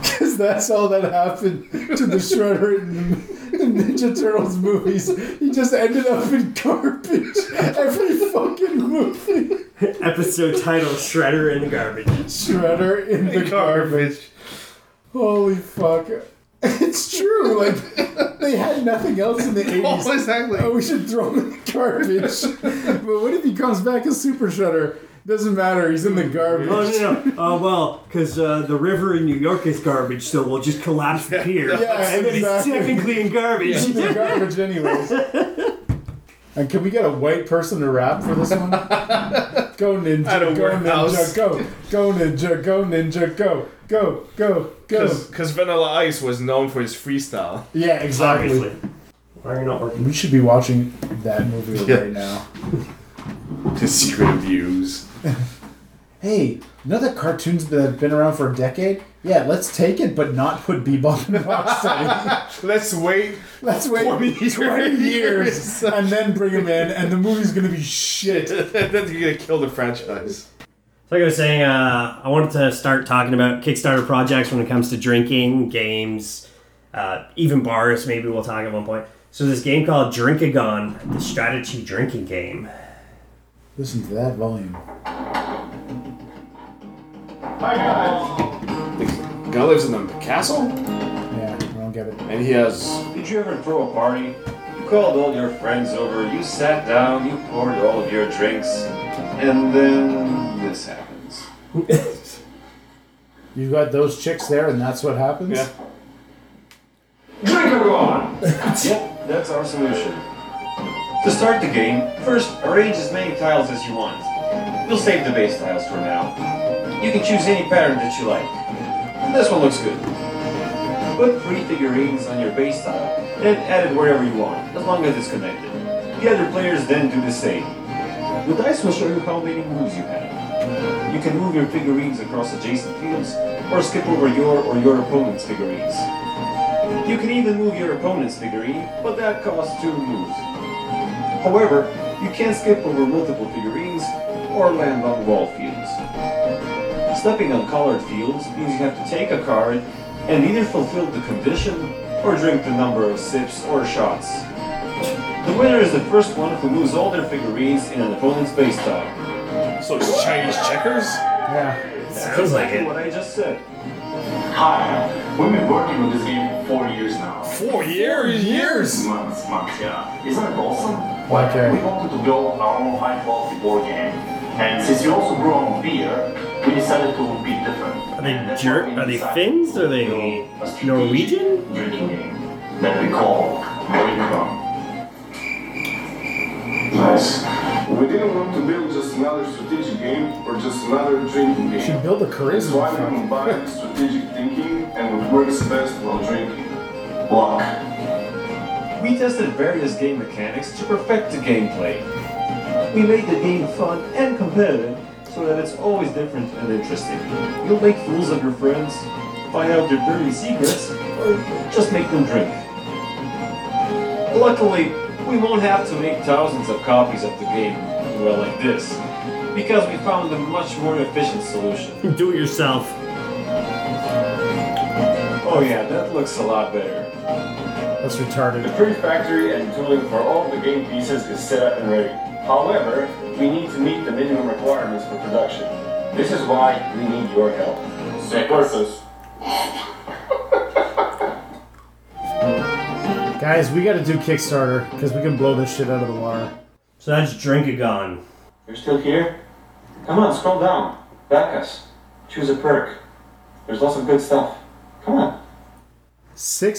[SPEAKER 1] Because that's all that happened to the Shredder in the in Ninja Turtles movies. He just ended up in garbage every fucking movie.
[SPEAKER 2] Episode title Shredder in the Garbage.
[SPEAKER 1] Shredder in the garbage. Holy fuck. It's true. Like they had nothing else in the
[SPEAKER 7] Oh,
[SPEAKER 1] eighties.
[SPEAKER 7] exactly.
[SPEAKER 1] Oh, we should throw him in the garbage. but what if he comes back as Super Shredder? Doesn't matter. He's in the garbage.
[SPEAKER 2] Oh no! no. Uh, well, because uh, the river in New York is garbage, so we'll just collapse the pier.
[SPEAKER 1] Yeah,
[SPEAKER 2] and then
[SPEAKER 1] exactly.
[SPEAKER 2] it's technically in garbage.
[SPEAKER 1] He's in the garbage anyways. And can we get a white person to rap for this one? Go ninja,
[SPEAKER 7] At a
[SPEAKER 1] go
[SPEAKER 7] warehouse.
[SPEAKER 1] ninja, go, go ninja, go ninja, go, go, go, go.
[SPEAKER 6] Because Vanilla Ice was known for his freestyle.
[SPEAKER 1] Yeah, exactly.
[SPEAKER 2] Obviously. Why are you not working?
[SPEAKER 1] We should be watching that movie right now.
[SPEAKER 6] His secret views.
[SPEAKER 1] Hey, another cartoons that have been around for a decade? Yeah, let's take it, but not put Bebop and Rocksteady.
[SPEAKER 6] Let's wait.
[SPEAKER 1] let's wait 20 years, 20 years and then bring him in, and the movie's gonna be shit.
[SPEAKER 6] Then you're gonna kill the franchise.
[SPEAKER 2] So like I was saying, uh, I wanted to start talking about Kickstarter projects when it comes to drinking, games, uh, even bars. Maybe we'll talk at one point. So this game called Drinkagon, the strategy drinking game.
[SPEAKER 1] Listen to that volume.
[SPEAKER 6] The guy lives in the castle,
[SPEAKER 1] Yeah, I don't get it.
[SPEAKER 6] and he has.
[SPEAKER 8] Did you ever throw a party? You called all your friends over, you sat down, you poured all of your drinks, and then this happens.
[SPEAKER 1] You got those chicks there, and that's what happens?
[SPEAKER 6] Yeah.
[SPEAKER 8] Drink a gone! yep, that's our solution. To start the game, first arrange as many tiles as you want. We'll save the base tiles for now. You can choose any pattern that you like. This one looks good. Put three figurines on your base tile and add it wherever you want, as long as it's connected. The other players then do the same. The dice will show you how many moves you have. You can move your figurines across adjacent fields or skip over your or your opponent's figurines. You can even move your opponent's figurine, but that costs two moves. However, you can skip over multiple figurines or land on wall fields. Stepping on colored fields means you have to take a card and either fulfill the condition or drink the number of sips or shots. The winner is the first one who moves all their figurines in an opponent's base tile.
[SPEAKER 6] So it's Chinese checkers.
[SPEAKER 1] Yeah.
[SPEAKER 2] Sounds like
[SPEAKER 8] Exactly
[SPEAKER 2] it.
[SPEAKER 8] What I just said.
[SPEAKER 9] Hi, we've been working on this game for years now.
[SPEAKER 6] Four years. years.
[SPEAKER 9] Months, months, yeah. Isn't it awesome?
[SPEAKER 1] Okay.
[SPEAKER 9] We wanted to build our own high quality board game. And since you also grow on beer, we decided to be different.
[SPEAKER 2] Are they Jer- are they Finns? Are they Norwegian?
[SPEAKER 9] Drinking game that we call Drinkum. Nice.
[SPEAKER 10] We didn't want to build just another strategic game or just another drinking
[SPEAKER 1] You should
[SPEAKER 10] game.
[SPEAKER 1] build a
[SPEAKER 10] That's why
[SPEAKER 1] charisma.
[SPEAKER 10] we
[SPEAKER 1] fucking-
[SPEAKER 10] combined strategic thinking and what works best while drinking. Luck.
[SPEAKER 8] We tested various game mechanics to perfect the gameplay. We made the game fun and competitive so that it's always different and interesting. You'll make fools of your friends, find out their dirty secrets, or just make them drink. Luckily, we won't have to make thousands of copies of the game, well, like this, because we found a much more efficient solution.
[SPEAKER 2] Do it yourself.
[SPEAKER 8] Oh, yeah, that looks a lot better.
[SPEAKER 1] That's
[SPEAKER 9] The
[SPEAKER 1] retarded.
[SPEAKER 9] print factory and tooling for all the game pieces is set up and ready. However, we need to meet the minimum requirements for production. This is why we need your help. Versus.
[SPEAKER 1] Guys, we gotta do Kickstarter, because we can blow this shit out of the water.
[SPEAKER 2] So that's Drinkagon.
[SPEAKER 9] You're still here? Come on, scroll down. Back us. Choose a perk. There's lots of good stuff. Come on.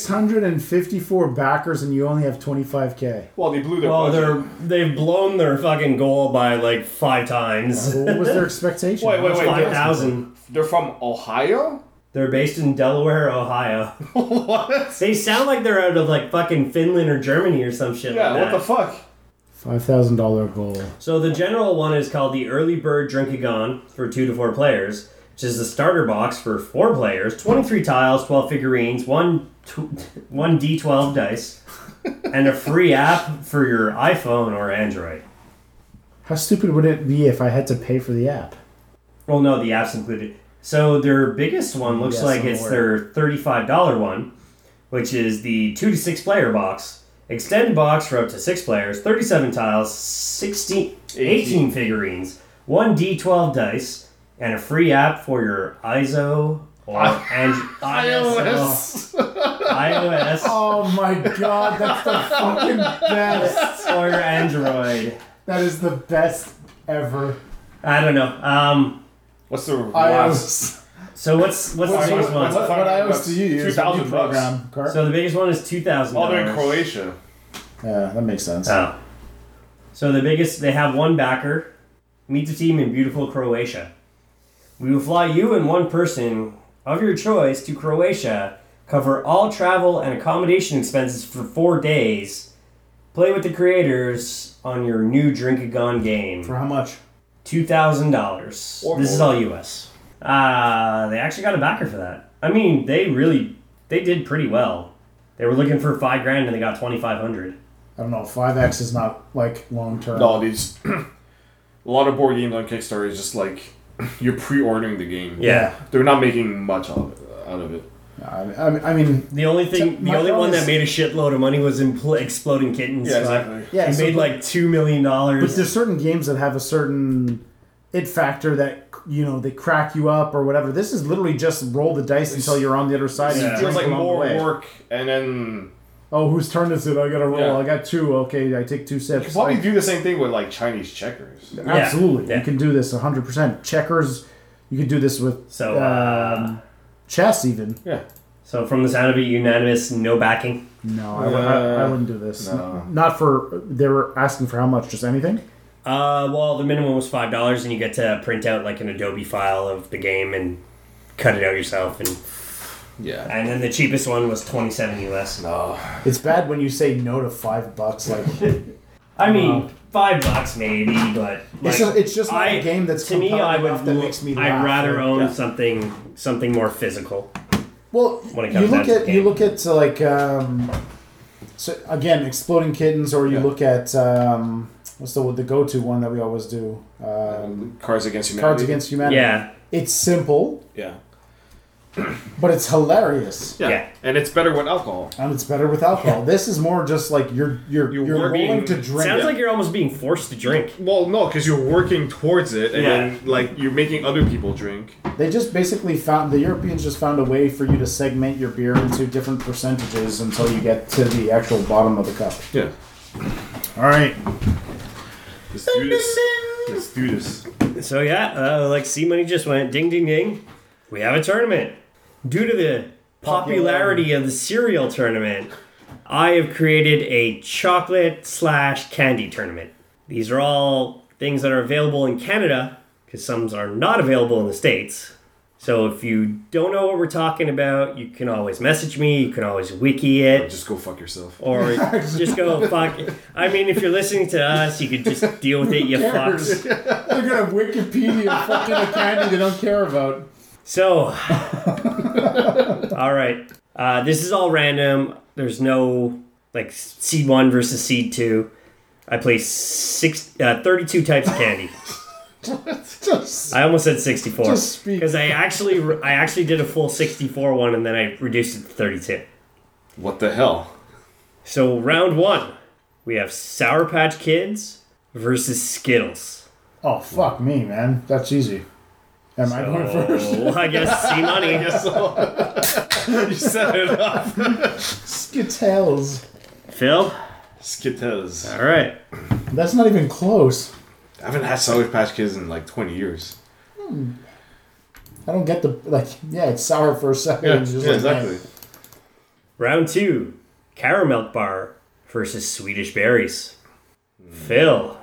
[SPEAKER 1] 654 backers, and you only have 25k.
[SPEAKER 6] Well, they blew their
[SPEAKER 2] Well,
[SPEAKER 6] budget.
[SPEAKER 2] Oh, they're they've blown their fucking goal by like five times.
[SPEAKER 1] Well, what was their expectation?
[SPEAKER 6] Wait, wait, wait.
[SPEAKER 2] Five thousand.
[SPEAKER 6] They're from Ohio.
[SPEAKER 2] They're based in Delaware, Ohio.
[SPEAKER 6] what?
[SPEAKER 2] They sound like they're out of like fucking Finland or Germany or some shit.
[SPEAKER 6] Yeah.
[SPEAKER 2] like
[SPEAKER 6] What
[SPEAKER 2] that.
[SPEAKER 6] the fuck?
[SPEAKER 1] $5,000 goal.
[SPEAKER 2] So the general one is called the Early Bird Drinkagon for two to four players, which is the starter box for four players, 23 tiles, 12 figurines, one, tw- one D12 dice, and a free app for your iPhone or Android.
[SPEAKER 1] How stupid would it be if I had to pay for the app?
[SPEAKER 2] Well, no, the app's included. So their biggest one looks
[SPEAKER 1] Yes,
[SPEAKER 2] like
[SPEAKER 1] I'm
[SPEAKER 2] it's their
[SPEAKER 1] aware.
[SPEAKER 2] thirty-five dollar one, which is the two to six player box. Extended box for up to six players, 37 tiles, 16, 18 figurines, one D12 dice, and a free app for your ISO or and
[SPEAKER 6] iOS.
[SPEAKER 2] iOS
[SPEAKER 1] Oh my god, that's the fucking best.
[SPEAKER 2] or your Android.
[SPEAKER 1] That is the best ever.
[SPEAKER 2] I don't know. Um,
[SPEAKER 6] What's the last?
[SPEAKER 1] iOS.
[SPEAKER 2] so what's what's the biggest
[SPEAKER 1] What,
[SPEAKER 2] one?
[SPEAKER 1] what, what iOS do you use? What do
[SPEAKER 6] 2,000
[SPEAKER 1] you
[SPEAKER 6] bucks.
[SPEAKER 1] program, Carl?
[SPEAKER 2] So the biggest one is two thousand.
[SPEAKER 6] Oh, they're in Croatia.
[SPEAKER 1] yeah, that makes sense.
[SPEAKER 6] Uh,
[SPEAKER 2] Oh. So the biggest, they have one backer. Meet the team in beautiful Croatia. We will fly you and one person of your choice to Croatia, cover all travel and accommodation expenses for four days, play with the creators on your new Drink a Gone game.
[SPEAKER 1] For how much?
[SPEAKER 2] Two thousand dollars.
[SPEAKER 6] Or
[SPEAKER 2] This is
[SPEAKER 6] more.
[SPEAKER 2] all U.S. Uh, they actually got a backer for that. I mean, they really they did pretty well. They were looking for five grand and they got twenty five hundred.
[SPEAKER 1] I don't know. 5x is not like long term.
[SPEAKER 6] No, these a lot of board games on Kickstarter is just like you're pre-ordering the game.
[SPEAKER 2] Yeah.
[SPEAKER 6] they're not making much out of it. Out of it.
[SPEAKER 1] I, I mean, I mean
[SPEAKER 2] The only thing,
[SPEAKER 1] Except
[SPEAKER 2] the
[SPEAKER 1] my
[SPEAKER 2] only one
[SPEAKER 1] problem
[SPEAKER 2] that
[SPEAKER 1] is-
[SPEAKER 2] made a shitload of money was Impl- exploding kittens.
[SPEAKER 6] Yeah,
[SPEAKER 2] but
[SPEAKER 6] exactly.
[SPEAKER 1] yeah,
[SPEAKER 2] It
[SPEAKER 1] so-
[SPEAKER 2] made like two million
[SPEAKER 1] But
[SPEAKER 2] dollars.
[SPEAKER 1] there's certain games that have a certain it factor that you know they crack you up or whatever. This is literally just roll the dice until you're on the other side.
[SPEAKER 6] It
[SPEAKER 1] and
[SPEAKER 6] feels
[SPEAKER 1] drink
[SPEAKER 6] like
[SPEAKER 1] along the
[SPEAKER 6] more
[SPEAKER 1] way.
[SPEAKER 6] work, and then
[SPEAKER 1] Oh, whose turn is it? I gotta roll.
[SPEAKER 6] Yeah.
[SPEAKER 1] I got two. Okay, I take two
[SPEAKER 6] you
[SPEAKER 1] sips.
[SPEAKER 6] probably
[SPEAKER 1] Like,
[SPEAKER 6] do the same thing with like Chinese checkers.
[SPEAKER 1] Absolutely,
[SPEAKER 2] Yeah.
[SPEAKER 1] you can do this 100. percent Checkers, you can do this with
[SPEAKER 2] So, uh,
[SPEAKER 1] um, chess even.
[SPEAKER 6] Yeah,
[SPEAKER 2] so from the sound of it, unanimous, no backing.
[SPEAKER 1] No, I, would, I, I wouldn't do this.
[SPEAKER 6] No.
[SPEAKER 1] Not for they were asking for how much? Just anything?
[SPEAKER 2] Uh, well, the minimum was five dollars, and you get to print out like an Adobe file of the game and cut it out yourself. And
[SPEAKER 6] yeah.
[SPEAKER 2] and then the cheapest one was twenty seven US.
[SPEAKER 1] It's bad when you say no to five bucks. Like
[SPEAKER 2] I mean, five bucks maybe, but like,
[SPEAKER 1] just- it's just not a game that's
[SPEAKER 2] to me.
[SPEAKER 1] compelling
[SPEAKER 2] I
[SPEAKER 1] enough
[SPEAKER 2] would
[SPEAKER 1] that
[SPEAKER 2] look-
[SPEAKER 1] makes me
[SPEAKER 2] I'd
[SPEAKER 1] laugh,
[SPEAKER 2] rather
[SPEAKER 1] like,
[SPEAKER 2] own
[SPEAKER 1] yeah.
[SPEAKER 2] something something more physical.
[SPEAKER 1] Well,
[SPEAKER 2] when it
[SPEAKER 1] you
[SPEAKER 2] comes down
[SPEAKER 1] look
[SPEAKER 2] to
[SPEAKER 1] at
[SPEAKER 2] the
[SPEAKER 1] you
[SPEAKER 2] game.
[SPEAKER 1] look at uh, like um, so again, exploding kittens, or you
[SPEAKER 6] Yeah.
[SPEAKER 1] look at um, what's the the go to one that we always do? Uh,
[SPEAKER 6] Um, Cards Against Humanity.
[SPEAKER 1] Cards Against Humanity.
[SPEAKER 2] Yeah,
[SPEAKER 1] it's simple,
[SPEAKER 6] Yeah.
[SPEAKER 1] but it's hilarious,
[SPEAKER 6] yeah,
[SPEAKER 2] Yeah.
[SPEAKER 6] and it's better with alcohol.
[SPEAKER 1] and it's better with alcohol. This is more just like you're you're
[SPEAKER 6] You're
[SPEAKER 1] you're,
[SPEAKER 6] working-
[SPEAKER 1] willing to drink.
[SPEAKER 2] sounds like you're almost being forced to drink.
[SPEAKER 6] Well, no, because you're working towards it, and
[SPEAKER 2] Yeah.
[SPEAKER 6] then like you're making other people drink.
[SPEAKER 1] They just basically found the Europeans just found a way for you to segment your beer into different percentages until you get to the actual bottom of the cup.
[SPEAKER 6] Yeah.
[SPEAKER 1] All right,
[SPEAKER 6] Let's do this. Let's do this.
[SPEAKER 2] So yeah, uh, like C Money just went ding ding ding. We have a tournament. Due to the popularity of the cereal tournament, I have created a chocolate slash candy tournament. These are all things that are available in Canada because some are not available in the states. So if you don't know what we're talking about, you can always message me. You can always wiki it
[SPEAKER 6] Just go fuck yourself.
[SPEAKER 2] or just go fuck. It. I mean, if you're listening to us, you could just deal with it. You fucks.
[SPEAKER 1] they're gonna Wikipedia fucking a candy they don't care about.
[SPEAKER 2] So, all right. Uh, this is all random. There's no like seed one versus seed two. I place six, uh, 32 types of candy.
[SPEAKER 1] Just
[SPEAKER 2] I almost said 64
[SPEAKER 1] Just speak.
[SPEAKER 2] because I actually I actually did a full 64 one and then I reduced it to 32.
[SPEAKER 6] What the hell?
[SPEAKER 2] So round one, we have Sour Patch Kids versus Skittles.
[SPEAKER 1] Oh fuck me, man. That's easy. Am I going first?
[SPEAKER 2] Oh, I guess C money.
[SPEAKER 6] you set it up.
[SPEAKER 1] Skittles.
[SPEAKER 2] Phil.
[SPEAKER 6] Skittles. I
[SPEAKER 2] All right.
[SPEAKER 1] That's not even close.
[SPEAKER 6] haven't had Sour Patch Kids in like 20 years.
[SPEAKER 1] I don't get the like. Yeah, it's sour for a second. it's just like, man.
[SPEAKER 6] exactly.
[SPEAKER 2] Round two, caramel bar versus Swedish berries. Phil,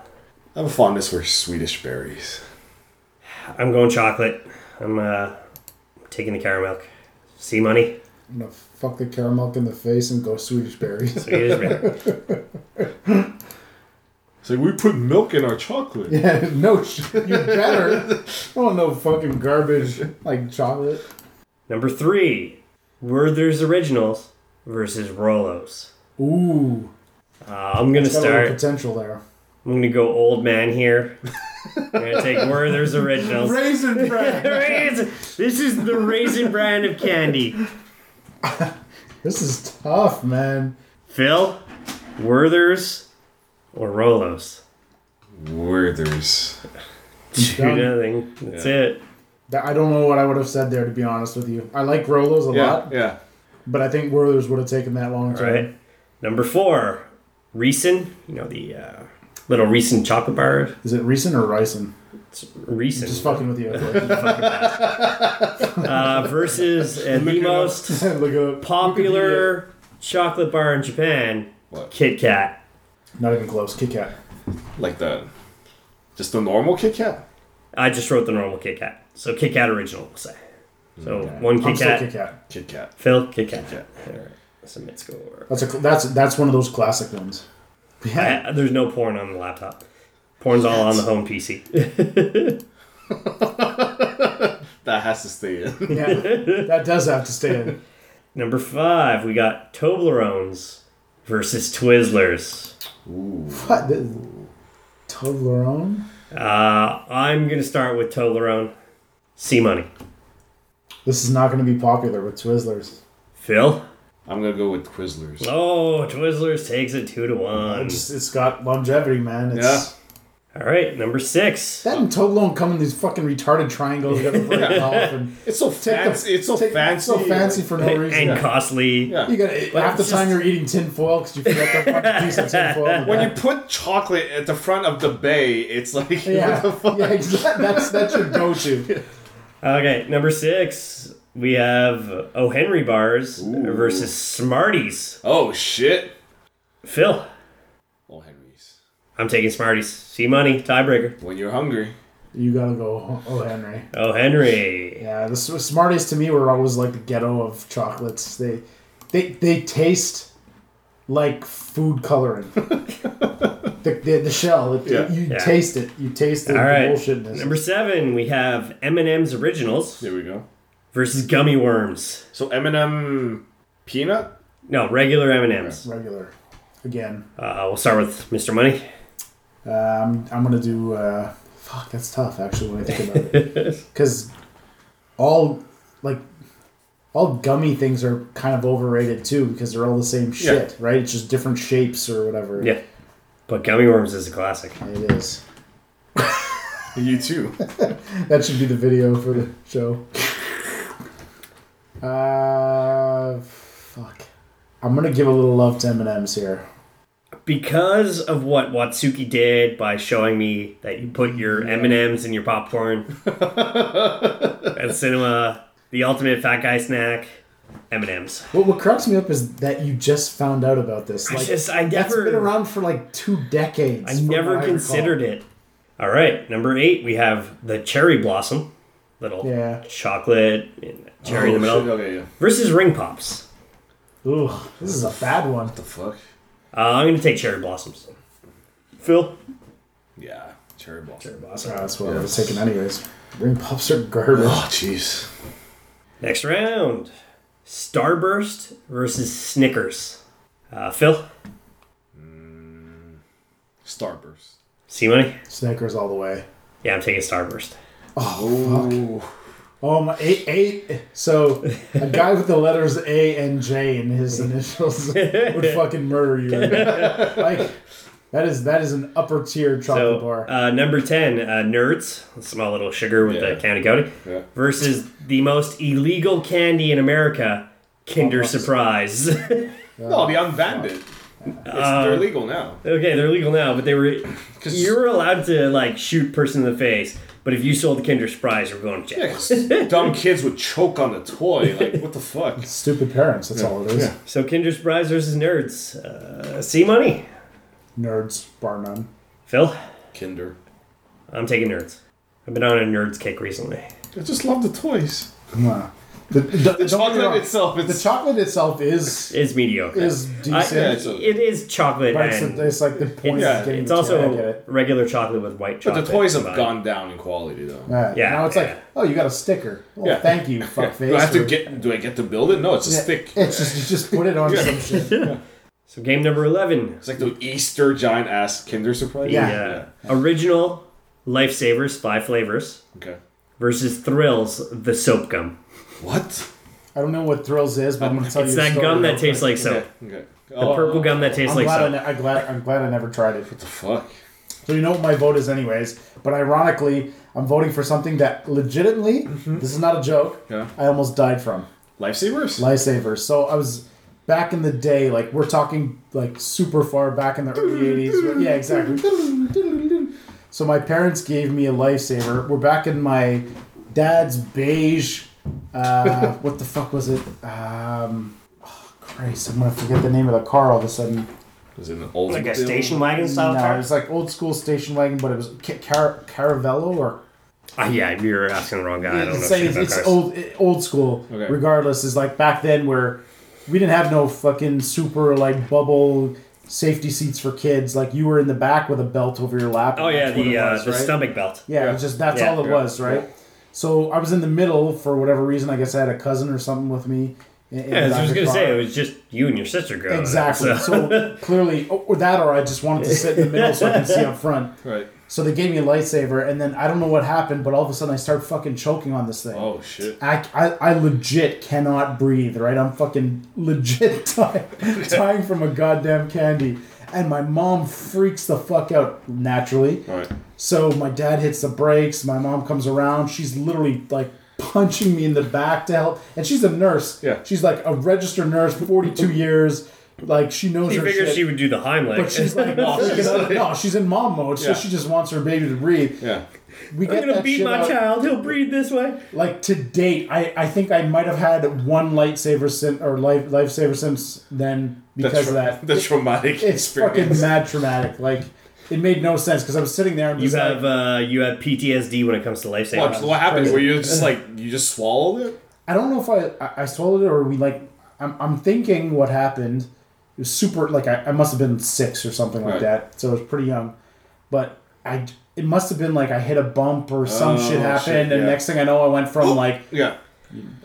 [SPEAKER 6] I have a fondness for Swedish berries.
[SPEAKER 2] I'm going chocolate. I'm uh, taking the caramel. See money.
[SPEAKER 1] I'm gonna fuck the caramel in the face and go Swedish berries.
[SPEAKER 2] Swedish berry.
[SPEAKER 6] It's like we put milk in our chocolate.
[SPEAKER 1] no, sh- you better. I don't know fucking garbage like chocolate.
[SPEAKER 2] Number three, Werther's Originals versus Rolos.
[SPEAKER 1] Ooh,
[SPEAKER 2] Uh, I'm gonna
[SPEAKER 1] got a little
[SPEAKER 2] start.
[SPEAKER 1] potential there.
[SPEAKER 2] I'm gonna go old man here. I'm gonna take Werther's originals.
[SPEAKER 1] Raisin bread.
[SPEAKER 2] Raisin- This is the raisin brand of candy.
[SPEAKER 1] This is tough, man.
[SPEAKER 2] Phil, Werther's or Rolos.
[SPEAKER 6] Werther's.
[SPEAKER 2] Two
[SPEAKER 1] Done.
[SPEAKER 2] nothing. That's it.
[SPEAKER 1] That- I don't know what I would have said there, to be honest with you. I like Rolos a
[SPEAKER 6] Yeah,
[SPEAKER 1] lot,
[SPEAKER 6] yeah.
[SPEAKER 1] but I think Werther's would have taken that long
[SPEAKER 2] All
[SPEAKER 1] time.
[SPEAKER 2] right. Number four, Reesin. You know the uh, little Reesin chocolate bar.
[SPEAKER 1] Is it recent or ricin?
[SPEAKER 2] It's Reesin.
[SPEAKER 1] Just fucking with you. Look
[SPEAKER 2] uh, versus uh, the
[SPEAKER 1] it
[SPEAKER 2] most
[SPEAKER 1] up. Look it up.
[SPEAKER 2] popular chocolate bar in Japan,
[SPEAKER 6] What?
[SPEAKER 2] Kit Kat.
[SPEAKER 1] Not even close. Kit Kat.
[SPEAKER 6] Like that. Just the normal Kit Kat?
[SPEAKER 2] I just wrote the normal Kit Kat. So Kit Kat original, we'll say. So one
[SPEAKER 1] I'm
[SPEAKER 2] Kit
[SPEAKER 1] still
[SPEAKER 2] Kat,
[SPEAKER 1] Kit Kat.
[SPEAKER 6] Kit Kat.
[SPEAKER 2] Phil Kit Kat.
[SPEAKER 6] Kat.
[SPEAKER 2] All right. Submit score.
[SPEAKER 1] That's a cl- that's that's one of those classic ones. Yeah.
[SPEAKER 2] I- there's no porn on the laptop. Porn's all on the home PC.
[SPEAKER 6] That has to stay in.
[SPEAKER 1] yeah. That does have to stay in.
[SPEAKER 2] Number five, we got Toblerones versus Twizzlers.
[SPEAKER 1] What? The, Toblerone?
[SPEAKER 2] Uh, I'm gonna start with Toblerone. C money.
[SPEAKER 1] This is not going to be popular with Twizzlers.
[SPEAKER 2] Phil.
[SPEAKER 6] I'm gonna go with Twizzlers.
[SPEAKER 2] Oh, Twizzlers takes it two to one.
[SPEAKER 1] It's, it's got longevity, man. It's,
[SPEAKER 6] Yeah.
[SPEAKER 2] All right, number six.
[SPEAKER 1] That and Toblerone come in these fucking retarded triangles. You got to break it off. And
[SPEAKER 6] It's so
[SPEAKER 1] the-
[SPEAKER 6] fancy. it's so
[SPEAKER 1] take-
[SPEAKER 6] fancy.
[SPEAKER 1] it's so fancy for no reason.
[SPEAKER 2] And costly.
[SPEAKER 6] Yeah.
[SPEAKER 1] You got half the
[SPEAKER 2] it's just-
[SPEAKER 1] time you're eating tin foil because you forgot that fucking piece of tin foil. in the
[SPEAKER 6] When you
[SPEAKER 1] back.
[SPEAKER 6] put chocolate at the front of the bay, it's like
[SPEAKER 1] yeah,
[SPEAKER 6] what the fuck?
[SPEAKER 1] yeah, exactly. That's that's your go-to.
[SPEAKER 2] Okay, number six. We have O. Henry bars versus Smarties.
[SPEAKER 6] Oh shit.
[SPEAKER 2] Phil,
[SPEAKER 6] Oh Henry's.
[SPEAKER 2] I'm taking Smarties. C money tiebreaker.
[SPEAKER 6] When you're hungry.
[SPEAKER 1] You gotta go. Oh, Henry.
[SPEAKER 2] O. Henry.
[SPEAKER 1] Yeah, the Sm- Smarties to me were always like the ghetto of chocolates. They, they, they taste like food coloring. the, the, the shell, it,
[SPEAKER 6] Yeah.
[SPEAKER 1] you
[SPEAKER 2] Yeah.
[SPEAKER 1] taste it. You taste the,
[SPEAKER 2] All right.
[SPEAKER 1] the bullshitness.
[SPEAKER 2] Number seven, we have M&M's Originals
[SPEAKER 6] There we go.
[SPEAKER 2] versus Gummy Worms.
[SPEAKER 6] So M&M peanut.
[SPEAKER 2] No, regular M&M's.
[SPEAKER 1] Regular, again.
[SPEAKER 2] Uh, we'll start with Mr. Money.
[SPEAKER 1] Um, I'm gonna do. Uh, fuck, that's tough. Actually, when I think about it, because all like all gummy things are kind of overrated too because they're all the same shit, right? It's just different shapes or whatever.
[SPEAKER 2] Yeah. But Gummy Worms is a classic.
[SPEAKER 1] it is.
[SPEAKER 6] You too.
[SPEAKER 1] That should be the video for the show. Uh, fuck. I'm gonna give a little love to M and M's here.
[SPEAKER 2] because of what Watsuki did by showing me that you put your M and M's in your popcorn at cinema, the ultimate fat guy snack, M and M's.
[SPEAKER 1] What what cracks me up is that you just found out about this. Like,
[SPEAKER 2] just- I
[SPEAKER 1] that's
[SPEAKER 2] never-
[SPEAKER 1] been around for like two decades.
[SPEAKER 2] I
[SPEAKER 1] from
[SPEAKER 2] never
[SPEAKER 1] what recall.
[SPEAKER 2] considered it. All right, number eight, we have the cherry blossom, little
[SPEAKER 1] Yeah.
[SPEAKER 2] chocolate and cherry in the
[SPEAKER 6] Oh,
[SPEAKER 2] middle,
[SPEAKER 6] shit, Okay, yeah. What
[SPEAKER 2] versus ring pops.
[SPEAKER 1] Ooh, this is a bad one.
[SPEAKER 6] the fuck?
[SPEAKER 2] Uh, I'm gonna take cherry blossoms. Phil,
[SPEAKER 6] Yeah. Cherry blossom.
[SPEAKER 1] That's, that's what I was taking anyways. Ring pops are garbage.
[SPEAKER 6] Oh jeez.
[SPEAKER 2] next round, Starburst versus Snickers. Uh, Phil,
[SPEAKER 6] Starburst.
[SPEAKER 2] see money.
[SPEAKER 1] Snickers all the way.
[SPEAKER 2] Yeah, I'm taking Starburst.
[SPEAKER 6] Ooh.
[SPEAKER 1] Oh my eight eight. So a guy with the letters A and J in his initials would fucking murder you. Like that is that is an upper tier chocolate
[SPEAKER 2] So,
[SPEAKER 1] bar.
[SPEAKER 2] uh, number 10, uh, Nerds, a small little sugar with
[SPEAKER 6] Yeah.
[SPEAKER 2] the county coating,
[SPEAKER 6] Yeah.
[SPEAKER 2] versus the most illegal candy in America, Kinder Surprise. okay,
[SPEAKER 6] No, they unbanned it. It's, they're legal now.
[SPEAKER 2] they're legal now, but they were.
[SPEAKER 6] 'Cause-
[SPEAKER 2] You were allowed to, like, shoot person in the face, but if you sold the Kinder Surprise, you're going to jail.
[SPEAKER 6] Yeah, 'cause dumb kids would choke on the toy. Like, what the fuck?
[SPEAKER 1] Stupid parents. That's all it is.
[SPEAKER 6] yeah.
[SPEAKER 2] So, Kinder Surprise versus Nerds. Uh, C Money.
[SPEAKER 1] Nerds, bar none.
[SPEAKER 2] Phil,
[SPEAKER 6] Kinder.
[SPEAKER 2] I'm taking Nerds. I've been on a Nerds kick recently.
[SPEAKER 6] I just love the toys.
[SPEAKER 1] Mwah. The, the- don't get me
[SPEAKER 6] chocolate
[SPEAKER 1] wrong.
[SPEAKER 6] itself,
[SPEAKER 1] The
[SPEAKER 6] it's-
[SPEAKER 1] chocolate itself is
[SPEAKER 2] It's mediocre.
[SPEAKER 1] is
[SPEAKER 2] I-
[SPEAKER 1] decent.
[SPEAKER 6] it's a-
[SPEAKER 2] it is chocolate.
[SPEAKER 1] but it's,
[SPEAKER 2] and-
[SPEAKER 1] it's like the point.
[SPEAKER 6] Yeah,
[SPEAKER 1] of getting
[SPEAKER 2] It's
[SPEAKER 1] the toy, I get
[SPEAKER 2] also
[SPEAKER 1] it.
[SPEAKER 2] regular chocolate with white
[SPEAKER 6] But
[SPEAKER 2] chocolate.
[SPEAKER 6] the toys have
[SPEAKER 2] combined.
[SPEAKER 6] gone down in quality, though.
[SPEAKER 1] Yeah.
[SPEAKER 2] Yeah,
[SPEAKER 1] Now it's
[SPEAKER 2] yeah.
[SPEAKER 1] like, oh, you got a sticker. Well,
[SPEAKER 6] Yeah.
[SPEAKER 1] thank you, fuckface.
[SPEAKER 6] Do I have to
[SPEAKER 1] for-
[SPEAKER 6] get? Do I get to build it? No, it's a
[SPEAKER 1] Yeah,
[SPEAKER 6] stick.
[SPEAKER 1] It's just you just put it on some shit.
[SPEAKER 2] So game number 11.
[SPEAKER 6] It's like the Easter giant ass Kinder Surprise.
[SPEAKER 1] Yeah.
[SPEAKER 2] Yeah. Uh, Original Lifesavers, five flavors,
[SPEAKER 6] Okay.
[SPEAKER 2] versus Thrills, the soap gum.
[SPEAKER 6] What?
[SPEAKER 1] I don't know what Thrills is, but I'm going to tell
[SPEAKER 2] It's
[SPEAKER 1] you. a
[SPEAKER 2] that
[SPEAKER 1] story
[SPEAKER 2] gum
[SPEAKER 1] real
[SPEAKER 2] that tastes
[SPEAKER 1] quick.
[SPEAKER 2] like soap.
[SPEAKER 6] Okay. okay. Oh,
[SPEAKER 2] The purple gum that tastes
[SPEAKER 1] I'm
[SPEAKER 2] like
[SPEAKER 1] glad, I
[SPEAKER 2] soap.
[SPEAKER 1] ne- I glad, I'm glad I never tried it.
[SPEAKER 6] the fuck.
[SPEAKER 1] So you know what my vote is, anyways. But ironically, I'm voting for something that legitimately, this is not a joke,
[SPEAKER 6] Mm-hmm. Yeah.
[SPEAKER 1] I almost died from.
[SPEAKER 6] Lifesavers.
[SPEAKER 1] Lifesavers. So I was back in the day, like we're talking like super far back in the early 80s. Yeah, exactly. So my parents gave me a lifesaver. We're back in my dad's beige. Uh, what the fuck was it? Um, oh, Christ, I'm gonna forget the name of the car all of a sudden.
[SPEAKER 6] Is it an old
[SPEAKER 2] Like a station wagon
[SPEAKER 1] No,
[SPEAKER 2] style
[SPEAKER 1] it
[SPEAKER 2] car?
[SPEAKER 1] was like old school station wagon, but it was Ca- Car- Caravello or
[SPEAKER 2] Ah, yeah, you're asking the wrong guy. I don't know
[SPEAKER 1] it's,
[SPEAKER 2] shit
[SPEAKER 1] it's,
[SPEAKER 2] about
[SPEAKER 1] it's
[SPEAKER 2] cars.
[SPEAKER 1] old it- old school.
[SPEAKER 6] Okay.
[SPEAKER 1] Regardless, is like back then where we didn't have no fucking super like bubble safety seats for kids. Like you were in the back with a belt over your lap.
[SPEAKER 2] Oh, yeah,
[SPEAKER 1] That's what
[SPEAKER 2] the,
[SPEAKER 1] it
[SPEAKER 2] uh,
[SPEAKER 1] was,
[SPEAKER 2] the
[SPEAKER 1] right?
[SPEAKER 2] stomach belt.
[SPEAKER 1] Yeah, it was just that's
[SPEAKER 2] Yeah,
[SPEAKER 1] all it
[SPEAKER 2] yeah,
[SPEAKER 1] was, right? So I was in the middle for whatever reason. I guess I had a cousin or something with me. in- in
[SPEAKER 2] Yeah,
[SPEAKER 1] the
[SPEAKER 2] I was going
[SPEAKER 1] back of
[SPEAKER 2] to
[SPEAKER 1] the
[SPEAKER 2] say,
[SPEAKER 1] car.
[SPEAKER 2] it was just you and your sister growing up,
[SPEAKER 1] exactly.
[SPEAKER 2] so-
[SPEAKER 1] So, clearly, or that, or I just wanted to sit in the middle so I can see up front.
[SPEAKER 6] Right.
[SPEAKER 1] So they gave me a lightsaber, and then I don't know what happened, but all of a sudden I start fucking choking on this thing.
[SPEAKER 6] Oh shit.
[SPEAKER 1] I, I, I legit cannot breathe, right? I'm fucking legit dying, dying from a goddamn candy. And my mom freaks the fuck out naturally.
[SPEAKER 2] Oh.
[SPEAKER 6] All right.
[SPEAKER 1] So my dad hits the brakes. My mom comes around. She's literally like punching me in the back to help. And she's a nurse.
[SPEAKER 6] Yeah.
[SPEAKER 1] She's like a registered nurse, 42 years. Like she knows
[SPEAKER 2] She
[SPEAKER 1] her
[SPEAKER 2] figured
[SPEAKER 1] shit.
[SPEAKER 2] she would do the Heimlich.
[SPEAKER 1] but she's like,
[SPEAKER 6] she's
[SPEAKER 1] freaking out.
[SPEAKER 6] like-
[SPEAKER 1] no, she's in mom mode, so
[SPEAKER 6] Yeah.
[SPEAKER 1] she just wants her baby to breathe.
[SPEAKER 6] Yeah.
[SPEAKER 1] We
[SPEAKER 2] I'm
[SPEAKER 1] get
[SPEAKER 2] gonna
[SPEAKER 1] that
[SPEAKER 2] beat
[SPEAKER 1] shit
[SPEAKER 2] my
[SPEAKER 1] out.
[SPEAKER 2] child. He'll breathe this way.
[SPEAKER 1] Like to date, I, I think I might have had one lightsaber sin- or life lifesaver since then because
[SPEAKER 6] That's
[SPEAKER 1] of that.
[SPEAKER 6] The traumatic
[SPEAKER 1] It's fucking
[SPEAKER 6] experience.
[SPEAKER 1] mad traumatic. Like it made no sense because I was sitting there and
[SPEAKER 2] You
[SPEAKER 1] just like,
[SPEAKER 2] have uh, you have PTSD when it comes to
[SPEAKER 6] What,
[SPEAKER 2] lifesavers.
[SPEAKER 6] what happened? Were you just like you just swallowed it?
[SPEAKER 1] I don't know if I I, I swallowed it or we like I'm, I'm thinking what happened. It was super like I, I must have been six or something like
[SPEAKER 6] Right.
[SPEAKER 1] that, so I was pretty young. But I it must have been like I hit a bump or some
[SPEAKER 6] Oh,
[SPEAKER 1] shit happened,
[SPEAKER 6] shit,
[SPEAKER 1] and
[SPEAKER 6] yeah.
[SPEAKER 1] next thing I know, I went from like
[SPEAKER 6] Yeah.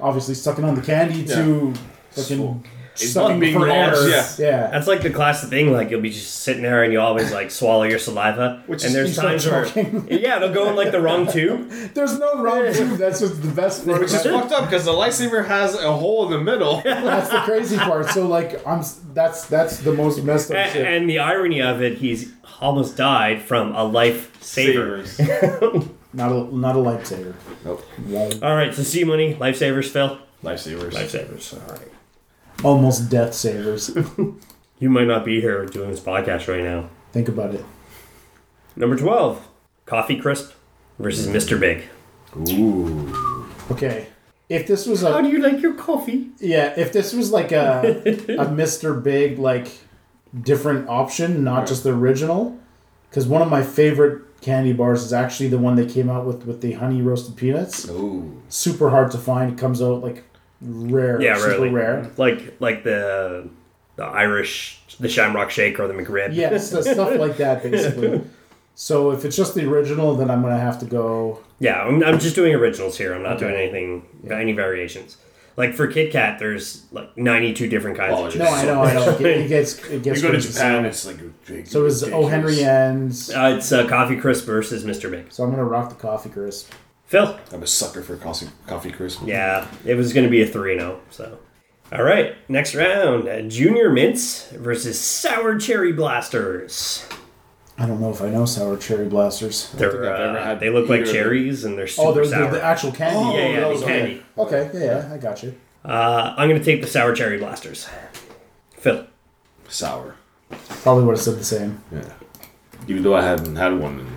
[SPEAKER 1] obviously sucking on the candy to fucking sucking
[SPEAKER 6] being
[SPEAKER 1] for air.
[SPEAKER 6] launched, yeah.
[SPEAKER 1] yeah.
[SPEAKER 2] That's like the classic thing. Like you'll be just sitting there and you always like swallow your saliva.
[SPEAKER 6] Which
[SPEAKER 2] and
[SPEAKER 6] is-
[SPEAKER 2] there's
[SPEAKER 1] you start
[SPEAKER 2] times where
[SPEAKER 1] choking.
[SPEAKER 2] yeah, it'll go in like the wrong tube.
[SPEAKER 1] There's no wrong move. That's just the best part.
[SPEAKER 6] Which is fucked up because the lightsaber has a hole in the middle.
[SPEAKER 1] That's the crazy part. So like I'm s- that's that's the most messed
[SPEAKER 2] A-
[SPEAKER 1] up shit.
[SPEAKER 2] And the irony of it, he's almost died from a lifesaver.
[SPEAKER 6] Savers.
[SPEAKER 1] Not a not a lightsaber.
[SPEAKER 6] Nope.
[SPEAKER 2] All right, so see money, lifesavers, Phil.
[SPEAKER 6] Lifesavers.
[SPEAKER 2] Lifesavers. All right.
[SPEAKER 1] Almost death savers.
[SPEAKER 2] You might not be here doing this podcast right now.
[SPEAKER 1] Think about it.
[SPEAKER 2] Number twelve, coffee crisp versus Mr. Big.
[SPEAKER 6] Ooh.
[SPEAKER 1] Okay. If this was
[SPEAKER 2] How
[SPEAKER 1] a
[SPEAKER 2] do you like your coffee?
[SPEAKER 1] yeah, if this was like a a Mr. Big like different option, not just the original, because one of my favorite candy bars is actually the one they came out with with the honey roasted peanuts.
[SPEAKER 6] Ooh.
[SPEAKER 1] Super hard to find. Comes out like rare.
[SPEAKER 2] Yeah,
[SPEAKER 1] super
[SPEAKER 2] rarely.
[SPEAKER 1] rare.
[SPEAKER 2] Like like the the Irish the Shamrock Shake or the McRib.
[SPEAKER 1] Yes, the stuff like that basically. So if it's just the original, then I'm gonna have to go.
[SPEAKER 2] Yeah, I'm, I'm just doing originals here. I'm not
[SPEAKER 1] Okay.
[SPEAKER 2] doing anything any variations. Like for Kit Kat, there's like 92 different kinds.
[SPEAKER 6] Oh,
[SPEAKER 2] of
[SPEAKER 1] No, I know, I know. It, it gets it gets.
[SPEAKER 6] You go to
[SPEAKER 1] crazy.
[SPEAKER 6] Japan, it's like big.
[SPEAKER 1] So it's O Henry and so
[SPEAKER 2] Uh, it's uh, Coffee Crisp versus Mr. Mix.
[SPEAKER 1] I'm gonna rock the coffee crisp.
[SPEAKER 2] Phil.
[SPEAKER 6] I'm a sucker for coffee, coffee crisp.
[SPEAKER 2] Yeah, it was going to be a 3 0. So, all right, next round uh, Junior Mints versus Sour Cherry Blasters.
[SPEAKER 1] I don't know if I know sour cherry blasters.
[SPEAKER 2] They're,
[SPEAKER 6] I've ever
[SPEAKER 2] uh,
[SPEAKER 6] had
[SPEAKER 2] they look like
[SPEAKER 6] either of them.
[SPEAKER 2] cherries and they're super
[SPEAKER 1] Oh, they're, they're
[SPEAKER 2] sour.
[SPEAKER 1] the actual candy.
[SPEAKER 6] Oh,
[SPEAKER 2] yeah, yeah,
[SPEAKER 6] those
[SPEAKER 2] the
[SPEAKER 6] are-
[SPEAKER 2] candy.
[SPEAKER 1] Okay, yeah, yeah, I got you.
[SPEAKER 2] Uh, I'm going to take the Sour Cherry Blasters. Phil.
[SPEAKER 6] Sour.
[SPEAKER 1] Probably would have said the same
[SPEAKER 6] Yeah. Even though I haven't had one in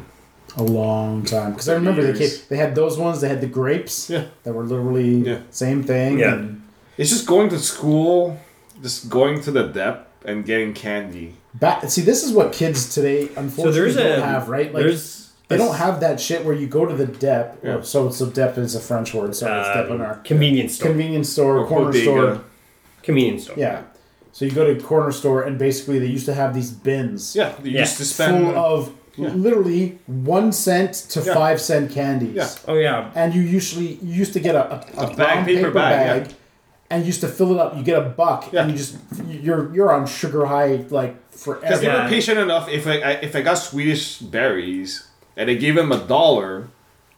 [SPEAKER 1] a long time because I remember they
[SPEAKER 6] Years.
[SPEAKER 1] came, they had those ones. They had the grapes
[SPEAKER 6] Yeah.
[SPEAKER 1] that were literally
[SPEAKER 6] Yeah.
[SPEAKER 1] same thing.
[SPEAKER 2] Yeah.
[SPEAKER 1] and
[SPEAKER 6] It's just going to school, just going to the dep and getting candy.
[SPEAKER 1] ba- see, this is what kids today unfortunately
[SPEAKER 2] there's
[SPEAKER 1] don't
[SPEAKER 2] a-
[SPEAKER 1] have, right? Like
[SPEAKER 2] there's
[SPEAKER 1] they don't have that shit where you go to the dep.
[SPEAKER 6] Yeah.
[SPEAKER 1] So so dep is a French word. Sorry, it's dep in
[SPEAKER 2] uh,
[SPEAKER 1] our
[SPEAKER 2] convenience store.
[SPEAKER 1] convenience store,
[SPEAKER 6] Or
[SPEAKER 1] corner
[SPEAKER 6] bodega.
[SPEAKER 1] store.
[SPEAKER 2] convenience store.
[SPEAKER 1] Yeah. So you go to a corner store and basically they used to have these bins.
[SPEAKER 6] Yeah, you
[SPEAKER 2] Yeah.
[SPEAKER 6] used to spend.
[SPEAKER 1] Full of literally one cent to five cent candies.
[SPEAKER 6] Yeah.
[SPEAKER 2] Oh yeah.
[SPEAKER 1] And you usually you used to get a, a, a
[SPEAKER 6] bag,
[SPEAKER 1] brown
[SPEAKER 6] paper bag, yeah.
[SPEAKER 1] and you used to fill it up. You get a buck,
[SPEAKER 6] Yeah.
[SPEAKER 1] and you just you're you're on sugar high like
[SPEAKER 6] Because
[SPEAKER 1] forever.
[SPEAKER 6] they
[SPEAKER 2] Yeah.
[SPEAKER 6] were patient enough. If I, I if I got Swedish berries and I gave them a dollar,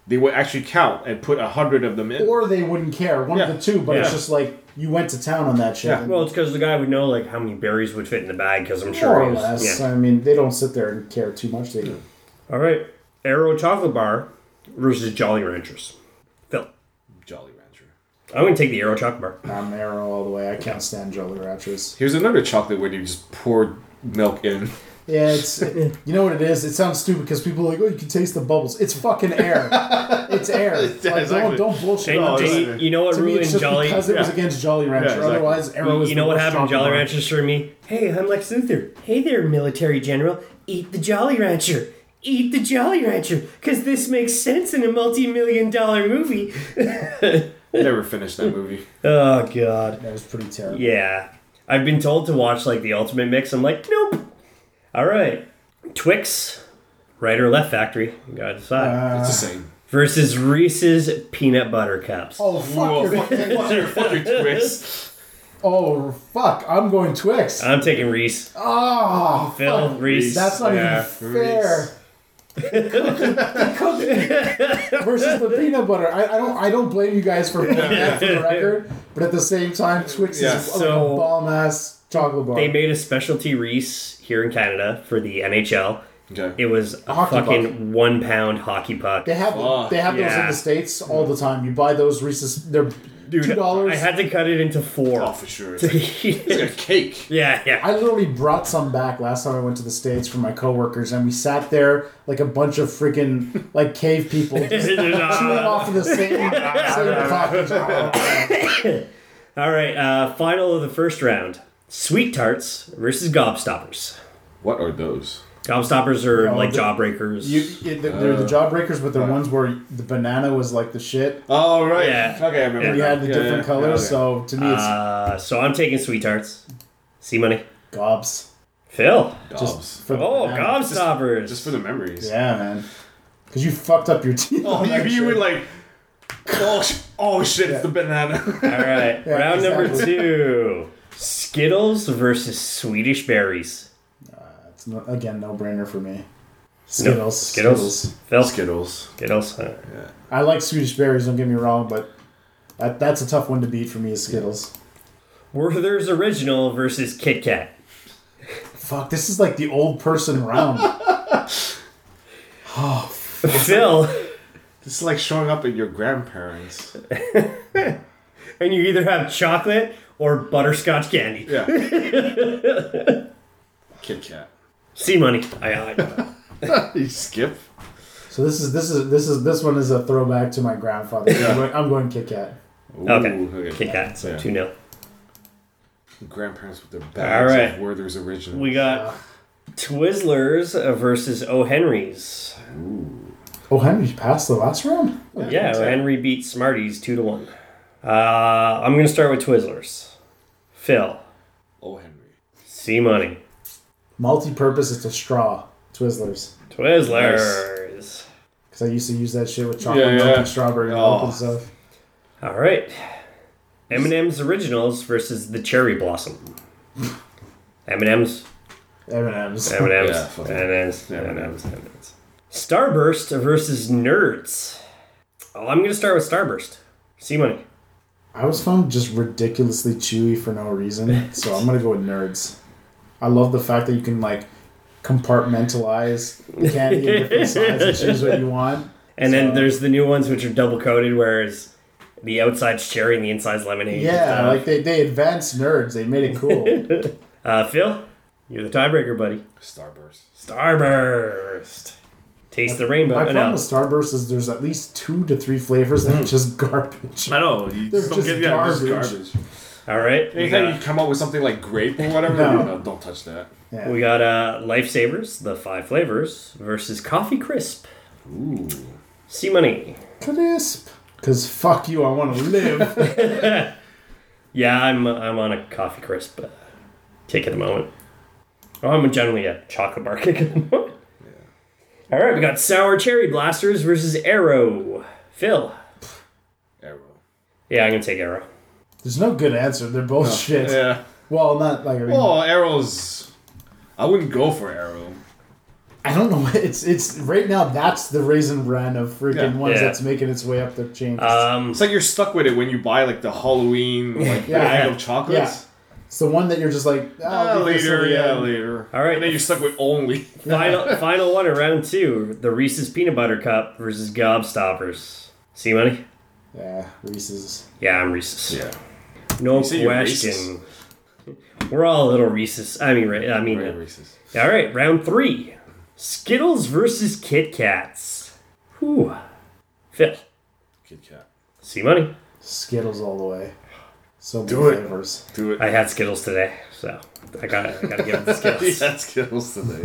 [SPEAKER 6] they would actually count and put a hundred of them in.
[SPEAKER 1] Or they wouldn't care, one
[SPEAKER 6] Yeah.
[SPEAKER 1] of the two. But it's
[SPEAKER 6] Yeah.
[SPEAKER 1] just like you went to town on that shit.
[SPEAKER 6] Yeah.
[SPEAKER 1] and-
[SPEAKER 2] Well, it's because the guy would know like how many berries would fit in the bag because I'm sure.
[SPEAKER 1] more or
[SPEAKER 2] he was-
[SPEAKER 1] less.
[SPEAKER 2] Yeah.
[SPEAKER 1] I mean, they don't sit there and care too much. They do.
[SPEAKER 2] All right, Arrow Chocolate Bar versus Jolly Ranchers. Phil,
[SPEAKER 6] Jolly Rancher.
[SPEAKER 2] I'm gonna take the Arrow Chocolate Bar.
[SPEAKER 1] I'm arrow all the way. I can't stand Jolly Ranchers.
[SPEAKER 6] Here's another chocolate where you just poured milk in.
[SPEAKER 1] Yeah, it's you know what it is. It sounds stupid because people are like, oh, you can taste the bubbles. It's fucking air. it's air. Like, don't,
[SPEAKER 6] exactly.
[SPEAKER 1] don't bullshit.
[SPEAKER 2] And
[SPEAKER 1] me.
[SPEAKER 6] No,
[SPEAKER 2] they-
[SPEAKER 6] it's-
[SPEAKER 2] you know what
[SPEAKER 1] to me,
[SPEAKER 2] ruined
[SPEAKER 1] it's just
[SPEAKER 2] Jolly?
[SPEAKER 1] because it was
[SPEAKER 6] yeah.
[SPEAKER 1] against Jolly Rancher.
[SPEAKER 6] exactly.
[SPEAKER 1] Otherwise, arrow is
[SPEAKER 2] You
[SPEAKER 1] the
[SPEAKER 2] know what
[SPEAKER 1] worst
[SPEAKER 2] happened to
[SPEAKER 1] chocolate
[SPEAKER 2] Jolly
[SPEAKER 1] bar.
[SPEAKER 2] Ranchers for me? Hey, I'm Lex Luthor. Hey there, military general. Eat the Jolly Rancher. Eat the Jolly Rancher, because this makes sense in a multi-million dollar movie.
[SPEAKER 6] I never finished that movie.
[SPEAKER 2] Oh God.
[SPEAKER 1] That was pretty terrible.
[SPEAKER 2] Yeah. I've been told to watch like the ultimate mix. I'm like, nope. All right. Twix, right or left factory. You gotta decide.
[SPEAKER 1] Uh,
[SPEAKER 6] it's the same.
[SPEAKER 2] Versus Reese's peanut butter cups.
[SPEAKER 1] Oh fuck! You're fucking,
[SPEAKER 6] What's your fucking twist?
[SPEAKER 1] oh fuck! I'm going Twix.
[SPEAKER 2] I'm taking Reese.
[SPEAKER 1] oh,
[SPEAKER 2] Phil,
[SPEAKER 1] fuck.
[SPEAKER 2] Reese.
[SPEAKER 1] That's not
[SPEAKER 6] Yeah,
[SPEAKER 1] even fair. Cookie- cookie versus the peanut butter. I, I don't. I don't blame you guys for voting that for the record, but at the same time, Twix
[SPEAKER 6] Yeah.
[SPEAKER 1] is like
[SPEAKER 2] So-
[SPEAKER 1] a bomb ass chocolate bar.
[SPEAKER 2] They made a specialty Reese here in Canada for the NHL.
[SPEAKER 6] Okay.
[SPEAKER 2] It was a
[SPEAKER 1] Hockey
[SPEAKER 2] fucking
[SPEAKER 1] puck.
[SPEAKER 2] one pound hockey puck.
[SPEAKER 1] They have
[SPEAKER 6] Fuck,
[SPEAKER 1] they have those in
[SPEAKER 2] yeah.
[SPEAKER 1] the states all the time. You buy those Reese's. They're two dollars.
[SPEAKER 2] I had to cut it into four.
[SPEAKER 6] Oh, for sure. It's like a cake.
[SPEAKER 2] yeah, yeah.
[SPEAKER 1] I literally brought some back last time I went to the states for my coworkers, and we sat there like a bunch of freaking like cave people, just chewing off of the same, same coffee.
[SPEAKER 2] All right, uh, final of the first round: sweet tarts versus gobstoppers.
[SPEAKER 6] What are those?
[SPEAKER 2] Gobstoppers are
[SPEAKER 1] No,
[SPEAKER 2] like
[SPEAKER 1] the-
[SPEAKER 2] jawbreakers.
[SPEAKER 1] You, you- they're the
[SPEAKER 6] Uh,
[SPEAKER 1] jawbreakers, but they're ones where the banana was like the shit.
[SPEAKER 6] Oh right.
[SPEAKER 2] Yeah.
[SPEAKER 6] Okay, I remember.
[SPEAKER 1] You
[SPEAKER 6] now.
[SPEAKER 1] had the
[SPEAKER 6] Yeah,
[SPEAKER 1] different
[SPEAKER 6] yeah,
[SPEAKER 1] colors,
[SPEAKER 6] yeah,
[SPEAKER 1] so to me, it's
[SPEAKER 2] uh, so I'm taking sweet tarts. See money,
[SPEAKER 1] gobs.
[SPEAKER 2] Phil.
[SPEAKER 6] okay.
[SPEAKER 1] Just
[SPEAKER 6] Gobs.
[SPEAKER 1] for the
[SPEAKER 2] Oh,
[SPEAKER 1] banana.
[SPEAKER 2] gobstoppers.
[SPEAKER 6] Just for the memories.
[SPEAKER 1] Yeah, man. Because you fucked up your teeth.
[SPEAKER 6] Oh,
[SPEAKER 1] on
[SPEAKER 6] you,
[SPEAKER 1] that
[SPEAKER 6] you were
[SPEAKER 1] shit.
[SPEAKER 6] like, oh, sh- oh shit, it's the banana.
[SPEAKER 2] All right,
[SPEAKER 1] Yeah,
[SPEAKER 2] round number
[SPEAKER 1] exactly.
[SPEAKER 2] two: Skittles versus Swedish berries.
[SPEAKER 1] It's no- again no brainer for me. Skittles,
[SPEAKER 2] Skittles. Phil.
[SPEAKER 6] Skittles.
[SPEAKER 2] Skittles. Uh,
[SPEAKER 1] I like Swedish berries. Don't get me wrong, but that, that's a tough one to beat for me. Is Skittles.
[SPEAKER 2] Werther's original versus Kit Kat.
[SPEAKER 1] Fuck, this is like the old person round.
[SPEAKER 2] Phil,
[SPEAKER 6] This is like showing up at your grandparents.
[SPEAKER 2] and you either have chocolate or butterscotch candy.
[SPEAKER 6] Yeah. Kit Kat.
[SPEAKER 2] See money. I, I
[SPEAKER 6] You skip.
[SPEAKER 1] so this is this is this is this one is a throwback to my grandfather. I'm, going, I'm going Kit Kat.
[SPEAKER 6] Ooh,
[SPEAKER 2] okay. Kit Kat. So
[SPEAKER 6] Yeah.
[SPEAKER 2] two 0
[SPEAKER 6] Grandparents with their bags
[SPEAKER 2] All right.
[SPEAKER 6] of Werther's original.
[SPEAKER 2] We got Twizzlers uh, versus O Henry's.
[SPEAKER 1] Oh, Henry passed the last round.
[SPEAKER 2] Yeah, O Henry beat Smarties two to one. Uh, I'm gonna start with Twizzlers. Phil,
[SPEAKER 6] oh, Henry.
[SPEAKER 2] see money.
[SPEAKER 1] Multi-purpose. It's a straw. Twizzlers.
[SPEAKER 2] Twizzlers.
[SPEAKER 1] Because I used to use that shit with chocolate
[SPEAKER 6] Yeah,
[SPEAKER 1] milk
[SPEAKER 6] yeah.
[SPEAKER 1] and strawberry milk
[SPEAKER 6] Oh.
[SPEAKER 1] and stuff.
[SPEAKER 2] All right. M&M's originals versus the cherry blossom. M&M's
[SPEAKER 1] M and M's.
[SPEAKER 2] M and
[SPEAKER 6] Yeah,
[SPEAKER 2] M's,
[SPEAKER 6] fuck
[SPEAKER 2] M
[SPEAKER 6] it.
[SPEAKER 2] and M's,
[SPEAKER 6] Yeah,
[SPEAKER 2] M and M's,
[SPEAKER 6] M&Ms.
[SPEAKER 2] M and M's. Starburst versus Nerds. Oh, I'm gonna start with Starburst. See money.
[SPEAKER 1] I was found just ridiculously chewy for no reason, so I'm gonna go with nerds. I love the fact that you can like compartmentalize the candy in different sizes and choose what you want.
[SPEAKER 2] And then there's the new ones which are double coated, whereas the outside's cherry and the inside's lemonade.
[SPEAKER 1] Yeah,
[SPEAKER 2] Uh,
[SPEAKER 1] like they, they advanced nerds, they made it cool.
[SPEAKER 2] uh, Phil, you're the tiebreaker, buddy.
[SPEAKER 6] Starburst.
[SPEAKER 2] Starburst. Taste the rainbow. Uh,
[SPEAKER 1] My
[SPEAKER 2] I
[SPEAKER 1] problem
[SPEAKER 2] know.
[SPEAKER 1] with Starburst is there's at least two to three flavors that are
[SPEAKER 6] Mm.
[SPEAKER 1] just garbage.
[SPEAKER 6] I know. You
[SPEAKER 1] They're just
[SPEAKER 6] just
[SPEAKER 1] garbage.
[SPEAKER 6] garbage.
[SPEAKER 2] All right, we
[SPEAKER 6] Anytime
[SPEAKER 2] got,
[SPEAKER 6] you come up with something like grape or whatever,
[SPEAKER 1] No.
[SPEAKER 6] no. don't touch that.
[SPEAKER 1] Yeah.
[SPEAKER 2] we got uh, Lifesavers, the five flavors, versus Coffee Crisp.
[SPEAKER 6] Ooh.
[SPEAKER 2] See money.
[SPEAKER 1] Crisp. Cause fuck you, I want to live.
[SPEAKER 2] Yeah, I'm I'm on a coffee crisp uh, kick at the moment. Oh, I'm generally a chocolate bar kick at the moment. All right, we got sour cherry blasters versus arrow. Phil.
[SPEAKER 6] Arrow.
[SPEAKER 2] Yeah, I'm gonna take arrow.
[SPEAKER 1] There's no good answer. They're both shit.
[SPEAKER 6] Yeah.
[SPEAKER 1] Well, not like I mean,
[SPEAKER 6] Well, arrows. I wouldn't go for arrow.
[SPEAKER 1] I don't know. It's it's right now. That's the raisin bran of freaking
[SPEAKER 6] Yeah. Uh,
[SPEAKER 1] ones
[SPEAKER 2] Yeah.
[SPEAKER 1] that's making its way up the chain.
[SPEAKER 2] Um,
[SPEAKER 6] It's like you're stuck with it when you buy like the Halloween like
[SPEAKER 1] Yeah.
[SPEAKER 6] bag of chocolates.
[SPEAKER 1] it's the one that you're just like
[SPEAKER 6] Ah,
[SPEAKER 1] ah, leave this
[SPEAKER 6] later,
[SPEAKER 1] till the
[SPEAKER 6] yeah,
[SPEAKER 1] end.
[SPEAKER 6] later.
[SPEAKER 2] All right.
[SPEAKER 6] And then you're stuck with only.
[SPEAKER 2] final final one in round two: the Reese's peanut butter cup versus Gobstoppers. See money?
[SPEAKER 1] Yeah, Reese's.
[SPEAKER 2] Yeah, I'm Reese's.
[SPEAKER 6] Yeah.
[SPEAKER 2] No
[SPEAKER 6] say you're
[SPEAKER 2] question. We're all a little Reese's. I mean, right? I mean,
[SPEAKER 6] Right, Reese's.
[SPEAKER 2] all right. Round three: Skittles versus Kit Kats. Whew. Phil,
[SPEAKER 6] Kit Kat.
[SPEAKER 2] see money.
[SPEAKER 1] Skittles all the way. So many
[SPEAKER 6] Do it.
[SPEAKER 1] flavors.
[SPEAKER 6] Do it.
[SPEAKER 2] I had Skittles today, so I got I got to give it the Skittles.
[SPEAKER 6] That's kills today.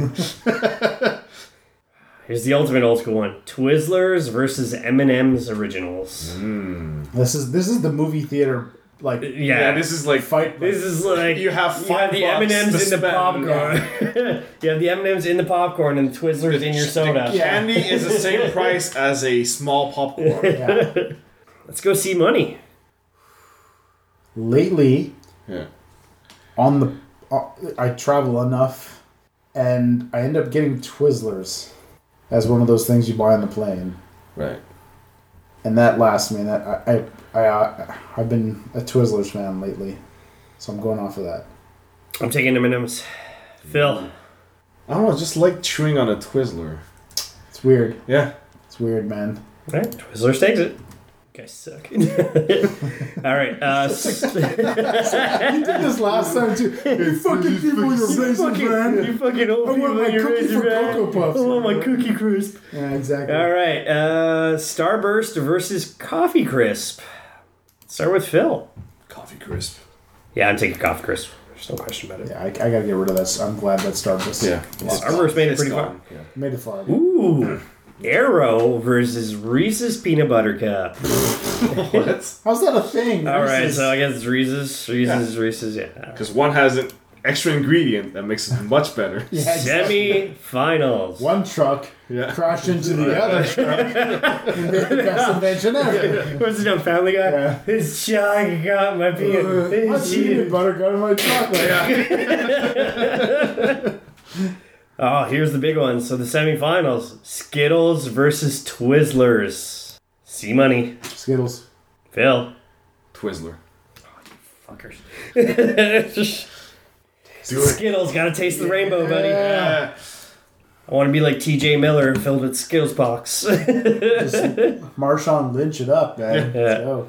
[SPEAKER 2] Here's the ultimate old school one: Twizzlers versus M and M's originals.
[SPEAKER 6] Mm-hmm.
[SPEAKER 1] This is this is the movie theater like
[SPEAKER 6] yeah, this is like
[SPEAKER 1] fight.
[SPEAKER 2] This is like
[SPEAKER 6] You have five
[SPEAKER 2] the
[SPEAKER 6] bucks
[SPEAKER 2] M and
[SPEAKER 6] to
[SPEAKER 2] M's in the
[SPEAKER 6] spend.
[SPEAKER 2] popcorn. you have the M and M's in the popcorn and the Twizzlers in your soda.
[SPEAKER 1] yeah.
[SPEAKER 6] Candy is the same price as a small popcorn.
[SPEAKER 1] yeah.
[SPEAKER 2] Let's go see money.
[SPEAKER 1] Lately,
[SPEAKER 6] Yeah.
[SPEAKER 1] on the uh, I travel enough, and I end up getting Twizzlers as one of those things you buy on the plane,
[SPEAKER 6] Right.
[SPEAKER 1] and that lasts me. And that I I, I uh, I've been a Twizzlers fan lately, so I'm going off of that.
[SPEAKER 2] I'm taking M and M's. Phil,
[SPEAKER 6] I don't know, just like chewing on a Twizzler.
[SPEAKER 1] It's weird.
[SPEAKER 6] Yeah.
[SPEAKER 1] It's weird, man.
[SPEAKER 2] all right, Twizzlers takes it. You guys suck. all right, uh, s-
[SPEAKER 1] You did this last time too. You fucking people with your raisin
[SPEAKER 2] you fucking old
[SPEAKER 1] I
[SPEAKER 2] people.
[SPEAKER 1] want my
[SPEAKER 2] you
[SPEAKER 1] cookie
[SPEAKER 2] raise your
[SPEAKER 1] for
[SPEAKER 2] hand.
[SPEAKER 1] Cocoa Puffs.
[SPEAKER 2] I want my cookie crisp.
[SPEAKER 1] Yeah, exactly.
[SPEAKER 2] All right, uh, Starburst versus Coffee Crisp. Start with Phil.
[SPEAKER 6] Coffee crisp.
[SPEAKER 2] Yeah, I'm taking Coffee Crisp. There's no question about it.
[SPEAKER 1] Yeah, I, I gotta get rid of that. I'm glad that Starbucks.
[SPEAKER 6] Yeah.
[SPEAKER 2] Starburst made it pretty far.
[SPEAKER 6] gone. Yeah.
[SPEAKER 1] Made the far.
[SPEAKER 2] Ooh, Arrow versus Reese's Peanut Butter Cup.
[SPEAKER 6] What?
[SPEAKER 1] How's that a thing?
[SPEAKER 2] All right,
[SPEAKER 1] Reese's.
[SPEAKER 2] so I guess it's Reese's, Reese's, Reese's. Yeah.
[SPEAKER 6] Because one has an extra ingredient that makes it much better.
[SPEAKER 1] Yeah, exactly.
[SPEAKER 2] Semi-finals.
[SPEAKER 1] one truck
[SPEAKER 6] Yeah.
[SPEAKER 1] crashed into the other truck and made the best invention ever.
[SPEAKER 2] What's his name? Family Guy.
[SPEAKER 1] Yeah.
[SPEAKER 2] His child got my peanut.
[SPEAKER 1] Uh,
[SPEAKER 2] his
[SPEAKER 1] my peanut
[SPEAKER 2] peanut.
[SPEAKER 1] butter got in my chocolate.
[SPEAKER 2] Oh, here's the big one. So the semifinals: Skittles versus Twizzlers. See money,
[SPEAKER 1] Skittles.
[SPEAKER 2] Phil.
[SPEAKER 6] Twizzler.
[SPEAKER 2] Fuckers.
[SPEAKER 6] Do it.
[SPEAKER 2] Skittles gotta taste the rainbow, buddy.
[SPEAKER 6] Yeah.
[SPEAKER 2] I want to be like T.J. Miller filled with Skittles box.
[SPEAKER 1] Marshawn Lynch it up, man.
[SPEAKER 2] Yeah.
[SPEAKER 1] Let's go.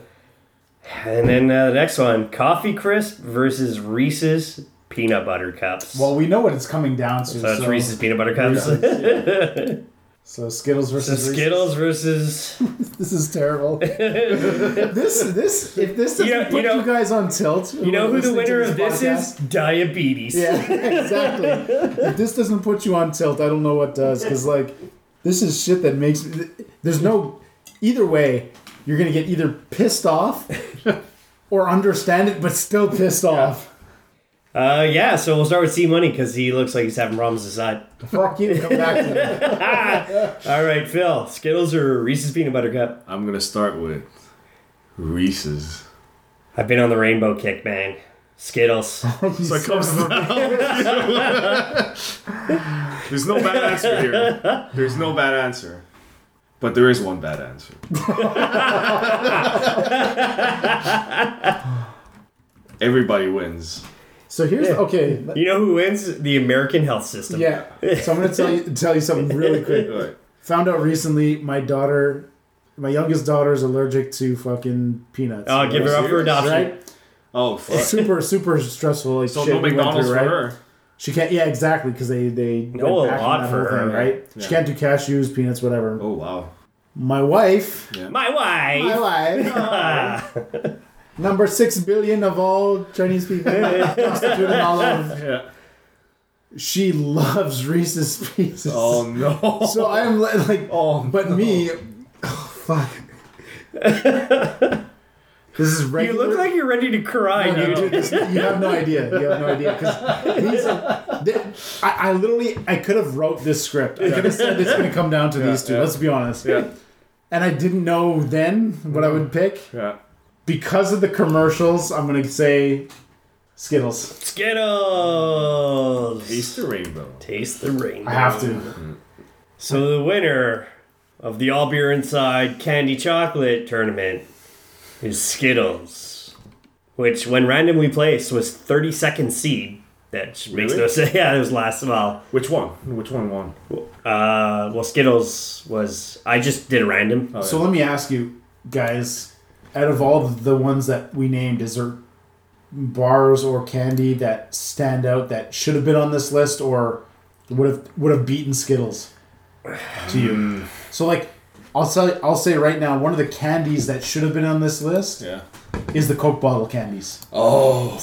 [SPEAKER 2] And then uh, the next one, Coffee Crisp versus Reese's Peanut Butter Cups.
[SPEAKER 1] Well, we know what it's coming down to.
[SPEAKER 2] so it's
[SPEAKER 1] so,
[SPEAKER 2] Reese's Peanut Butter Cups.
[SPEAKER 1] so Skittles
[SPEAKER 2] so
[SPEAKER 1] versus
[SPEAKER 2] Skittles versus.
[SPEAKER 1] Reese's. This is terrible. this this if this doesn't
[SPEAKER 2] You know-
[SPEAKER 1] put
[SPEAKER 2] you
[SPEAKER 1] you,
[SPEAKER 2] know-
[SPEAKER 1] guys on tilt.
[SPEAKER 2] You know who the winner of this
[SPEAKER 1] podcast-
[SPEAKER 2] is? Diabetes.
[SPEAKER 1] Yeah, exactly. if this doesn't put you on tilt, I don't know what does. Because like, this is shit that makes. me- There's no. Either way, you're gonna get either pissed off, or understand it, but still pissed off.
[SPEAKER 2] Uh, yeah, so we'll start with C Money because he looks like he's having problems aside.
[SPEAKER 1] Fuck you. Come back to me.
[SPEAKER 2] All right, Phil, Skittles or Reese's Peanut Butter Cup?
[SPEAKER 6] I'm gonna start with Reese's.
[SPEAKER 2] I've been on the rainbow kick, man. Skittles.
[SPEAKER 6] So it comes down- There's no bad answer here. There's no bad answer. But there is one bad answer. Everybody wins.
[SPEAKER 1] So here's okay.
[SPEAKER 2] You know who wins? The American health system.
[SPEAKER 1] Yeah. So I'm gonna tell you tell you something really quick.
[SPEAKER 6] Right.
[SPEAKER 1] Found out recently, my daughter, my youngest daughter, is allergic to fucking peanuts.
[SPEAKER 2] Oh, give her up for adoption.
[SPEAKER 1] Right?
[SPEAKER 6] Oh, fuck.
[SPEAKER 1] Super, super stressful. Like
[SPEAKER 6] So
[SPEAKER 1] shit
[SPEAKER 6] no
[SPEAKER 1] we went through,
[SPEAKER 6] McDonald's
[SPEAKER 1] right?
[SPEAKER 6] for her.
[SPEAKER 1] She can't. Yeah, exactly. Because they they
[SPEAKER 2] No,
[SPEAKER 1] went
[SPEAKER 2] a
[SPEAKER 1] back on
[SPEAKER 2] lot
[SPEAKER 1] that
[SPEAKER 2] for
[SPEAKER 1] whole
[SPEAKER 2] her.
[SPEAKER 1] right? She can't do cashews, peanuts, whatever.
[SPEAKER 6] Oh, wow.
[SPEAKER 1] My wife,
[SPEAKER 2] My wife.
[SPEAKER 1] my wife, number six billion of all Chinese people, constituting all of.
[SPEAKER 6] Yeah.
[SPEAKER 1] She loves Reese's Pieces.
[SPEAKER 6] Oh, no.
[SPEAKER 1] So I am li- like,
[SPEAKER 6] Oh,
[SPEAKER 1] but me, oh, fuck. this is
[SPEAKER 2] You
[SPEAKER 1] regular.
[SPEAKER 2] look like you're ready to cry,
[SPEAKER 1] No, no,
[SPEAKER 2] dude.
[SPEAKER 1] no, this- you have no idea. You have no idea because these. Are, they, I, I literally I could have wrote this script. I could have said it's going to come down to these two.
[SPEAKER 6] yeah.
[SPEAKER 1] Let's be honest.
[SPEAKER 6] Yeah.
[SPEAKER 1] And I didn't know then what I would pick,
[SPEAKER 6] Yeah.
[SPEAKER 1] because of the commercials, I'm gonna say Skittles.
[SPEAKER 2] Skittles.
[SPEAKER 6] Taste the rainbow.
[SPEAKER 2] Taste the
[SPEAKER 1] I
[SPEAKER 2] rainbow.
[SPEAKER 1] have to.
[SPEAKER 2] So the winner of the All Beer Inside Candy Chocolate Tournament is Skittles, which, when randomly placed, was 32nd seed. That sh- makes
[SPEAKER 6] Really?
[SPEAKER 2] no sense. Yeah, it was last of all.
[SPEAKER 6] Which one? Which one won?
[SPEAKER 2] Uh, well, Skittles was. I just did a random.
[SPEAKER 1] So let me ask you guys: out of all the ones that we named, is there bars or candy that stand out that should have been on this list or would have would have beaten Skittles to you? So like, I'll say I'll say right now, one of the candies that should have been on this list
[SPEAKER 6] Yeah. Oh,
[SPEAKER 1] is the Coke bottle candies.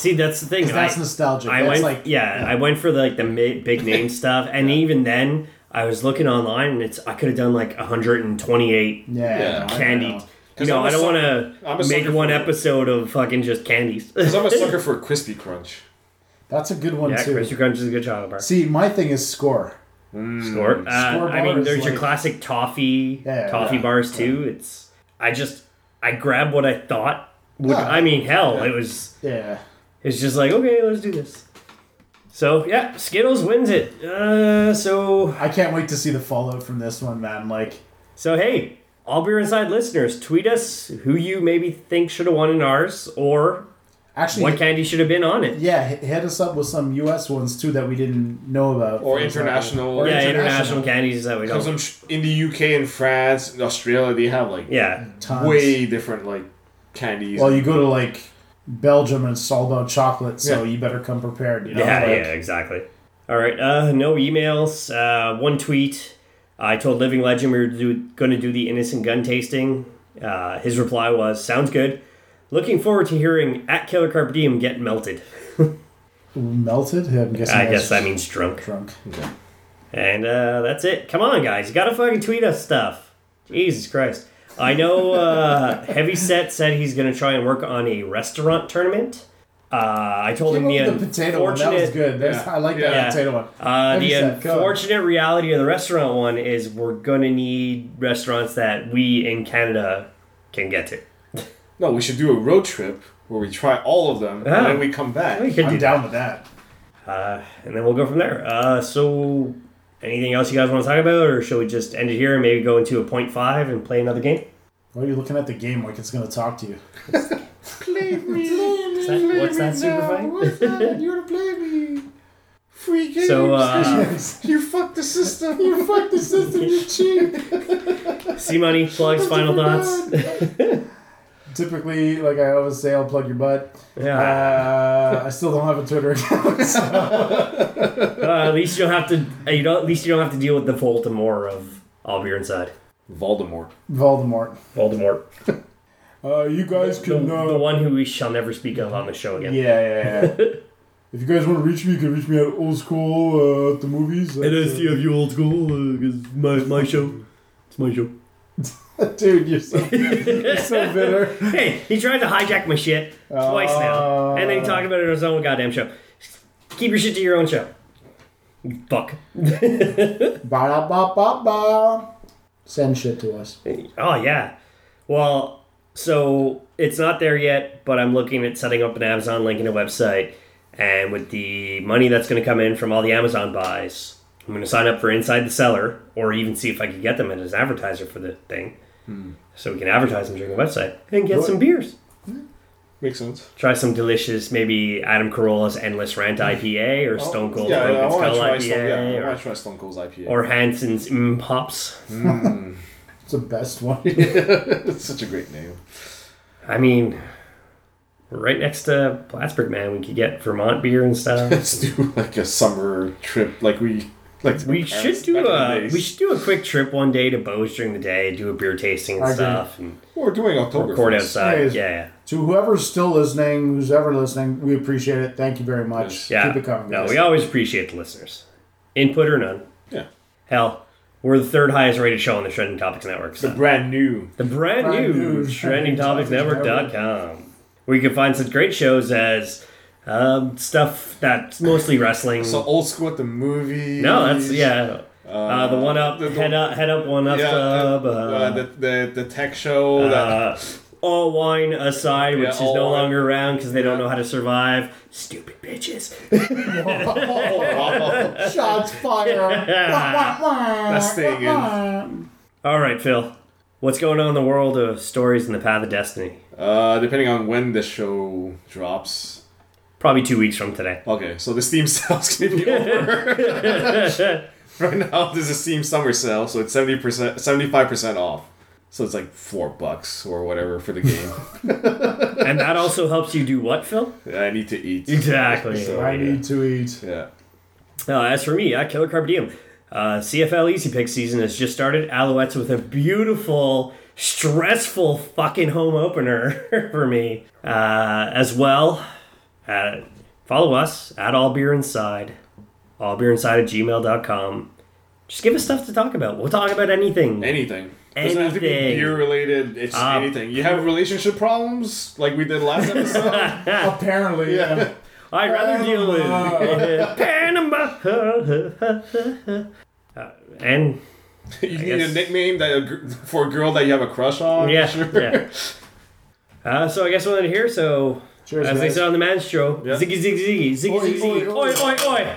[SPEAKER 2] See, that's the thing.
[SPEAKER 1] That's
[SPEAKER 2] I-
[SPEAKER 1] nostalgic.
[SPEAKER 2] I went,
[SPEAKER 1] That's like
[SPEAKER 2] yeah, I went for like the mi- big name stuff, and even then, I was looking online, and it's I could have done like 128
[SPEAKER 1] yeah,
[SPEAKER 6] Yeah,
[SPEAKER 1] I know.
[SPEAKER 2] candy. You
[SPEAKER 6] 'Cause
[SPEAKER 2] know,
[SPEAKER 6] I'm
[SPEAKER 2] I
[SPEAKER 6] a
[SPEAKER 2] don't
[SPEAKER 6] sucker-
[SPEAKER 2] want
[SPEAKER 6] I'm a
[SPEAKER 2] to make
[SPEAKER 6] sucker
[SPEAKER 2] one
[SPEAKER 6] for-
[SPEAKER 2] episode of fucking just candies.
[SPEAKER 6] Because
[SPEAKER 2] yeah,
[SPEAKER 6] I'm a sucker for crispy crunch.
[SPEAKER 1] That's a good one too.
[SPEAKER 2] Mr. Crunch is a good chocolate bar.
[SPEAKER 1] See, my thing is score.
[SPEAKER 2] Score. Uh,
[SPEAKER 1] Score
[SPEAKER 2] I mean,
[SPEAKER 1] bars,
[SPEAKER 2] there's your
[SPEAKER 1] like-
[SPEAKER 2] classic toffee
[SPEAKER 1] Yeah,
[SPEAKER 2] toffee
[SPEAKER 1] yeah,
[SPEAKER 2] bars too. It's I just I grabbed what I thought would.
[SPEAKER 1] Yeah.
[SPEAKER 2] I mean, hell, it was
[SPEAKER 1] Yeah.
[SPEAKER 2] It's just like, okay, let's do this. So yeah, Skittles wins it. Uh, so
[SPEAKER 1] I can't wait to see the fallout from this one, man. Like,
[SPEAKER 2] so hey, all beer inside listeners, tweet us who you maybe think should have won in ours or
[SPEAKER 1] actually,
[SPEAKER 2] what candy should have been on it.
[SPEAKER 1] yeah, h- hit us up with some U.S. ones too that we didn't know about.
[SPEAKER 6] Or
[SPEAKER 1] For example.
[SPEAKER 6] international.
[SPEAKER 1] Or
[SPEAKER 2] Yeah, international,
[SPEAKER 1] international.
[SPEAKER 2] candies that we
[SPEAKER 6] Because
[SPEAKER 2] don't.
[SPEAKER 6] I'm sh- in the UK and France and Australia, they have like
[SPEAKER 2] Yeah,
[SPEAKER 1] Tons.
[SPEAKER 6] way different like candies.
[SPEAKER 1] Well, you go to like Belgium and it's all about chocolate, so
[SPEAKER 6] Yeah.
[SPEAKER 1] you better come prepared. You know?
[SPEAKER 2] yeah,
[SPEAKER 1] like,
[SPEAKER 2] yeah, exactly. All right, uh, no emails. Uh, one tweet. I told Living Legend we were do, going to do the innocent gun tasting. Uh, his reply was, "Sounds good. Looking forward to hearing at Killer Carpe Diem get melted."
[SPEAKER 1] Melted? Yeah, I'm guessing.
[SPEAKER 2] I
[SPEAKER 1] that's
[SPEAKER 2] guess that means drunk.
[SPEAKER 1] drunk.
[SPEAKER 2] And uh, that's it. Come on, guys. You gotta fucking tweet us stuff. Jesus Christ. I know uh, Heavy Set said he's gonna try and work on a restaurant tournament. Uh, I told him the,
[SPEAKER 1] Yeah, the potato one. That was
[SPEAKER 2] unfortunate-
[SPEAKER 1] good. That's, I like that
[SPEAKER 2] Yeah.
[SPEAKER 1] potato one.
[SPEAKER 2] Uh, the
[SPEAKER 1] Heavy set, go.
[SPEAKER 2] unfortunate reality of the restaurant one is we're gonna need restaurants that we in Canada can get to.
[SPEAKER 6] no, we should do a road trip where we try all of them
[SPEAKER 2] Ah.
[SPEAKER 6] and then we come back.
[SPEAKER 2] We could
[SPEAKER 1] I'm
[SPEAKER 2] do
[SPEAKER 1] down with that.
[SPEAKER 2] Uh, and then we'll go from there. Uh, so, anything else you guys want to talk about, or shall we just end it here and maybe go into a point five and play another game?
[SPEAKER 1] Why are you looking at the game like it's going to talk to you?
[SPEAKER 2] What's that, what's that super fight?
[SPEAKER 6] you want to play me? Free games.
[SPEAKER 2] So, uh,
[SPEAKER 6] you fuck the system. You fuck the system. You cheat.
[SPEAKER 2] C Money plugs final thoughts.
[SPEAKER 1] Typically, like I always say, I'll plug your butt.
[SPEAKER 2] yeah.
[SPEAKER 1] Uh, I still don't have a Twitter account. so-
[SPEAKER 2] Uh, at least you don't have to. uh, You don't. At least you don't have to deal with the Voldemort of all beer inside.
[SPEAKER 6] Voldemort.
[SPEAKER 1] Voldemort.
[SPEAKER 2] Voldemort,
[SPEAKER 1] Uh, you guys
[SPEAKER 2] the,
[SPEAKER 1] can.
[SPEAKER 2] the
[SPEAKER 1] Uh,
[SPEAKER 2] one who we shall never speak of on the show
[SPEAKER 1] yeah,
[SPEAKER 2] again.
[SPEAKER 1] yeah, yeah. if you guys want to reach me, you can reach me at old school uh, at the movies.
[SPEAKER 2] you old school, because my my show, it's my show.
[SPEAKER 1] Dude, you're so, you're so bitter.
[SPEAKER 2] Hey, he tried to hijack my shit twice now, and then he talked about it on his own goddamn show. Keep your shit to your own show. Fuck.
[SPEAKER 1] Ba ba ba ba. Send shit to us.
[SPEAKER 2] Oh yeah. Well, so it's not there yet, but I'm looking at setting up an Amazon link in a website, and with the money that's going to come in from all the Amazon buys, I'm going to sign up for Inside the Seller, or even see if I can get them as an advertiser for the thing,
[SPEAKER 6] Hmm.
[SPEAKER 2] so we can advertise them during the website and get some beers.
[SPEAKER 6] Makes sense.
[SPEAKER 2] Try some delicious, maybe Adam Carolla's Endless Rant IPA or Stone Cold
[SPEAKER 6] Hmm. Oh, yeah, I
[SPEAKER 2] Broken
[SPEAKER 6] want to
[SPEAKER 2] Skull
[SPEAKER 6] try.
[SPEAKER 2] IPA
[SPEAKER 6] Stone, yeah, I
[SPEAKER 2] or,
[SPEAKER 6] want to try Stone Cold's IPA.
[SPEAKER 2] or Hanson's M Pops.
[SPEAKER 1] It's the best one.
[SPEAKER 6] That's such a great name.
[SPEAKER 2] I mean, right next to Plattsburgh, man, we could get Vermont beer and stuff.
[SPEAKER 6] Let's do like a summer trip, like we like.
[SPEAKER 2] we
[SPEAKER 6] parents
[SPEAKER 2] should do
[SPEAKER 6] back in the
[SPEAKER 2] a
[SPEAKER 6] days.
[SPEAKER 2] we should do a quick trip one day to Bose during the day, do a beer tasting and
[SPEAKER 1] I agree.
[SPEAKER 2] stuff, and
[SPEAKER 6] We're doing October.
[SPEAKER 2] record
[SPEAKER 6] first.
[SPEAKER 2] outside.
[SPEAKER 1] Nice.
[SPEAKER 2] Yeah,
[SPEAKER 1] to whoever's still listening, who's ever listening, we appreciate it. Thank you very much.
[SPEAKER 2] yeah,
[SPEAKER 1] Keep it
[SPEAKER 2] yeah.
[SPEAKER 1] coming.
[SPEAKER 2] No,
[SPEAKER 1] guys.
[SPEAKER 2] we always appreciate the listeners, input or none.
[SPEAKER 6] Yeah.
[SPEAKER 2] Hell, we're the third highest rated show on the Trending Topics Network. So.
[SPEAKER 6] Brand new.
[SPEAKER 2] The brand,
[SPEAKER 1] Brand
[SPEAKER 2] new,
[SPEAKER 1] new
[SPEAKER 2] trendingtopicsnetwork.com, where you can find such great shows as um, stuff that's mostly wrestling.
[SPEAKER 6] So old school at the movie.
[SPEAKER 2] no, that's yeah. Uh, the one up,
[SPEAKER 6] the- the-
[SPEAKER 2] head up, head up, one up
[SPEAKER 6] Yeah,
[SPEAKER 2] sub.
[SPEAKER 6] the,
[SPEAKER 2] Uh,
[SPEAKER 6] uh, the, the the tech show.
[SPEAKER 2] uh,
[SPEAKER 6] that-
[SPEAKER 2] all wine aside, which
[SPEAKER 6] Yeah,
[SPEAKER 2] is
[SPEAKER 6] all
[SPEAKER 2] no
[SPEAKER 6] wine.
[SPEAKER 2] longer around because they don't know how to survive. Stupid bitches.
[SPEAKER 1] Shots fired. Wah, wah, wah,
[SPEAKER 6] That's staying
[SPEAKER 1] wah,
[SPEAKER 6] in.
[SPEAKER 1] wah.
[SPEAKER 2] All right, Phil. What's going on in the world of stories in the Path of Destiny?
[SPEAKER 6] Uh, depending on when the show drops.
[SPEAKER 2] Probably two weeks from today.
[SPEAKER 6] Okay, so the Steam sale's gonna be over. right now, there's a Steam summer sale, so it's seventy percent, seventy-five percent off. So it's like four bucks or whatever for the game.
[SPEAKER 2] and that also helps you do what, Phil?
[SPEAKER 6] I need to eat.
[SPEAKER 2] Exactly.
[SPEAKER 6] So,
[SPEAKER 1] I need to eat.
[SPEAKER 6] Yeah.
[SPEAKER 2] Uh, as for me, I Killer Carpe Diem. Uh, CFL Easy Pick season has just started. Alouettes with a beautiful, stressful fucking home opener for me. Uh, as well, uh, follow us at All Beer Inside, allbeerinside at gmail.com. Just give us stuff to talk about. We'll talk about anything.
[SPEAKER 6] Anything. Doesn't have to be
[SPEAKER 2] Anything.
[SPEAKER 6] beer related. It's
[SPEAKER 2] Um,
[SPEAKER 6] anything. You have relationship problems like we did last episode.
[SPEAKER 1] Apparently, yeah.
[SPEAKER 2] I'd rather deal with Panama. Uh, and
[SPEAKER 6] you need
[SPEAKER 2] guess-
[SPEAKER 6] a nickname that a, gr- for a girl that you have a crush on.
[SPEAKER 2] yeah, yeah. Uh, so I guess we're done here. So
[SPEAKER 1] Cheers,
[SPEAKER 2] as they
[SPEAKER 1] guys.
[SPEAKER 2] said on the man show,
[SPEAKER 6] Yeah.
[SPEAKER 2] ziggy ziggy ziggy ziggy
[SPEAKER 1] Oi,
[SPEAKER 2] ziggy ziggy,
[SPEAKER 1] oi,
[SPEAKER 2] oi
[SPEAKER 1] oi.
[SPEAKER 2] oi oi.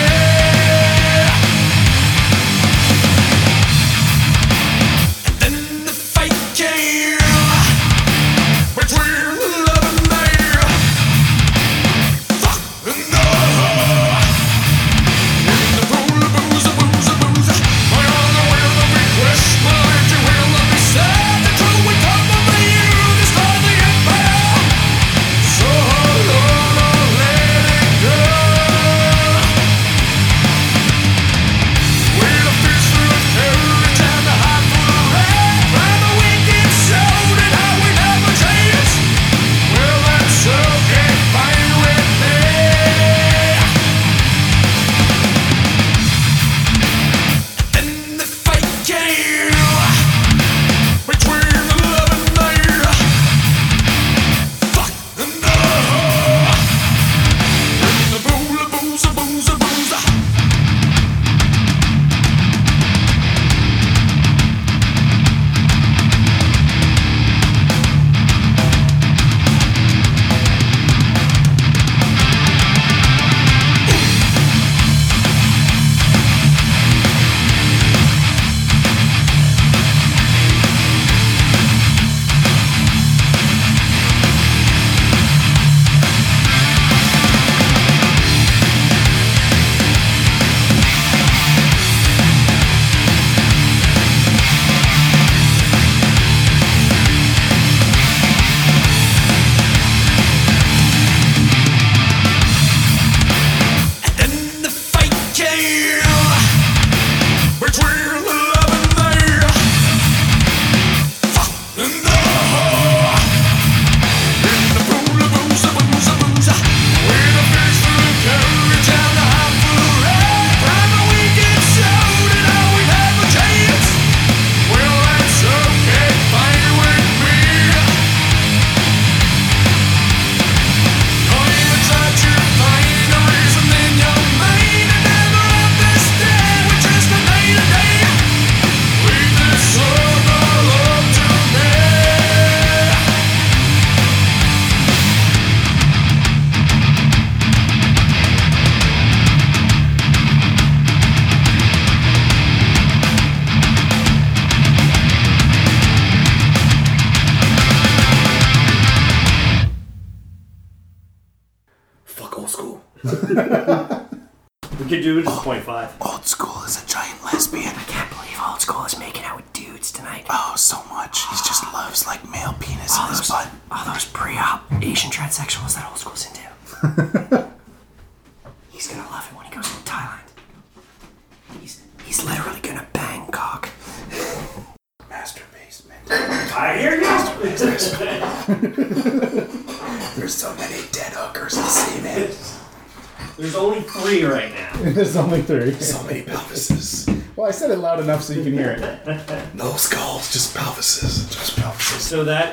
[SPEAKER 5] Yeah. Then the fight came between love and me. Fuck no. With the pool of booze, a booze, a booze, my honor will not be crushed, my empty will not be sad. The true will come of the you, this time the empire. So hold on, I'll let it go. We're a fish through a current and a hot full of red. I'm a wicked soul and I will never change. Well, that's okay, fine with me. Then the fight came between the love and me. Fuck no. The booze, booze, booze, booze. Then the fight came between love and me. Fuck and the whore. In the pool of booze, a booze, a booze, with a face full of courage and a heart full of red. I'm a wicked soul and I will have a chance. Well, that's okay, fine with me.
[SPEAKER 6] Fuck old school.
[SPEAKER 2] We could do just 0.5.
[SPEAKER 5] Old school is a giant lesbian. I can't believe old school is making out with dudes tonight. Oh, so much. He just loves like male penis in his butt. All those pre-op Asian transsexuals that old school's into. he's gonna love it when he goes to Thailand. He's he's literally gonna bang cock. Master basement.
[SPEAKER 2] I hear you.
[SPEAKER 5] There's so many dead hookers in semen.
[SPEAKER 2] There's only three right now.
[SPEAKER 1] There's only three.
[SPEAKER 5] So many pelvises.
[SPEAKER 1] Well, I said it loud enough so you can hear it.
[SPEAKER 5] No skulls, just pelvises. Just pelvises.
[SPEAKER 2] So that